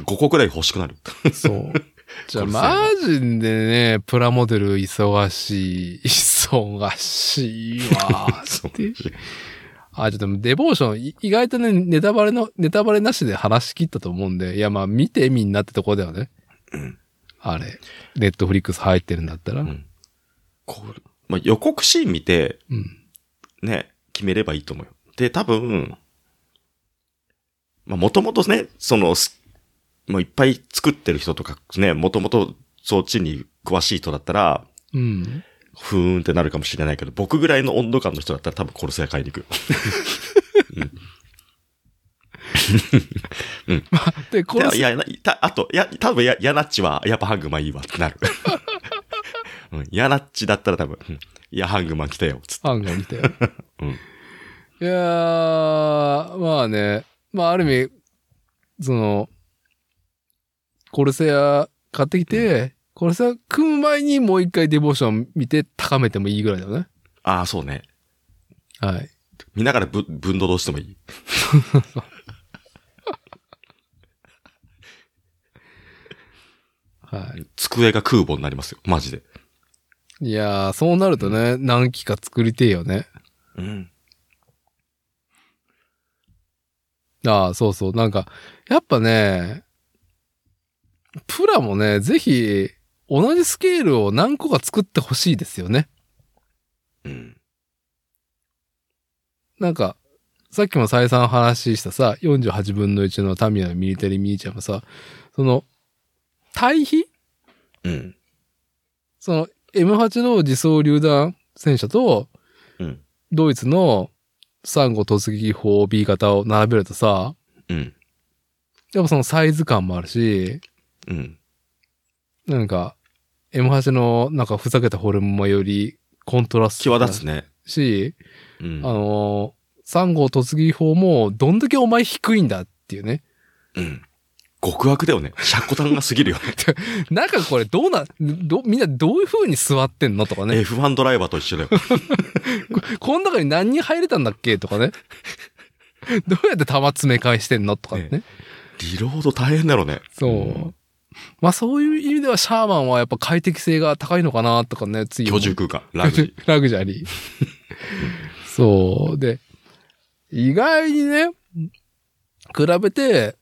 B: 5個くらい欲しくなる。
A: そう。じゃあ、
B: これ。
A: マジでね、プラモデル忙しい、忙しいわ
B: そう
A: ってあ、ちょっとデボーション、い意外とね、ネタバレの、ネタバレなしで話し切ったと思うんで、いや、まあ、見てみんなってとこだよね。あれ、ネットフリックス入ってるんだったら。
B: う
A: うん
B: んこうまあ、予告シーン見て、。ね、決めればいいと思うよ。で、多分、まあ、もともとね、その、すもういっぱい作ってる人とか、ね、もともとそっちに詳しい人だったら、
A: うん。
B: ふーんってなるかもしれないけど、僕ぐらいの温度感の人だったら多分殺せ屋買いに行くよ。
A: で、これ
B: い、や、いやたあと、や、多分や、ヤナッチは、やっぱハングマンいいわってなる。うん、ヤナッチだったら多分、うんいや、ハングマン来たよ、つって。
A: 案外見たよ。
B: うん
A: いやー、まあね、まあある意味、その、コルセア買ってきて、コルセア組む前にもう一回デボーション見て高めてもいいぐらいだよね。
B: ああ、そうね。
A: はい。
B: 見ながらぶ、ぶんどどしてもいい。
A: はい。
B: 机が空母になりますよ、マジで。
A: いやー、そうなるとね、何機か作りてえよね。
B: うん。
A: ああ、そうそう。なんか、やっぱね、プラもね、ぜひ、同じスケールを何個か作ってほしいですよね。
B: うん。
A: なんか、さっきも再三話したさ、48分の1のタミヤのミリタリーミニチュアもさ、その、対比
B: うん。
A: その、M8 の自走榴弾戦車と、
B: うん。
A: ドイツの3号突撃砲 B 型を並べるとさ、
B: うん。
A: やっぱそのサイズ感もあるし、
B: うん。
A: なんか、M8 のなんかふざけたフォルムもよりコントラスト
B: 際
A: が
B: 立つね。
A: し、
B: うん。
A: あの3号突撃砲もどんだけお前低いんだっていうね。
B: うん。極悪だよね。尺端が過ぎる よね。
A: 中これどうな、ど、みんなどういう風に座ってんのとかね。
B: F1 ドライバーと一緒だよ。
A: この中に何人入れたんだっけとか ね。どうやって弾詰め返してんのとかね。
B: リロード大変だろうね。
A: そう。
B: うん
A: まあそういう意味ではシャーマンはやっぱ快適性が高いのかなとかね、つい
B: 居住空間、ラグジュアリー
A: ラグジュアリー。そう。で、意外にね、比べて、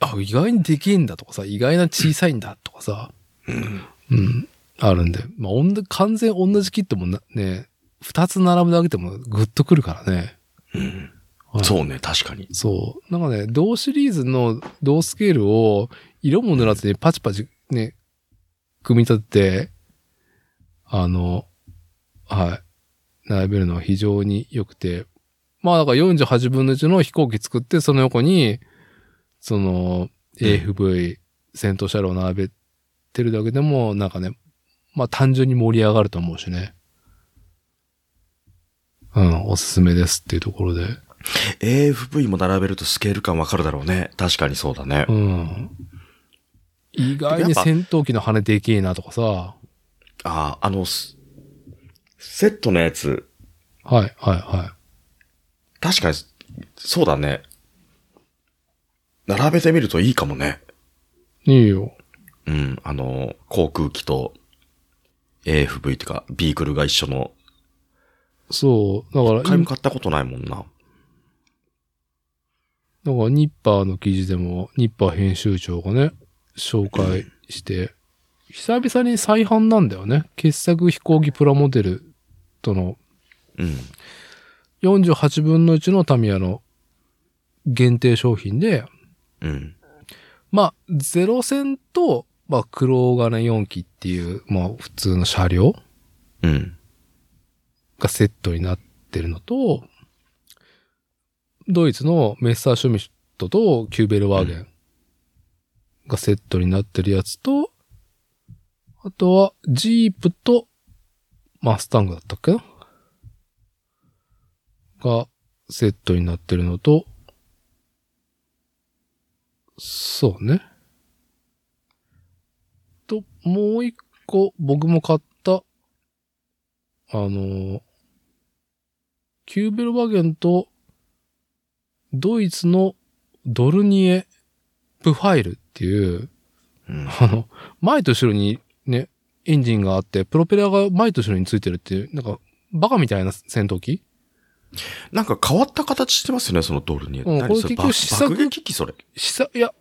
A: あ、意外にできんだとかさ、意外な小さいんだとかさ、うん、あるんで。まあ、おんで完全同じキットもなね、二つ並べてあげてもグッとくるからね。
B: うん
A: はい
B: そうね、確かに。
A: そう。なんかね、同シリーズの同スケールを色も塗らずにパチパチね、組み立てて、あの、はい、並べるのは非常に良くて。まあだから48分の1の飛行機作って、その横に、その AFV 戦闘車両を並べてるだけでも、なんかね、まあ単純に盛り上がると思うしね。うん、おすすめですっていうところで。
B: AFV も並べるとスケール感わかるだろうね。確かにそうだね
A: う。ん。意外に戦闘機の羽でけえなとかさ。
B: ああ、あの、すセットのやつ、
A: はい、はい、は
B: 確かに、そうだね。並べてみるといいかもね。
A: い。いいよ。
B: うん、あの、航空機と AFV とか、ビークルが一緒の、
A: そう。だ
B: 一
A: から、
B: 回
A: 今
B: も買ったことないもんな。
A: だからニッパーの記事でも、ニッパー編集長がね、紹介して、久々に再販なんだよね。傑作飛行機プラモデルとの
B: うん。
A: 48分の1のタミヤの限定商品で、
B: うん。
A: まあ、ゼロ戦と、まあ、黒金4機っていう、まあ、普通の車両
B: うん。
A: がセットになってるのと、ドイツのメッサーシュミットとキューベルワーゲンがセットになってるやつと、あとはジープとマスタングだったっけながセットになってるのと、そうね。と、もう一個僕も買ったあの、キューベルバーゲンとドイツのドルニエプファイルっていう、
B: うん。
A: あの、前と後ろにね、エンジンがあって、プロペラが前と後ろについてるっていう、なんか、バカみたいな戦闘機
B: なんか変わった形してますよね、そのドルに。
A: うん
B: 何
A: これ
B: それ
A: 結
B: ば
A: 局試作
B: 爆撃機それ。
A: 久、いや、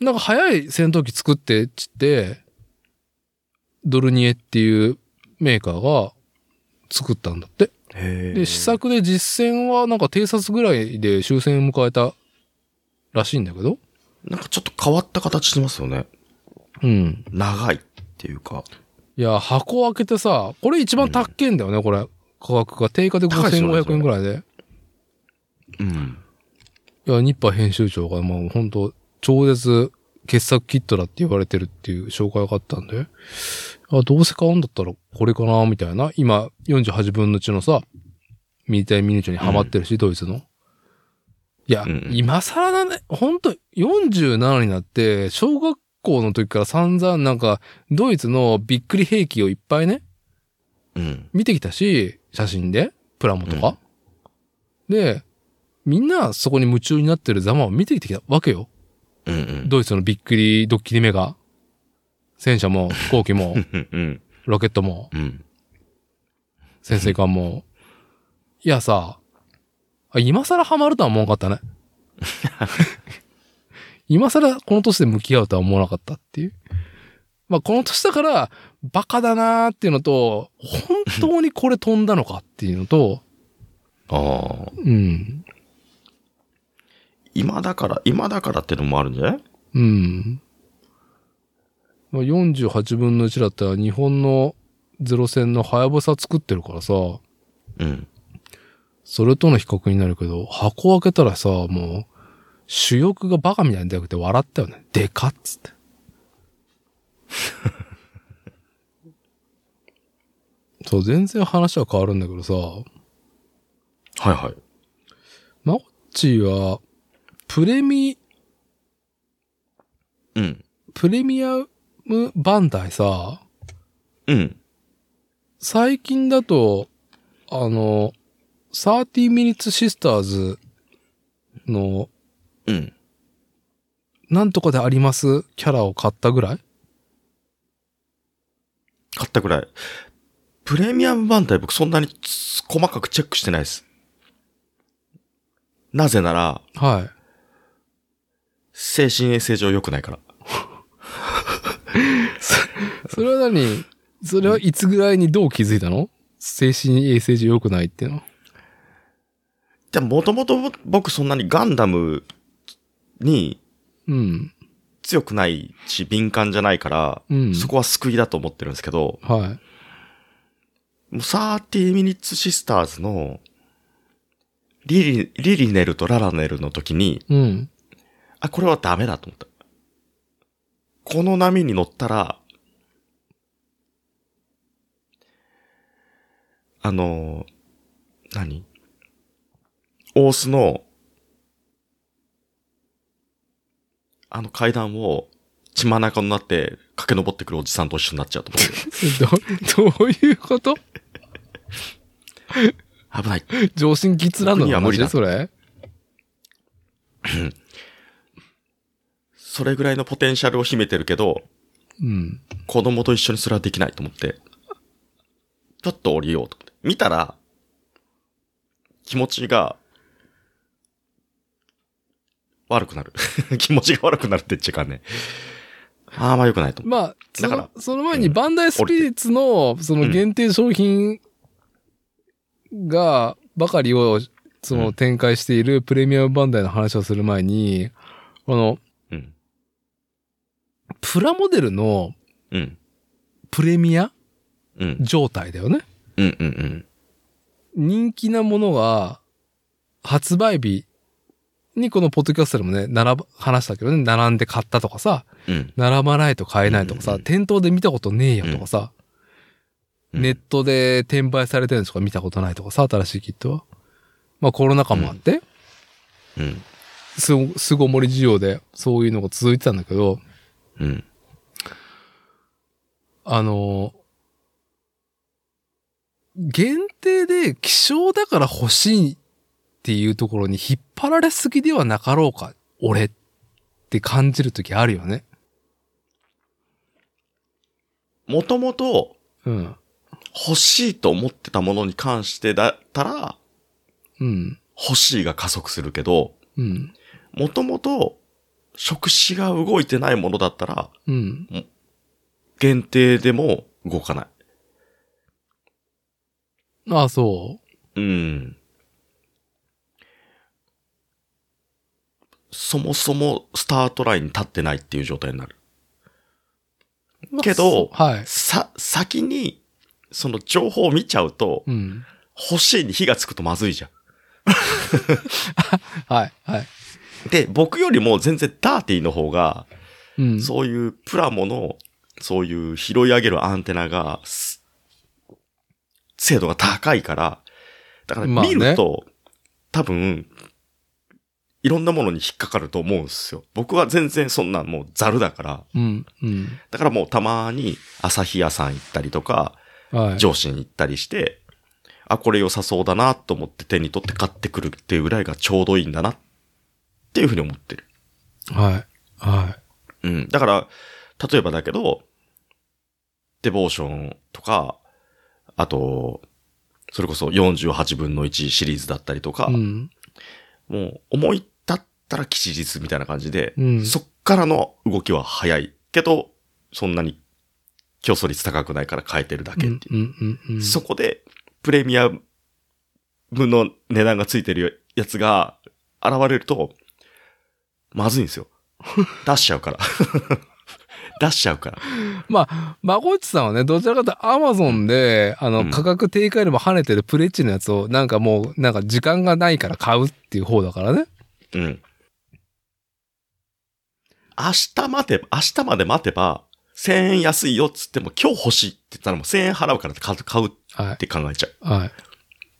A: なんか早い戦闘機作ってっつって、ドルニエっていうメーカーが作ったんだって。
B: へ
A: で、試作で実戦はなんか偵察ぐらいで終戦を迎えたらしいんだけど。
B: なんかちょっと変わった形してますよね。
A: うん。
B: 長いっていうか。
A: いや、箱を開けてさ、これ一番高っけんだよね、これ。価格が。定価で
B: 高いっすよねそ
A: 5500
B: れ
A: 円ぐらいで。
B: うん。
A: いや、ニッパー編集長がもう本当超絶傑作キットだって言われてるっていう紹介があったんで。あ、どうせ買うんだったらこれかな、みたいな。今、48分の1のさ、ミリタリーミニチュアにハマってるし、ドイツの。いや、
B: うん
A: 今更だね。本当47になって、小学校の時から散々なんか、ドイツのびっくり兵器をいっぱいね、
B: うん。
A: 見てきたし、写真で、プラモとか。で、みんなそこに夢中になってるざまを見てきたわけよ。
B: うんうん。
A: ドイツのびっくりドッキリ目が。戦車 も飛行機も
B: うんうん。
A: ロケットも
B: うん。
A: 潜水艦も。いやさ、あ今更ハマるとは思わなか ったね。今更この年で向き合うとは思わなかったっていう。まあこの年だからバカだなーっていうのと、本当にこれ飛んだのかっていうのと、
B: ああ。
A: うん。
B: 今だから、今だからってのもあるんじゃない
A: うん。まあ、48分の1だったら日本のゼロ戦のハヤブサ作ってるからさ、
B: うん。
A: それとの比較になるけど、箱を開けたらさ、もう、主翼がバカみたいにでかくて笑ったよね。でかっつって。そう、全然話は変わるんだけどさ、
B: はいはい。
A: マゴッチは、プレミ、
B: うん。
A: プレミアムバンダイさ、
B: うん。
A: 最近だと、あの、30 minutes sisters の
B: うん。
A: なんとかでありますキャラを買ったぐらい
B: 買ったぐらい。プレミアム版体僕そんなにつ細かくチェックしてないです。なぜなら、
A: はい。
B: 精神衛生上良くないから。
A: それは何それはいつぐらいにどう気づいたの精神衛生上良くないっていうのは
B: でもともと僕そんなにガンダムに
A: うん。
B: 強くないし敏感じゃないから、
A: うん。
B: そこは救いだと思ってるんですけど、
A: はい。
B: もう30ミニッツシスターズのリリ、リリネルとララネルの時に、
A: うん。
B: あ、これはダメだと思った。この波に乗ったら、あの、何オースの、あの階段を血まなかになって駆け上ってくるおじさんと一緒になっちゃうと思っ
A: ど、どういうこと
B: て。危ない。
A: 上心きつらんの
B: 僕には無理だ
A: 話それ
B: それぐらいのポテンシャルを秘めてるけど、
A: うん。
B: 子供と一緒にそれはできないと思って、ちょっと降りようと思って。見たら、気持ちが、悪くなる。 気持ちが悪くなるって言っちゃいかんね。あーまあ良くないと思う。
A: まあ、そ
B: だから
A: のその前にバンダイスピリッツの、その限定商品が、ばかりを、そうの
B: ん
A: 展開しているプレミアムバンダイの話をする前に、あの、
B: うん。
A: プラモデルの
B: うん。
A: プレミア
B: うん。
A: 状態だよね。
B: うん。うん。うん。
A: 人気なものが、発売日にこのポッドキャストでもね、並ば、話したけどね、並んで買ったとかさ、
B: うん。
A: 並ばないと買えないとかさ、
B: うんうんうん
A: 店頭で見たことねえよとかさ、
B: うん
A: ネットで転売されてるのしか見たことないとかさ、新しいキットは。まあコロナ禍もあって、
B: うん。
A: すご、すごもり需要でそういうのが続いてたんだけど、
B: うん。
A: あのー限定で希少だから欲しいっていうところに引っ張られすぎではなかろうか、俺って感じるときあるよね。
B: もともと
A: うん。
B: 欲しいと思ってたものに関してだったら、
A: うん。
B: 欲しいが加速するけど、
A: うん。
B: もともと触手が動いてないものだったら、
A: うん。
B: 限定でも動かない。
A: ああ、そ
B: うん。そもそもスタートラインに立ってないっていう状態になる。
A: う。
B: けど
A: まあそうはい。
B: さ、先に、その情報を見ちゃうと、
A: うん。
B: 欲しいに火がつくとまずいじゃ
A: はい、はい。
B: ん。で、僕よりも全然ダーティーの方が、
A: うん。
B: そういうプラモの、そういう拾い上げるアンテナが、す精度が高いから、だから
A: まあね
B: 見ると、多分、いろんなものに引っかかると思うんですよ。僕は全然そんなもうザルだから、
A: うん、うん。
B: だからもうたまに朝日屋さん行ったりとか、
A: はい。
B: 上司に行ったりして、あ、これ良さそうだなと思って手に取って買ってくるっていうぐらいがちょうどいいんだなっていうふうに思ってる。
A: はい。は
B: うん。だから、例えばだけど、デボーションとか、あと、それこそ48分の1シリーズだったりとか、
A: い。うん。
B: もう思い立ったら吉日みたいな感じで、
A: うん
B: そっからの動きは早いけど、そんなに競争率高くないから変えてるだ
A: うん、
B: け
A: う
B: っていう。
A: ん、うん。
B: そこでプレミアムの値段がついてるやつが現れると、まずいんですよ。 出しちゃうから。 出しちゃうから。
A: まあ、まごっちさんはね、どちらかというとアマゾンで、あ
B: う
A: の、
B: ん
A: 価格低下よりも跳ねてるプレッチのやつを、なんかもう、なんか時間がないから買うっていう方だからね。
B: うん。明日待てば、明日まで待てば、1000円安いよっつっても今日欲しいって言ったらもう1000円払うからって買う買うっ
A: はい。
B: て考えちゃ
A: はい。
B: う。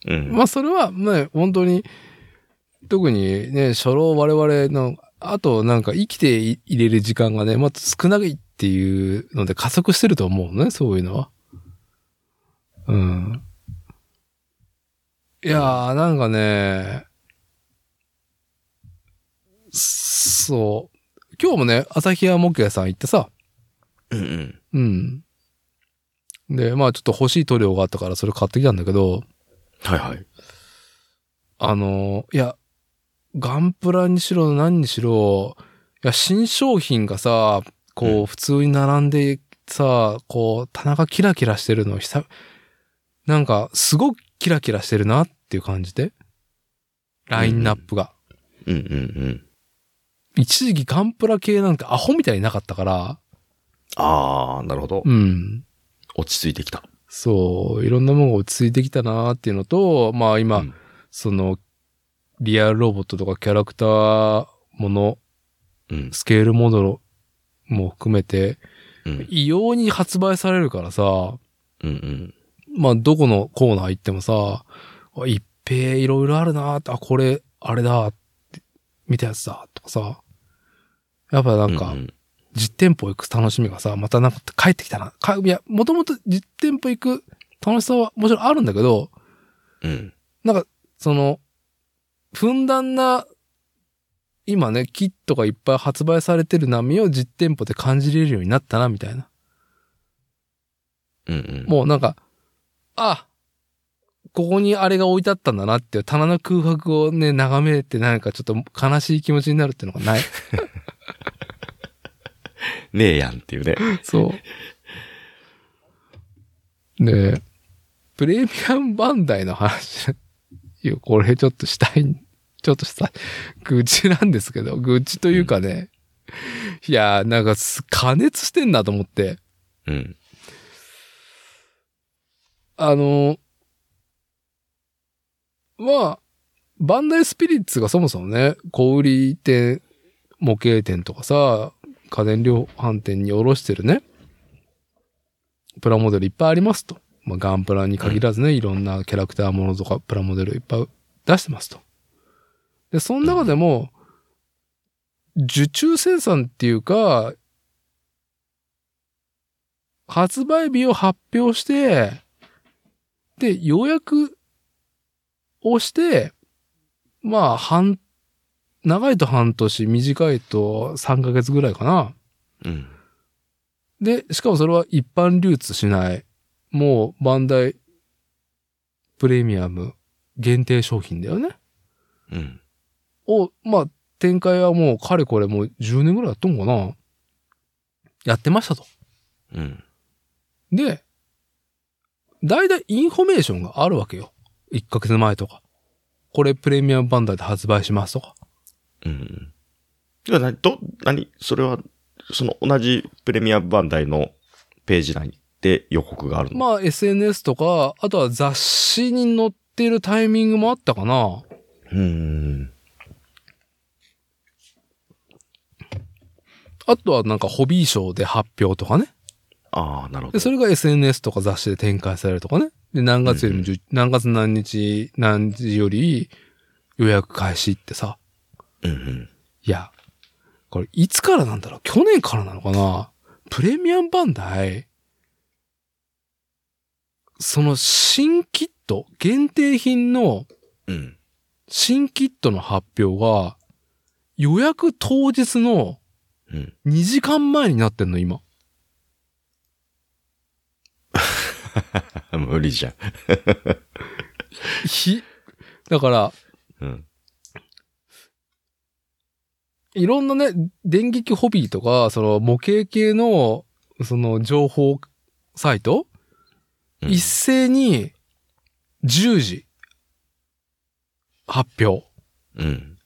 B: うん。
A: まあ、それは、ね、本当に、特にね、初老我々の、あとなんか生きてい入れる時間がね、まあ少ないっていうので加速してると思うのね、そういうのは。うん。いやー、なんかね、そう。今日もね、旭山木屋さん行ってさ、
B: うんうん。
A: うん。で、まあちょっと欲しい塗料があったからそれ買ってきたんだけど、
B: はいはい。
A: あの、いや、ガンプラにしろ何にしろ、いや、新商品がさ、こ
B: う
A: う、普通に並んでさ、こう、棚がキラキラしてるの、久々なんか、すごくキラキラしてるなっていう感じで。ラインナップが。
B: うんうんうん。
A: 一時期ガンプラ系なんてアホみたいになかったから、
B: あー、なるほど。
A: うん。
B: 落ち着いてきた。
A: そう、いろんなものが落ち着いてきたなっていうのと、まあ今、
B: うん
A: その、リアルロボットとかキャラクターもの、
B: うん。
A: スケールモデルも含めて、
B: うん。
A: 異様に発売されるからさ、
B: うんうん。
A: まあどこのコーナー行ってもさ、あ一平いろいろあるなって、あ、これ、あれだって見たやつだとかさ、やっぱなんか
B: う、ん
A: 実店舗行く楽しみがさ、またなんか帰ってきたな。かいや、もともと実店舗行く楽しさはもちろんあるんだけど、
B: うん。
A: その、ふんだんな、今ね、キットがいっぱい発売されてる波を実店舗で感じれるようになったな、みたいな。
B: うんうん。
A: もうなんか、あ、ここにあれが置いてあったんだなっていう棚の空白をね、眺めてなんかちょっと悲しい気持ちになるっていうのが ない。
B: ねえやんっていうね。
A: そう。で、プレミアムバンダイの話、いやこれちょっとしたい、ちょっとした、愚痴なんですけど、愚痴というかね、いやー、なんかす加熱してんなと思って、
B: うん。
A: あのー、まあ、バンダイスピリッツがそもそもね、小売店、模型店とかさ、家電量販店に卸してるね、プラモデルいっぱいありますと。まあ、ガンプラに限らずね、いろんなキャラクターものとかプラモデルいっぱい出してますと。で、その中でも、受注生産っていうか、発売日を発表して、で、予約をして、まあ、半、長いと半年、短いと3ヶ月ぐらいかな。
B: うん。
A: で、しかもそれは一般流通しない。もう、バンダイ、プレミアム、限定商品だよね。
B: うん。
A: を、まあ、展開はもう、かれこれもう10年ぐらいやっとんかな。やってましたと。
B: うん。
A: で、だいたいインフォメーションがあるわけよ。1ヶ月前とか。これプレミアムバンダイで発売しますとか。
B: うん。いや、な、ど、何それは、その同じプレミアムバンダイのページ内で予告があるの、
A: まあ SNS とか、あとは雑誌に載ってるタイミングもあったかな。
B: うん。
A: あとはなんかホビーショーで発表とかね。
B: ああ、なるほ
A: で、
B: ど。
A: それが SNS とか雑誌で展開されるとかね。で、何月よりもじゅ、何月何日、何時より予約開始ってさ。
B: うんうん。
A: いや、これいつからなんだろう去年からなのかなプレミアムバンダイ、その新キット、限定品の
B: うん。
A: 新キットの発表が予約当日の
B: うん。
A: 2時間前になってんの、今。
B: 無理じゃん。
A: ひ、だから、
B: うん。
A: いろんなね、電撃ホビーとか、その模型系の、その情報サイト、
B: うん
A: 一斉に10時発表。
B: うん。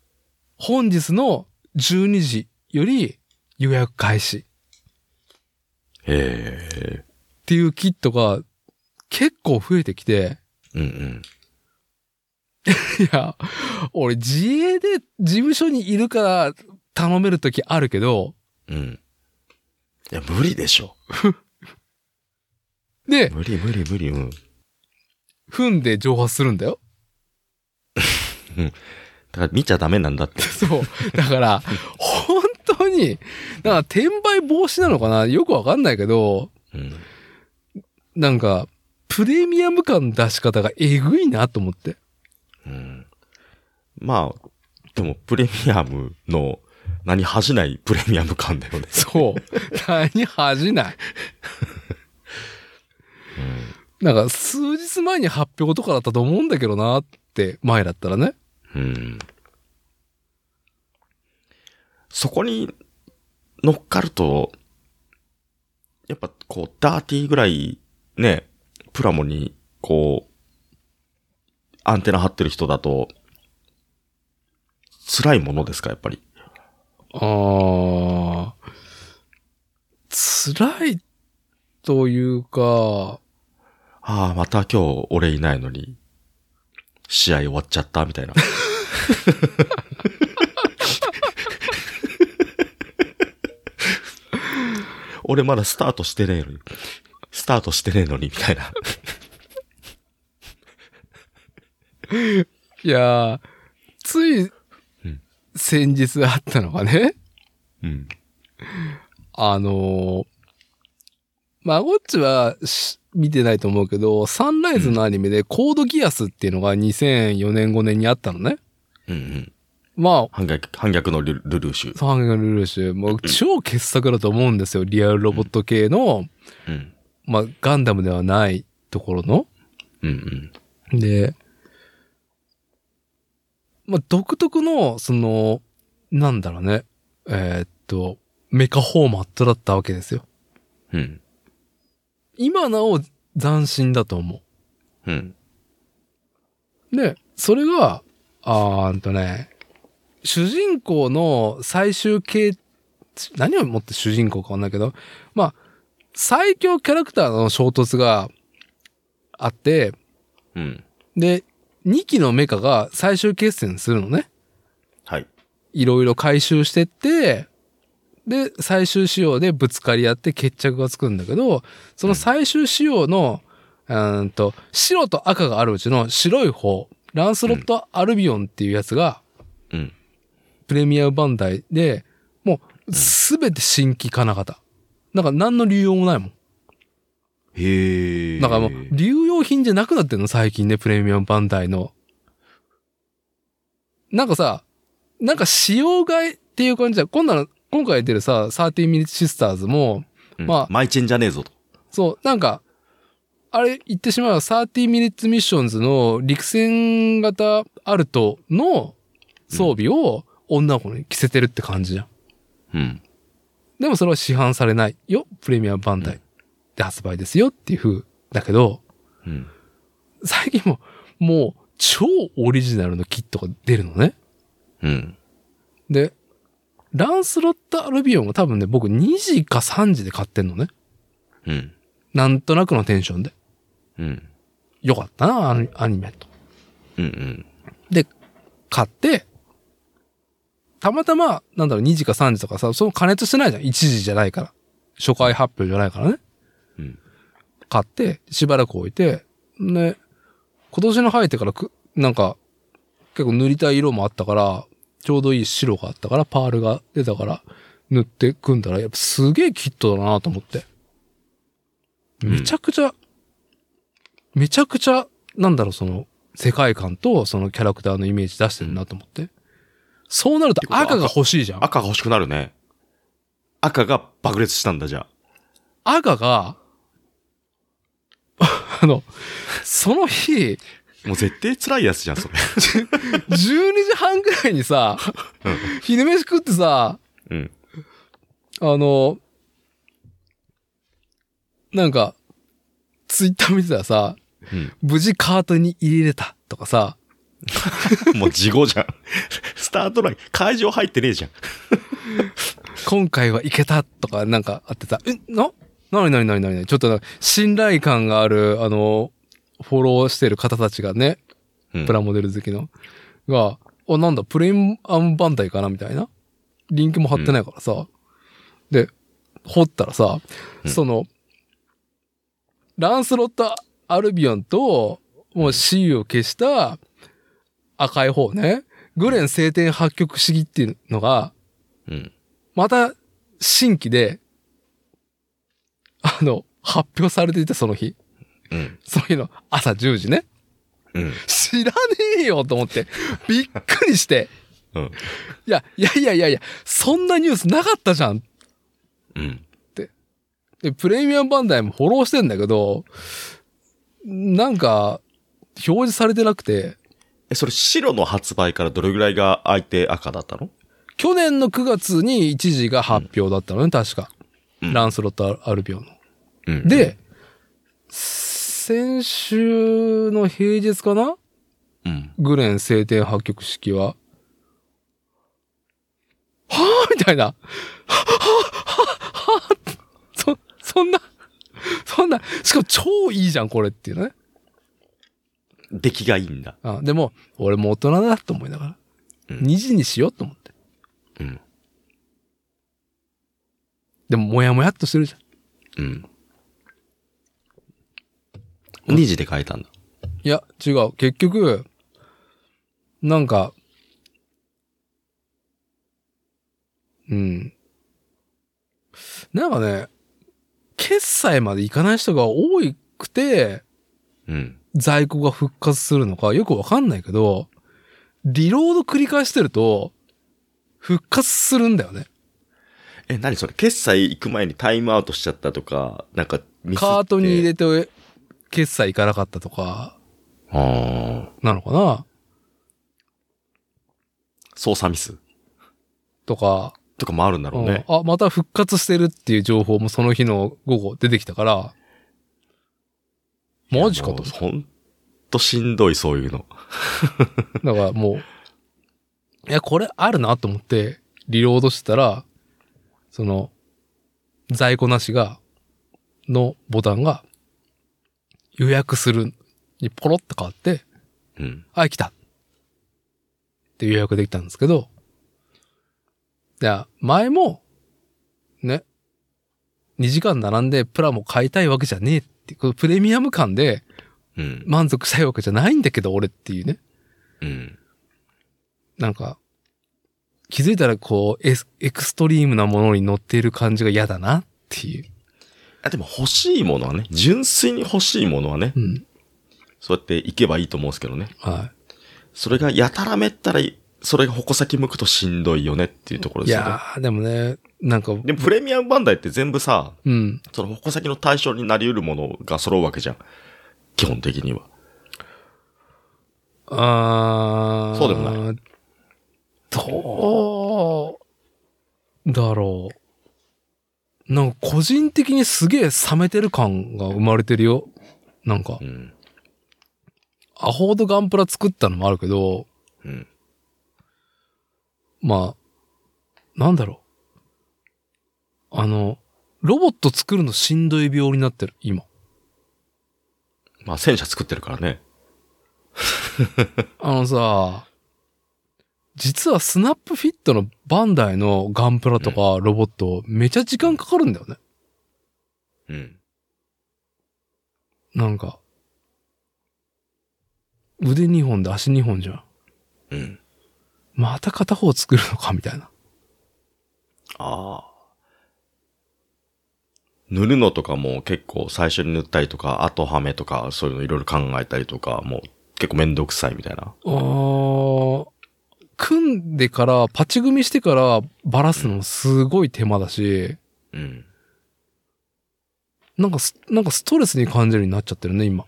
A: 本日の12時より予約開始っ
B: へえ。
A: ていうキットが結構増えてきて、
B: うんうん。
A: いや、俺自営で事務所にいるから頼めるときあるけど、
B: うん。いや、無理でしょ。
A: で、
B: 無理無理無理。うん。
A: 踏んで蒸発するんだよ。
B: だから見ちゃダメなんだって。
A: そう。だから、本当に、なんか転売防止なのかなよくわかんないけど、
B: うん。
A: なんか、プレミアム感出し方がえぐいなと思って。
B: うん。まあ、でも、プレミアムの何恥じないプレミアム感だよね。
A: そう。何恥じない。なんか数日前に発表とかだったと思うんだけどなって、前だったらね。
B: うん。そこに乗っかると、やっぱこう、ダーティーぐらい、ね、プラモに、こう、アンテナ張ってる人だと、辛いものですか、やっぱり。
A: ああ、辛いというか、
B: ああ、また今日俺いないのに、試合終わっちゃった、みたいな。 俺まだスタートしてねえのに、スタートしてねえのに、みたいな。
A: いやー、つい
B: うん、
A: 先日あったのがね、
B: うん。
A: あのー、まごっちはし見てないと思うけど、サンライズのアニメでコードギアスっていうのが2004年5年にあったのね。
B: うんうん。
A: まあ、
B: 反逆、反逆のルルルーシュ。
A: サンガルルーシュ、もう超傑作だと思うんですよ。リアルロボット系の、
B: うん。
A: まあ、ガンダムではないところの。
B: うんうん。
A: で、まあ、独特の、その、なんだろうね、えーっと、メカフォーマットだったわけですよ。
B: うん。
A: 今なお斬新だと思
B: うん。
A: う。で、それが、あーんとね、主人公の最終形、何をもって主人公かわかんないけど、まあ、最強キャラクターの衝突があって、
B: うん。
A: で、2機のメカが最終決戦するのね。
B: はい。
A: いろいろ回収してって、で、最終仕様でぶつかり合って決着がつくんだけど、その最終仕様の、うーんと、白と赤があるうちの白い方、ランスロット・アルビオンっていうやつが、
B: うん。
A: プレミアムバンダイで、もう、すべて新規金型。なんか何の流用もないもん。
B: へえ。
A: なんかもう、流用品じゃなくなってんの、最近ね、プレミアムバンダイの。なんかさ、なんか仕様外っていう感じじゃん、今度の、今回出るさ、13ミリシスターズも、
B: うん、
A: まあ
B: マイチェンじゃねえぞと。
A: そう、なんか、あれ言ってしまえば、30ミリッツミッションズの陸戦型アルトの装備を女の子に着せてるって感じじゃん。
B: うん。
A: でもそれは市販されないよ。プレミアムバンダイで発売ですよっていう風だけど、
B: うん。
A: 最近も、もう、超オリジナルのキットが出るのね。
B: うん。
A: で、ランスロット・アルビオンが多分ね、僕2時か3時で買ってんのね。
B: うん。
A: なんとなくのテンションで。
B: うん。
A: よかったな、アニアニメと。
B: うん。うん。
A: で、買って、たまたま、なんだろう、2時か3時とかさ、その加熱してないじゃん。1時じゃないから。初回発表じゃないからね。
B: うん。
A: 買って、しばらく置いて、ね、今年の生えてからく、なんか、結構塗りたい色もあったから、ちょうどいい白があったから、パールが出たから、塗って組んだら、やっぱすげえキットだなと思って。
B: ん
A: めちゃくちゃ、めちゃくちゃ、なんだろう、その、世界観と、そのキャラクターのイメージ出してるなと思って。そうなると
B: てことは
A: 赤が欲しいじゃん。
B: 赤が欲しくなるね。赤が爆裂したんだ、じゃあ。
A: 赤が、 あの、その日、
B: もう絶対辛いやつじゃん、それ。
A: 12時半ぐらいにさ、昼飯食ってさ、
B: うん。
A: あの、なんか、ツイッター見てたらさ、無事カートに入れれたとかさ、
B: うん。もう事後じゃん。スタートライン、会場入ってねえじゃん。
A: 今回は行けたとかなんかあってさ、え、な、なになになになにちょっとなんか信頼感がある、あの、フォローしてる方たちがね、
B: うん
A: プラモデル好きの、が、あ、なんだ、プレミアムバンダイかなみたいな。リンクも貼ってないからさ。で、掘ったらさ、
B: うん
A: その、ランスロット・アルビオンと、もう C を消した赤い方ね、グレン聖典八極主義っていうのが、
B: うん。
A: また新規で、あの、発表されていて、その日。
B: うん。
A: その日の朝10時ね。
B: うん。
A: 知らねえよと思って、びっくりして、
B: うん。
A: いや、いやいやいやいや、そんなニュースなかったじゃん。
B: うん。
A: で、プレミアムバンダイもフォローしてんだけど、なんか、表示されてなくて、
B: え、それ白の発売からどれぐらいが相手赤だったの
A: 去年の9月に一時が発表だったのね、確か。
B: うん
A: ランスロット・アルビオンの。
B: うん。
A: で、先週の平日かな
B: うん。
A: グレン聖典破局式は。はぁみたいな。はぁはぁはぁはぁそ、そんな、そんな、しかも超いいじゃん、これっていうね。
B: 出来がいいんだ。
A: あでも、俺も大人だと思いながら、
B: うん
A: 2時にしようと思って。
B: うん。
A: でも、もやもやっとしてるじゃん。
B: うん。2時で変えたんだ。
A: いや、違う。結局、なんか、うん。なんかね、決済まで行かない人が多くて、
B: うん。
A: 在庫が復活するのかよくわかんないけど、リロード繰り返してると、復活するんだよね。
B: え、何それ決済行く前にタイムアウトしちゃったとか、なんかミスって
A: カートに入れて、決済行かなかったとか、
B: ああ。
A: なのかな
B: 操作ミス
A: とか、
B: とかもあるんだろうね。
A: うんあ、また復活してるっていう情報もその日の午後出てきたから、マジかと
B: もう。ほんとしんどい、そういうの。
A: だからもう、いや、これあるなと思って、リロードしたら、その、在庫なしが、のボタンが、予約するにポロッと変わって、
B: うん。
A: あ、来たって予約できたんですけど、いや、前も、ね、2時間並んでプラも買いたいわけじゃねえって、このプレミアム感で
B: うん。
A: 満足したいわけじゃないんだけど、俺っていうね。
B: うん。
A: なんか、気づいたらこう、エスエクストリームなものに乗っている感じが嫌だなっていう。
B: あ、でも欲しいものはね、純粋に欲しいものはね
A: う、ん。
B: そうやって行けばいいと思うんですけどね。
A: は
B: それがやたらめったら、それが矛先向くとしんどいよねっていうところ
A: い。
B: で
A: い
B: すよ
A: や
B: ね。
A: ー、でもね、なんか、
B: でもプレミアムバンダイって全部さ、
A: うん。
B: その矛先の対象になり得るものが揃うわけじゃん。基本的には。
A: あー
B: そうでも
A: い。どうだろう。なんか個人的にすげえ冷めてる感が生まれてるよ。なんか
B: う、ん。
A: アホードガンプラ作ったのもあるけど、
B: うん。
A: まあ、なんだろう。あの、ロボット作るのしんどい病になってる、今。
B: まあ戦車作ってるからね。
A: あのさ、実はスナップフィットのバンダイのガンプラとかロボットめちゃ時間かかるんだよね。
B: うん。
A: なんか、腕2本で足2本じゃん。
B: うん。
A: また片方作るのかみたいな。
B: ああ。塗るのとかも結構最初に塗ったりとか、後はめとか、そういうのいろいろ考えたりとか、もう結構めんどくさいみたいな。
A: あー組んでから、パチ組みしてからバラすのもすごい手間だし、
B: うん。
A: なんかス、なんかストレスに感じるようになっちゃってるね、今。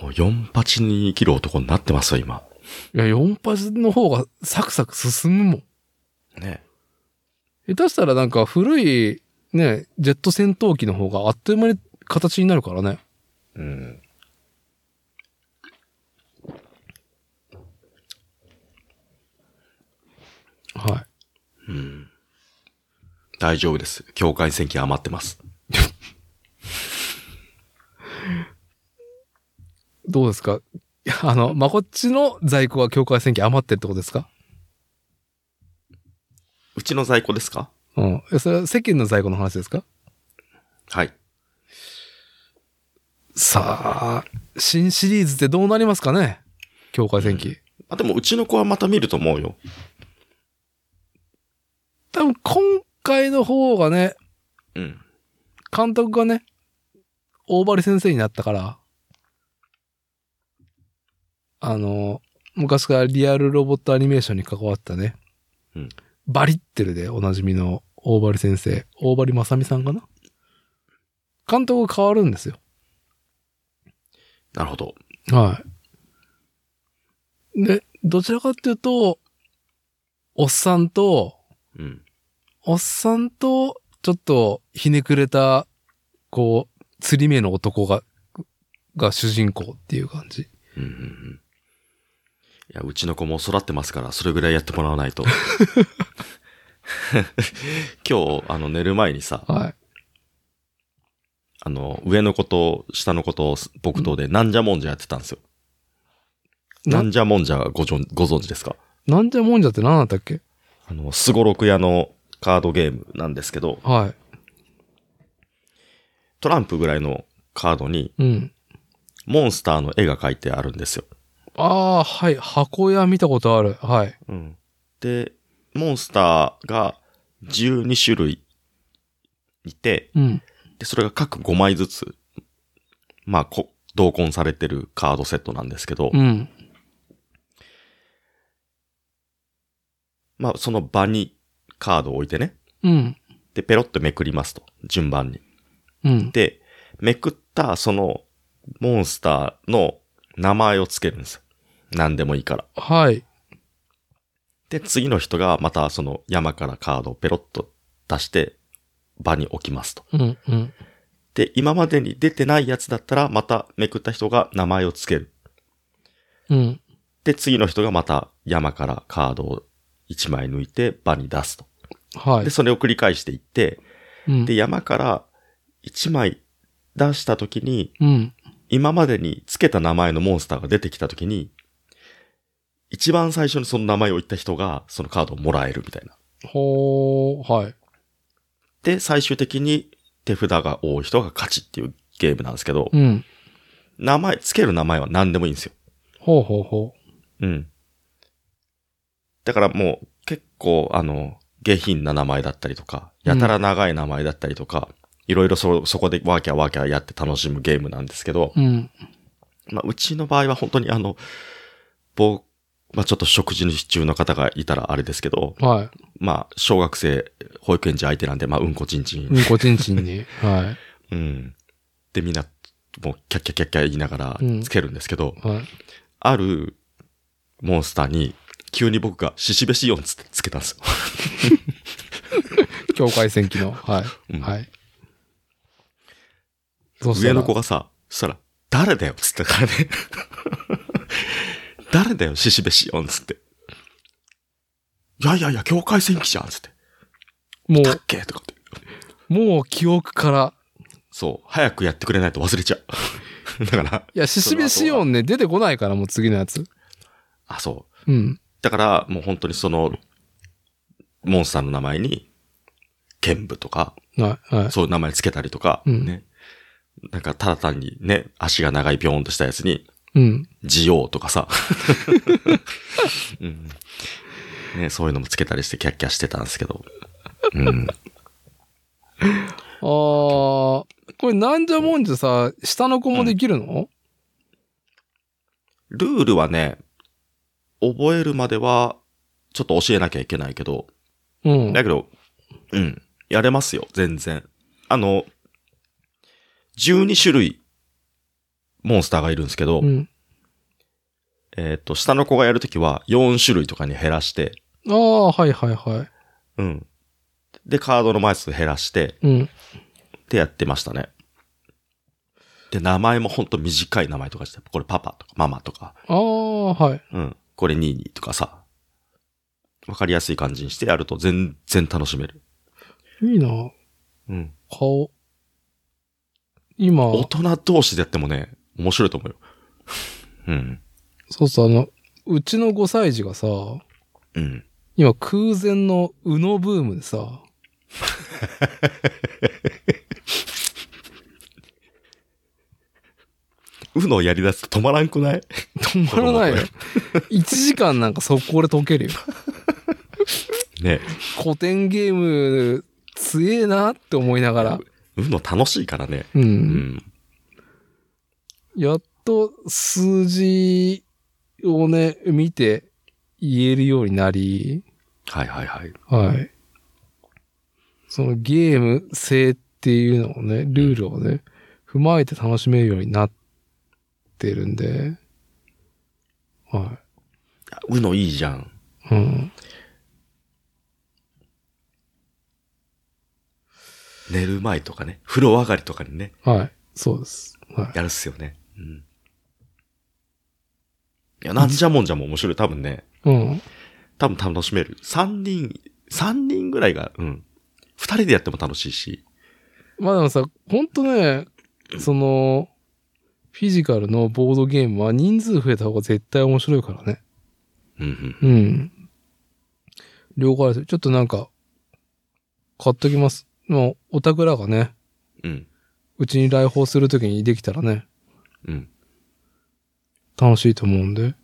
B: もう4八に生きる男になってますよ、今。
A: いや、4発の方がサクサク進むもん。
B: ね。
A: 下手したらなんか古い、ね、ジェット戦闘機の方があっという間に形になるからね。
B: うん。
A: は
B: うん。大丈夫です。境界線機余ってます。
A: い。どうですか いやあの、まこっちの在庫が境界線機余ってるってことですか
B: うちの在庫ですか
A: うん。えそれは世間の在庫の話ですか
B: はい。
A: さあ、新シリーズってどうなりますかね境界線機。
B: あ、でもうちの子はまた見ると思うよ。
A: 多分今回の方がね、
B: うん。
A: 監督がね、大張先生になったから、あの、昔からリアルロボットアニメーションに関わったね、
B: うん
A: バリッテルでおなじみの大張先生、大張正美さんかな監督が変わるんですよ。
B: なるほど。
A: はい。で、どちらかっていうと、おっさんと、
B: うん。
A: おっさんと、ちょっとひねくれた、こう、釣り目の男が、が主人公っていう感じ。
B: うんうんうん。いや、うちの子も育ってますから、それぐらいやってもらわない と。今日、あの、寝る前にさ、
A: はい。
B: あの、上の子と下の子と僕とで、なんじゃもんじゃやってたんですよ。
A: な
B: なんじゃもんじゃはご存ご存知ですか
A: なんじゃもんじゃって何だったっけ
B: あの、すごろく屋のカードゲームなんですけど、
A: は
B: トランプぐらいのカードに、
A: い。うん。
B: モンスターの絵が描いてあるんですよ。
A: ああ、はい。箱屋見たことある。はい。
B: うん。で、モンスターが12種類いて、
A: うん。
B: で、それが各5枚ずつ、まあ、こ、同梱されてるカードセットなんですけど、
A: うん。
B: まあ、その場にカードを置いてね、
A: うん。
B: で、ペロッとめくりますと、順番に。
A: うん。
B: で、めくったそのモンスターの名前をつけるんですよ。何でもいいから。
A: はい。
B: で、次の人がまたその山からカードをペロッと出して、場に置きますと。
A: うん。うん。
B: で、今までに出てないやつだったら、まためくった人が名前をつける。
A: うん。
B: で、次の人がまた山からカードを1枚抜いて場に出すと。
A: はい
B: で、。それを繰り返していって、
A: うん
B: で、山から1枚出した時に、
A: うん。
B: 今までにつけた名前のモンスターが出てきた時に、一番最初にその名前を言った人がそのカードをもらえるみたいな。
A: ほー、はい。
B: で、最終的に手札が多い人が勝ちっていうゲームなんですけど、
A: うん。
B: 名前、つける名前は何でもいいんですよ。
A: ほうほうほ
B: うん。だからもう結構あの、下品な名前だったりとか、やたら長い名前だったりとか、いろいろそ、そこでワーキャーワーキャーやって楽しむゲームなんですけど、
A: う。うん。
B: まあうちの場合は本当にあの、僕、まあちょっと食事中の方がいたらあれですけど、
A: は
B: まあ小学生、保育園児相手なんで、まあうんこちんち。
A: い。うんんこちんちんに。は
B: うん。でみんな、もうキャッキャキャッキャ言いながら
A: うん
B: つけるんですけど、
A: い。はい。
B: あるモンスターに、急に僕がシシベシオンつってつけたんですよ。
A: 境界線機の。は
B: う
A: い。
B: ん
A: はい。そうした
B: 上
A: ら
B: の子がさ、そしたら、誰だよっつったからね。 誰だよ、シシベシオンつって。いやいやいや、境界戦記じゃんつって。
A: も
B: だっけとかって。
A: う、もう記憶から。
B: そう、早くやってくれないと忘れちゃう。だ から、
A: いや、ししべし音ね、出てこないから、もう次のやつ。
B: あ、そう。
A: うん。
B: だから、もう本当にその、モンスターの名前に、剣舞とか、
A: はい。はい。
B: そういう名前つけたりとか、
A: うん
B: ね。なんか、ただ単にね、足が長いビョーンとしたやつに、
A: うん。
B: ジオウとかさ、うんね。そういうのもつけたりしてキャッキャしてたんですけど。うん、
A: あー、これなんじゃもんじゃさ、下の子もできるの
B: ルールはね、覚えるまでは、ちょっと教えなきゃいけないけど、
A: うん。
B: だけど、うん、やれますよ、全然。あの、12種類、モンスターがいるんですけど、
A: うん。
B: えっ、と、下の子がやるときは4種類とかに減らして、
A: あー、はいはいはい。
B: うん。で、カードの枚数減らして、
A: うん。
B: ってやってましたね。で、名前もほんと短い名前とかして、これパパとかママとか、
A: あー、はい。
B: うん。これニーニーとかさ、わかりやすい感じにしてやると全然楽しめる。
A: いいな
B: うん。
A: 顔。今、
B: 大人同士でやってもね、面白いと思うよ。うん。
A: そうそう、あの、うちの5歳児がさ、
B: うん。
A: 今空前のうのブームでさ、
B: うのやり出すと止まらんくない
A: 止まらないよ。1時間なんか速攻で解けるよ。
B: ね。
A: 古典ゲーム、強えなって思いながら。
B: うの楽しいからね。
A: う。
B: うんん。
A: やっと数字をね、見て言えるようになり、
B: はいはいはい。
A: はい。そのゲーム性っていうのをね、ルールをね、踏まえて楽しめるようになってるんで、は
B: うのいいじゃん。
A: い。うん。
B: 寝る前とかね、風呂上がりとかにね、
A: はい。そうです。はい。
B: やるっすよね。うん。いや、なんじゃもんじゃも面白い。多分ね、
A: うん。
B: 多分楽しめる。三人、三人ぐらいが、うん。二人でやっても楽しいし。
A: まあでもさ、ほんとね、その、フィジカルのボードゲームは人数増えた方が絶対面白いからね。
B: うんうん。
A: うん。了解です。ちょっとなんか、買っときます。もう、オタクらがね、
B: うん。
A: うちに来訪するときにできたらね、
B: うん。
A: 楽しいと思うんで。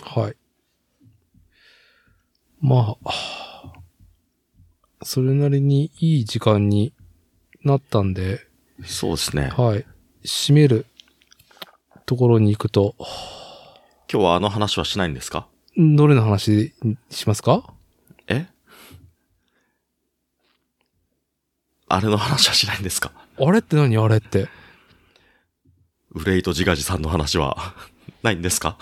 A: はい。まあ、それなりにいい時間になったんで、
B: そうですね。
A: はい。締めるところに行くと、
B: 今日はあの話はしないんですか
A: どれの話しますか
B: えあれの話はしないんですか
A: あれって何あれって。
B: 憂いと自画自賛の話は ないんですか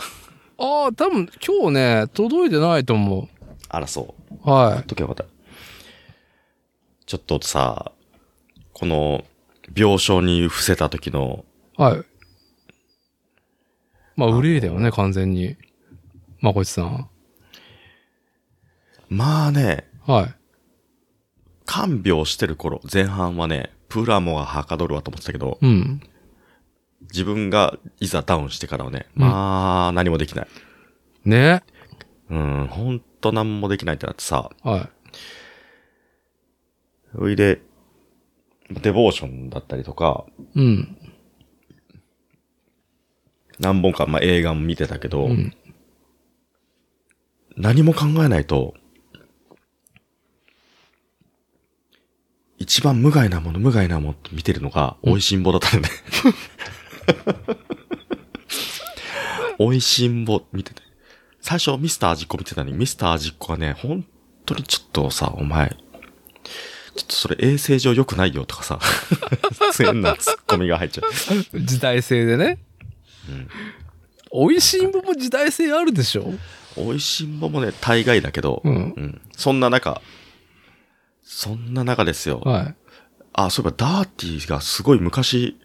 A: ああ、多分今日ね、届いてないと思
B: あらそう。
A: う。はい。
B: とけばよかった。ちょっとさ、この病床に伏せた時の、
A: はい。まあ、憂いだよね、完全に。まこちさん。
B: まあね、
A: はい。
B: 看病してる頃、前半はね、プラモがはかどるわと思ってたけど、
A: うん。
B: 自分がいざダウンしてからはね、
A: うん
B: まあ、何もできない。
A: ね。
B: うん、ほんと何もできないってなってさ、
A: は
B: おいで、デボーションだったりとか、
A: い。うん。
B: 何本か、まあ、映画も見てたけど、
A: うん。
B: 何も考えないと、一番無害なもの、無害なものって見てるのが、美味しんぼだった よね。美味しんぼ見てて。最初、ミスター味っ子見てたのに、ミスター味っ子がね、本当にちょっとさ、お前、ちょっとそれ衛生上良くないよとかさ、 変なツッコミが入っちゃう。
A: 時代性でね。美味しいもも時代性あるでしょ
B: 美味しんぼもね、大概だけど、
A: うん。
B: うん。そんな中、そんな中ですよ。
A: はい。
B: あ、そういえばダーティーがすごい昔、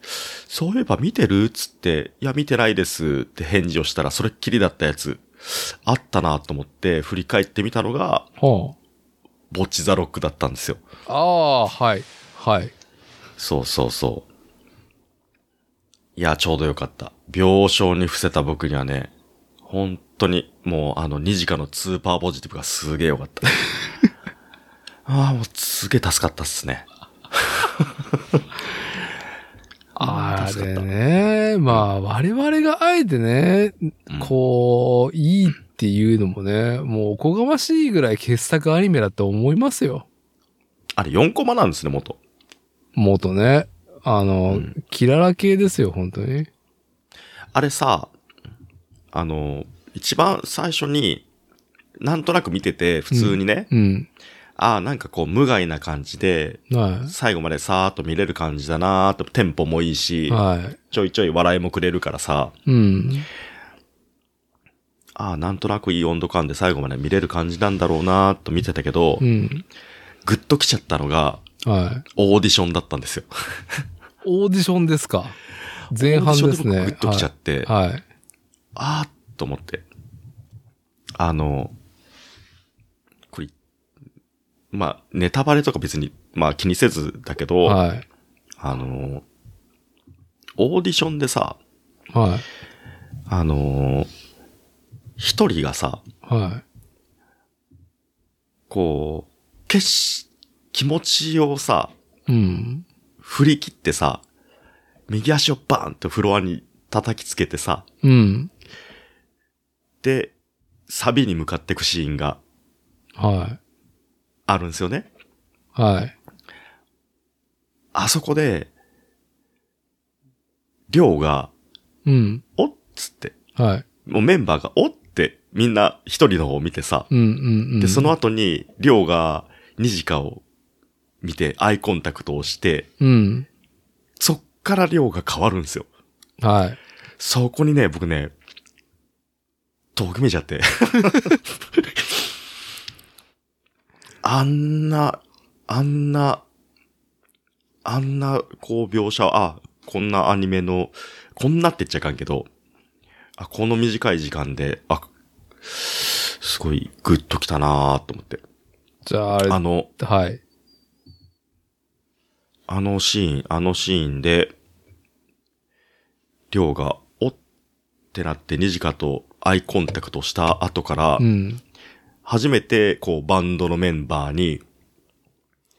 B: そういえば見てるつって、いや見てないですって返事をしたら、それっきりだったやつ、あったなと思って振り返ってみたのが、
A: は
B: ボッチザロックだったんですよ。
A: あ。ああー、はい。はい。
B: そうそうそう。いや、ちょうどよかった。病床に伏せた僕にはね、本当に、もうあの、2時間のスーパーポジティブがすげえよかった。 ああ、もうすげえ助かったっすね。
A: あ
B: 助かっ
A: れ
B: た
A: ね。まあ、我々があえてね、
B: うん
A: こう、いいっていうのもね、もうおこがましいぐらい傑作アニメだと思いますよ。
B: あれ4コマなんですね、元。
A: 元ね。あの、
B: うん
A: キララ系ですよ、本当に。
B: あれさ、あの、一番最初に、なんとなく見てて、普通にね、
A: うん。
B: ああ、なんかこう、無害な感じで、
A: は
B: 最後までさーっと見れる感じだなーと、テンポもいい
A: い。
B: し、
A: は
B: ちょいちょい笑いもくれるからさ、
A: い。うん。
B: ああ、なんとなくいい温度感で最後まで見れる感じなんだろうなーと見てたけど、
A: うん。
B: ぐっと来ちゃったのが、
A: はい。
B: オーディションだったんですよ。
A: オーディションですか。前半ですね。
B: オーディションで僕グッと来ちゃって、
A: はい。はい。
B: あーっと思って。あの、これ、まあ、ネタバレとか別に、まあ気にせずだけど、
A: はい。
B: あの、オーディションでさ、
A: はい。
B: あの、一人がさ、
A: は
B: こう、決し、気持ちをさ、
A: い。うん。
B: 振り切ってさ、右足をバーンとフロアに叩きつけてさ、
A: うん。
B: で、サビに向かってくシーンが
A: は
B: あるんですよね。
A: い。はい。
B: あそこで、りょうが、
A: うん。
B: おっつって。
A: はい。
B: もうメンバーがおってみんな一人の方を見てさ。
A: うんうんうん。
B: で、その、後に、りょうが、ニジカを見て、アイコンタクトをして、
A: うん。
B: そっからりょうが変わるんですよ。
A: はい。
B: そこにね、僕ね、遠く見ちゃって。 あんな、あんな、あんな、こう、描写、あ、こんなアニメの、こんなって言っちゃいかんけど、あ、この短い時間で、あ、すごい、グッときたなーと思って。
A: じゃあ、あれ、
B: あの、
A: はい。
B: あのシーン、あのシーンで、りょうが、おってなって、ニジカとアイコンタクトした後から、
A: うん。
B: 初めて、こう、バンドのメンバーに、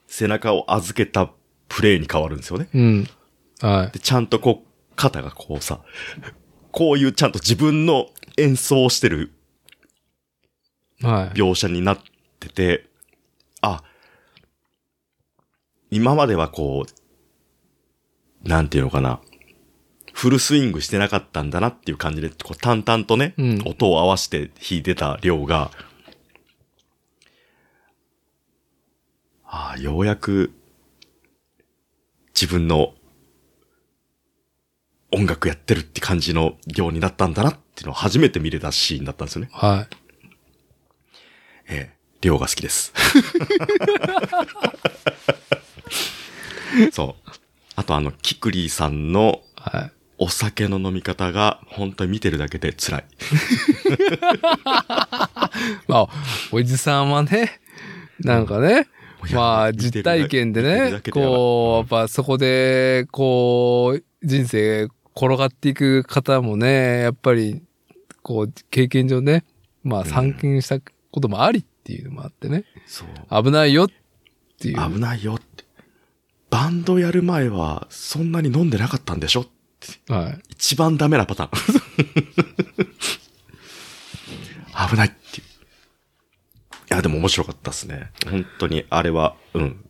B: 背中を預けたプレイに変わるんですよね。
A: うん。はい。
B: で、ちゃんとこう、肩がこうさ、こういうちゃんと自分の演奏をしてる
A: はい。
B: 描写になってて、あ、今まではこう、なんていうのかな、フルスイングしてなかったんだなっていう感じで、こう淡々とね、
A: うん
B: 音を合わせて弾いてた量が、ああ、ようやく自分の音楽やってるって感じの量になったんだなっていうのを初めて見れたシーンだったんですよね。
A: は
B: ええ、量が好きです。そう。あとあの、キクリーさんの
A: い。はい。
B: お酒の飲み方が本当に見てるだけで辛い。
A: まあ、おじさんはね、なんかね、
B: いや
A: まあ、
B: 見て
A: 実
B: るだ
A: 体験で
B: 見てる
A: ね
B: だ、けでやばい
A: こう、やっぱそこで、こう、人生転がっていく方もね、やっぱり、こう、経験上ね、まあ、参見したこともありっていうのもあってね、
B: そう。
A: 危ないよっていう。
B: 危ないよって。バンドやる前はそんなに飲んでなかったんでしょ
A: はい。
B: 一番ダメなパターン。危ないっていう。いや、でも面白かったですね。本当に、あれは、うん。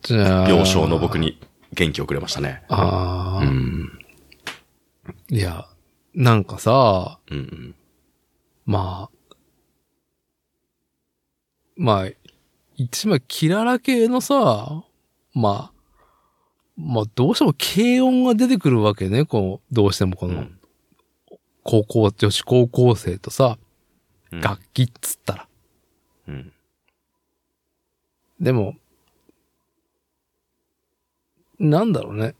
A: じゃあ。
B: 病床の僕。に元気をくれましたね。
A: ああ、
B: うん。
A: いや、なんかさ、
B: うん
A: まあ、まあ、一枚キララ系のさ、まあ、まあどうしても軽音が出てくるわけね、こう、どうしてもこ
B: うん。う
A: の
B: ん
A: 高校、女子高校生とさ、
B: うん
A: 楽器っつったら。
B: うん。
A: でも、なんだろうね。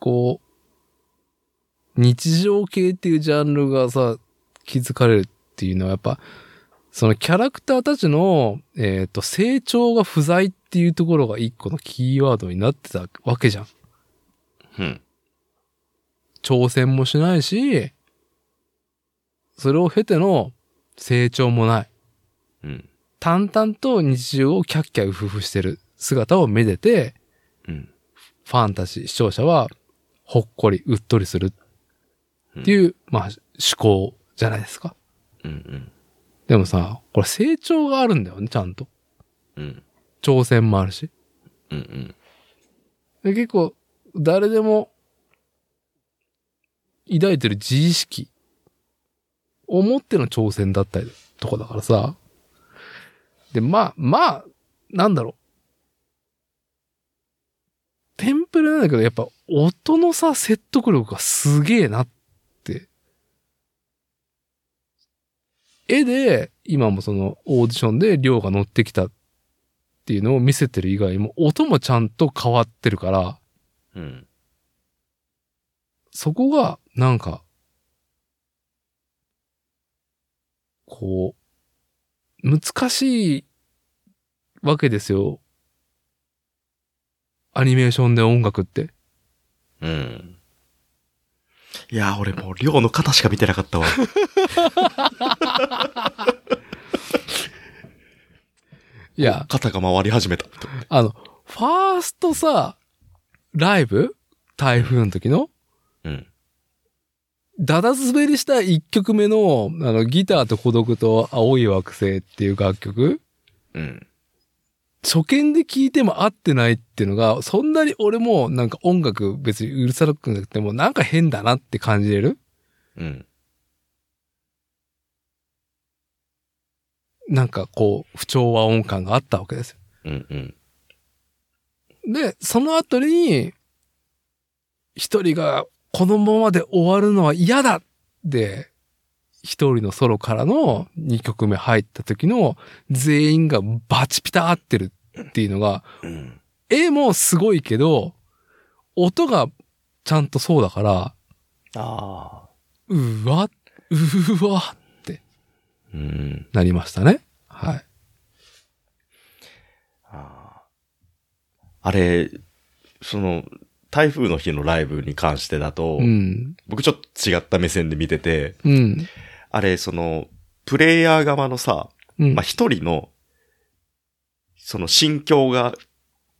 A: こう、日常系っていうジャンルがさ、気づかれるっていうのはやっぱ、そのキャラクターたちの、えっ、と、成長が不在っていうところが一個のキーワードになってたわけじゃん。
B: うん。
A: 挑戦もしないし、それを経ての成長もない。
B: うん。
A: 淡々と日常をキャッキャウフフしてる姿をめでて、
B: うん。
A: ファンたち、視聴者は、ほっこり、うっとりするっていう、まあ、思考じゃないですか。
B: うん。
A: でもさ、これ成長があるんだよね、ちゃんと。
B: うん。
A: 挑戦もあるし。
B: うん。うん。
A: で結構、誰でも、抱いてる自意識、を持っての挑戦だったりとかだからさ。で、まあ、まあ、なんだろう。テンプレなんだけど、やっぱ音のさ、説得力がすげえなって。絵で、今もそのオーディションで量が乗ってきたっていうのを見せてる以外にも、音もちゃんと変わってるから、
B: うん。
A: そこが、なんか、こう、難しいわけですよ。アニメーションで音楽って。
B: うん。いやー、俺もう、りょうの肩しか見てなかったわ。
A: いや、
B: 肩が回り始めた。
A: あの、ファーストさ、ライブ台風の時の
B: うん。
A: ダダ滑りした1曲目の、あの、ギターと孤独と青い惑星っていう楽曲
B: うん。
A: 初見で聞いても合ってないっていうのが、そんなに俺もなんか音楽別にうるさくなくてもなんか変だなって感じれる
B: うん。
A: なんかこう、不調和音感があったわけですよ。
B: うんうん。
A: で、その後に、一人がこのままで終わるのは嫌だで、一人のソロからの2曲目入った時の全員がバチピタ合ってるっていうのが、
B: うん。
A: 絵もすごいけど、音がちゃんとそうだから、
B: ああ。
A: うわ、うわ、
B: うん。
A: なりましたね。はい。
B: あーあれ、その、台風の日のライブに関してだと、
A: うん。
B: 僕ちょっと違った目線で見てて、
A: うん。
B: あれ、その、プレイヤー側のさ、
A: うん
B: まあ、。一人の、その心境が、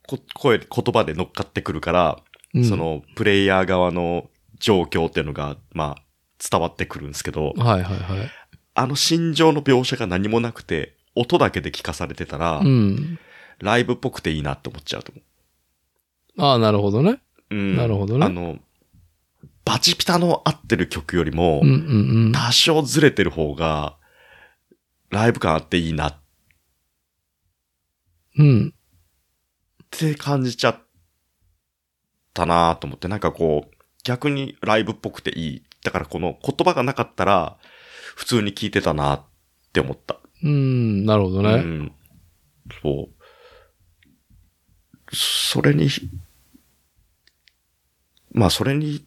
B: こ声、言葉で乗っかってくるから、
A: うん
B: そ、の、プレイヤー側の状況っていうのが、まあ、伝わってくるんですけど、
A: はいはいはい。
B: あの心情の描写が何もなくて、音だけで聞かされてたら、
A: うん。
B: ライブっぽくていいなって思っちゃうと思
A: ああ、なるほどね。
B: う。うん
A: なるほどね
B: あの、バチピタの合ってる曲よりも
A: うん、うん
B: 多少ずれてる方が、ライブ感あっていいなっ
A: うん。うん。
B: って感じちゃったなぁと思って、なんかこう、逆にライブっぽくていい。だからこの言葉がなかったら、普通に聞いてたなぁって思った。
A: うん。なるほど
B: う
A: ね。
B: ん。そう。それに、まあそれに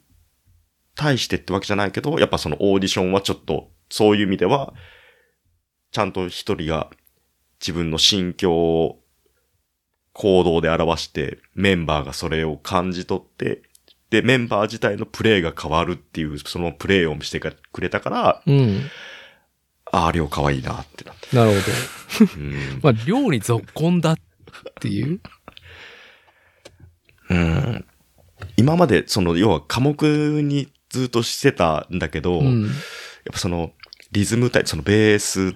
B: 対してってわけじゃないけど、やっぱそのオーディションはちょっと、そういう意味では、ちゃんと一人が自分の心境を行動で表して、メンバーがそれを感じ取って、で、メンバー自体のプレイが変わるっていう、そのプレイを見せてくれたから、
A: うん。
B: ああ、りょうかわいいなってなった。
A: なるほど。
B: うん
A: まあ、量に続婚だっていう。
B: うん。今まで、その、要は科目にずっとしてたんだけど、
A: う
B: やっ
A: ん。
B: ぱその、リズム体、そのベース、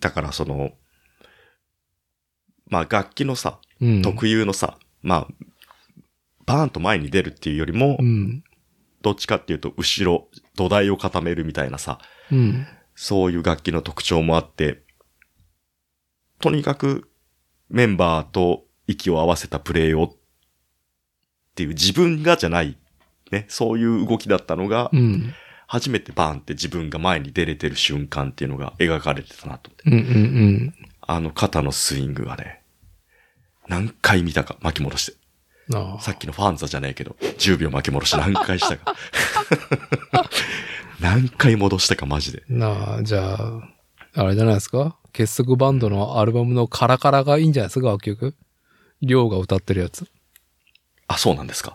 B: だからその、まあ楽器のさ、
A: うん。
B: 特有のさ、まあ、バーンと前に出るっていうよりも、
A: うん。
B: どっちかっていうと後ろ、土台を固めるみたいなさ、
A: うん。
B: そういう楽器の特徴もあって、とにかくメンバーと息を合わせたプレイをっていう自分がじゃない、ね、そういう動きだったのが
A: う、ん。
B: 初めてバーンって自分が前に出れてる瞬間っていうのが描かれてたなと思って。
A: うん。うん。
B: あの肩のスイングがね、何回見たか巻き戻して。
A: うん。ああ。
B: さっきのファンザじゃないけど、10秒巻き戻して何回した か。何回戻したかマジで。
A: なあ、じゃあ、あれじゃないですか結束バンドのアルバムのカラカラがいいんじゃないですか楽曲。りょうが歌ってるやつ。
B: あ、そうなんですか。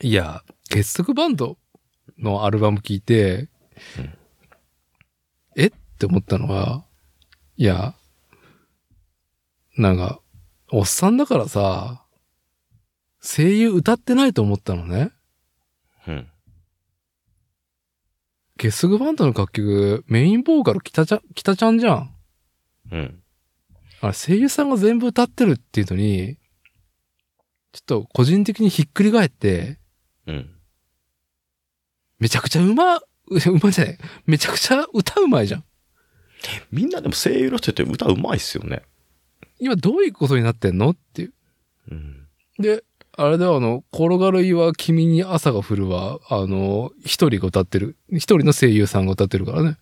A: いや、結束バンドのアルバム聞いて、
B: うん
A: えって思ったのは、いや、なんか、おっさんだからさ、声優歌ってないと思ったのね。
B: うん。
A: 結束バンドの楽曲、メインボーカル北ちゃん、北ちゃんじゃん。
B: うん。
A: あれ声優さんが全部歌ってるっていうのに、ちょっと個人的にひっくり返って、
B: うん。
A: めちゃくちゃうま、うまじゃない。めちゃくちゃ歌うまいじゃん。
B: みんなでも声優の人って歌うまいっすよね。
A: 今どういうことになってんのっていう。
B: うん。
A: で、あれだよ、あの、転がる岩、君に朝が降るは、あの、一人が歌ってる。一人の声優さんが歌ってるからね。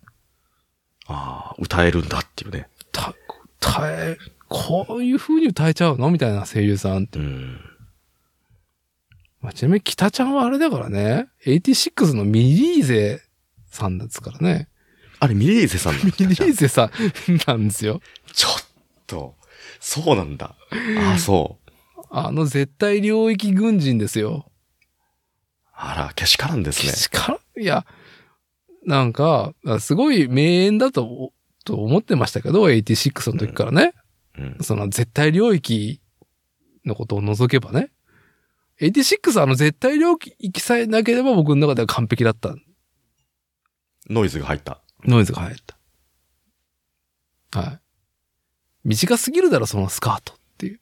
B: ああ、歌えるんだっていうね。
A: た、歌え、こういう風に歌えちゃうのみたいな声優さんって。
B: うん。
A: まあ、ちなみに北ちゃんはあれだからね、86のミリーゼさんですからね。
B: あれ、ミリーゼさんなん
A: ミリ
B: だ。
A: ーゼさんなんですよ。
B: ちょっと、そうなんだ。ああ、そう。
A: あの絶対領域軍人ですよ。
B: あら、けしからんです
A: け
B: ね。
A: しからん、いや、なんか、すごい名演だと、と思ってましたけど、86の時からね。
B: うん。
A: その絶対領域のことを除けばね。86はあの絶対領域さえなければ僕の中では完璧だった。
B: ノイズが入った。
A: ノイズが入った。はい。短すぎるだろ、そのスカートっていう。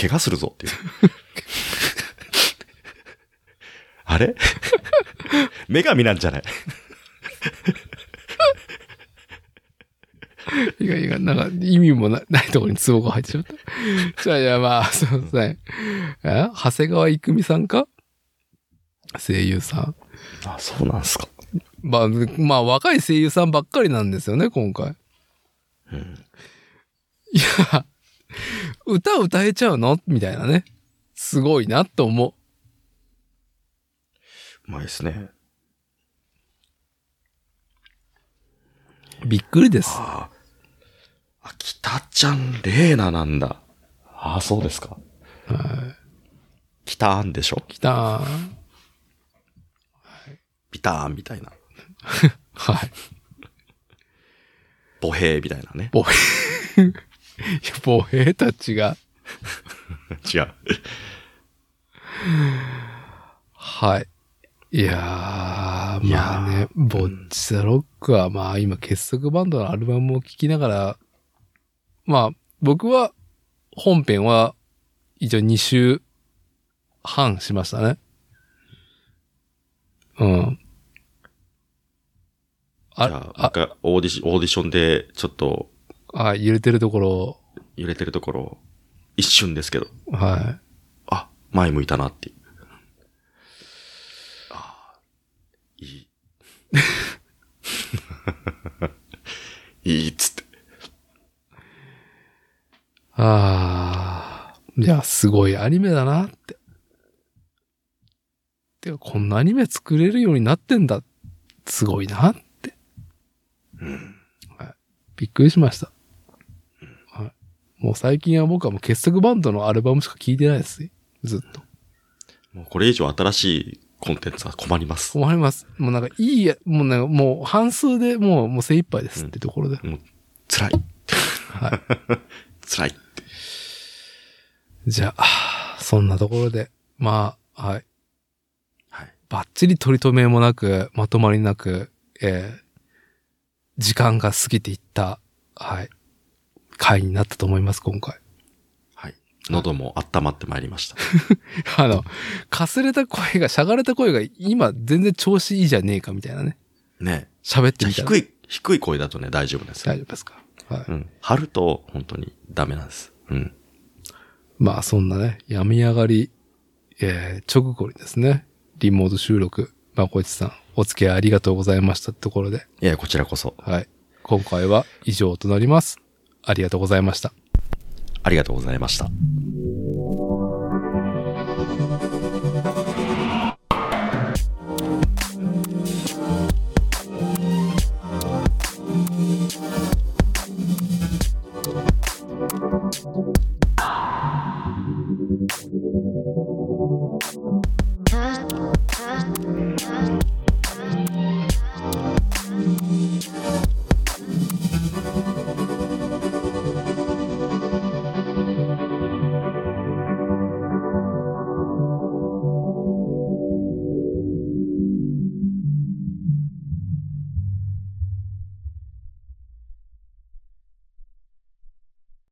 B: 怪 我するぞっていう。あれ 女神なんじゃない
A: いやいや、なんか意味もなないところにツボが入っちゃった。じゃあ、いや、まあ、そうですね。え長谷川郁美さんか声優さん。
B: あ、そうなんすか。
A: まあ、まあ、若い声優さんばっかりなんですよね、今回。
B: うん。
A: いや、歌歌えちゃうのみたいなね。すごいなと思
B: まあいいですね。
A: う。びっくりです。
B: ああ。あ、北ちゃん、レーナなんだ。ああ、そうですか。北アンでしょ
A: きた
B: ビターンみたいな。
A: はい。
B: ボヘーみたいなね。
A: ボヘ、いや、ボヘたちが。
B: 違う。
A: はい。いやー、
B: いやー
A: まあね、ボッチザロックはまあ今結束バンドのアルバムを聴きながら、まあ僕は本編は一応2週半しましたね。うん。
B: じ
A: あ
B: ゃあ、、なん
A: あ、
B: かオーディション、オーディションで、ちょっと、
A: あ、揺れてるところ、
B: 揺れてるところ、一瞬ですけど、
A: は
B: あ、前向いたなっていう。あーい い。いいっつって。
A: い。あー、いや、すごいアニメだなって。てか、こんなアニメ作れるようになってんだ。すごいなって。
B: うん。
A: びっくりしました。はい。もう最近は僕はもう結束バンドのアルバムしか聴いてないですね。ずっと。
B: もうこれ以上新しいコンテンツは困ります。
A: 困ります。もうなんかいいや、もうなんかもう半数でもう、もう精一杯ですってところで。
B: 辛い。
A: はい。
B: 辛い。
A: じゃあ、そんなところで、まあ、はい。
B: はい。
A: バッチリ取り留めもなく、まとまりなく、えー、時間が過ぎていった、はい、回になったと思います、今回。
B: はい。喉も温まってまいりま した。
A: あの、かすれた声が、しゃがれた声が今全然調子いいじゃねえかみたいなね。
B: ね
A: 喋っ
B: じ
A: て
B: ゃあ
A: みたら。
B: 低い、低い声だとね、大丈夫です。
A: 大丈夫ですか。はい。
B: うん。張ると、本当にダメなんです。うん。
A: まあそんなね、病み上がり、えー、直後にですね、リモート収録、まこいちさん、お付き合いありがとうございましたってところで、
B: いや、こちらこそ、
A: はい。今回は以上となります。ありがとうございました。
B: ありがとうございました。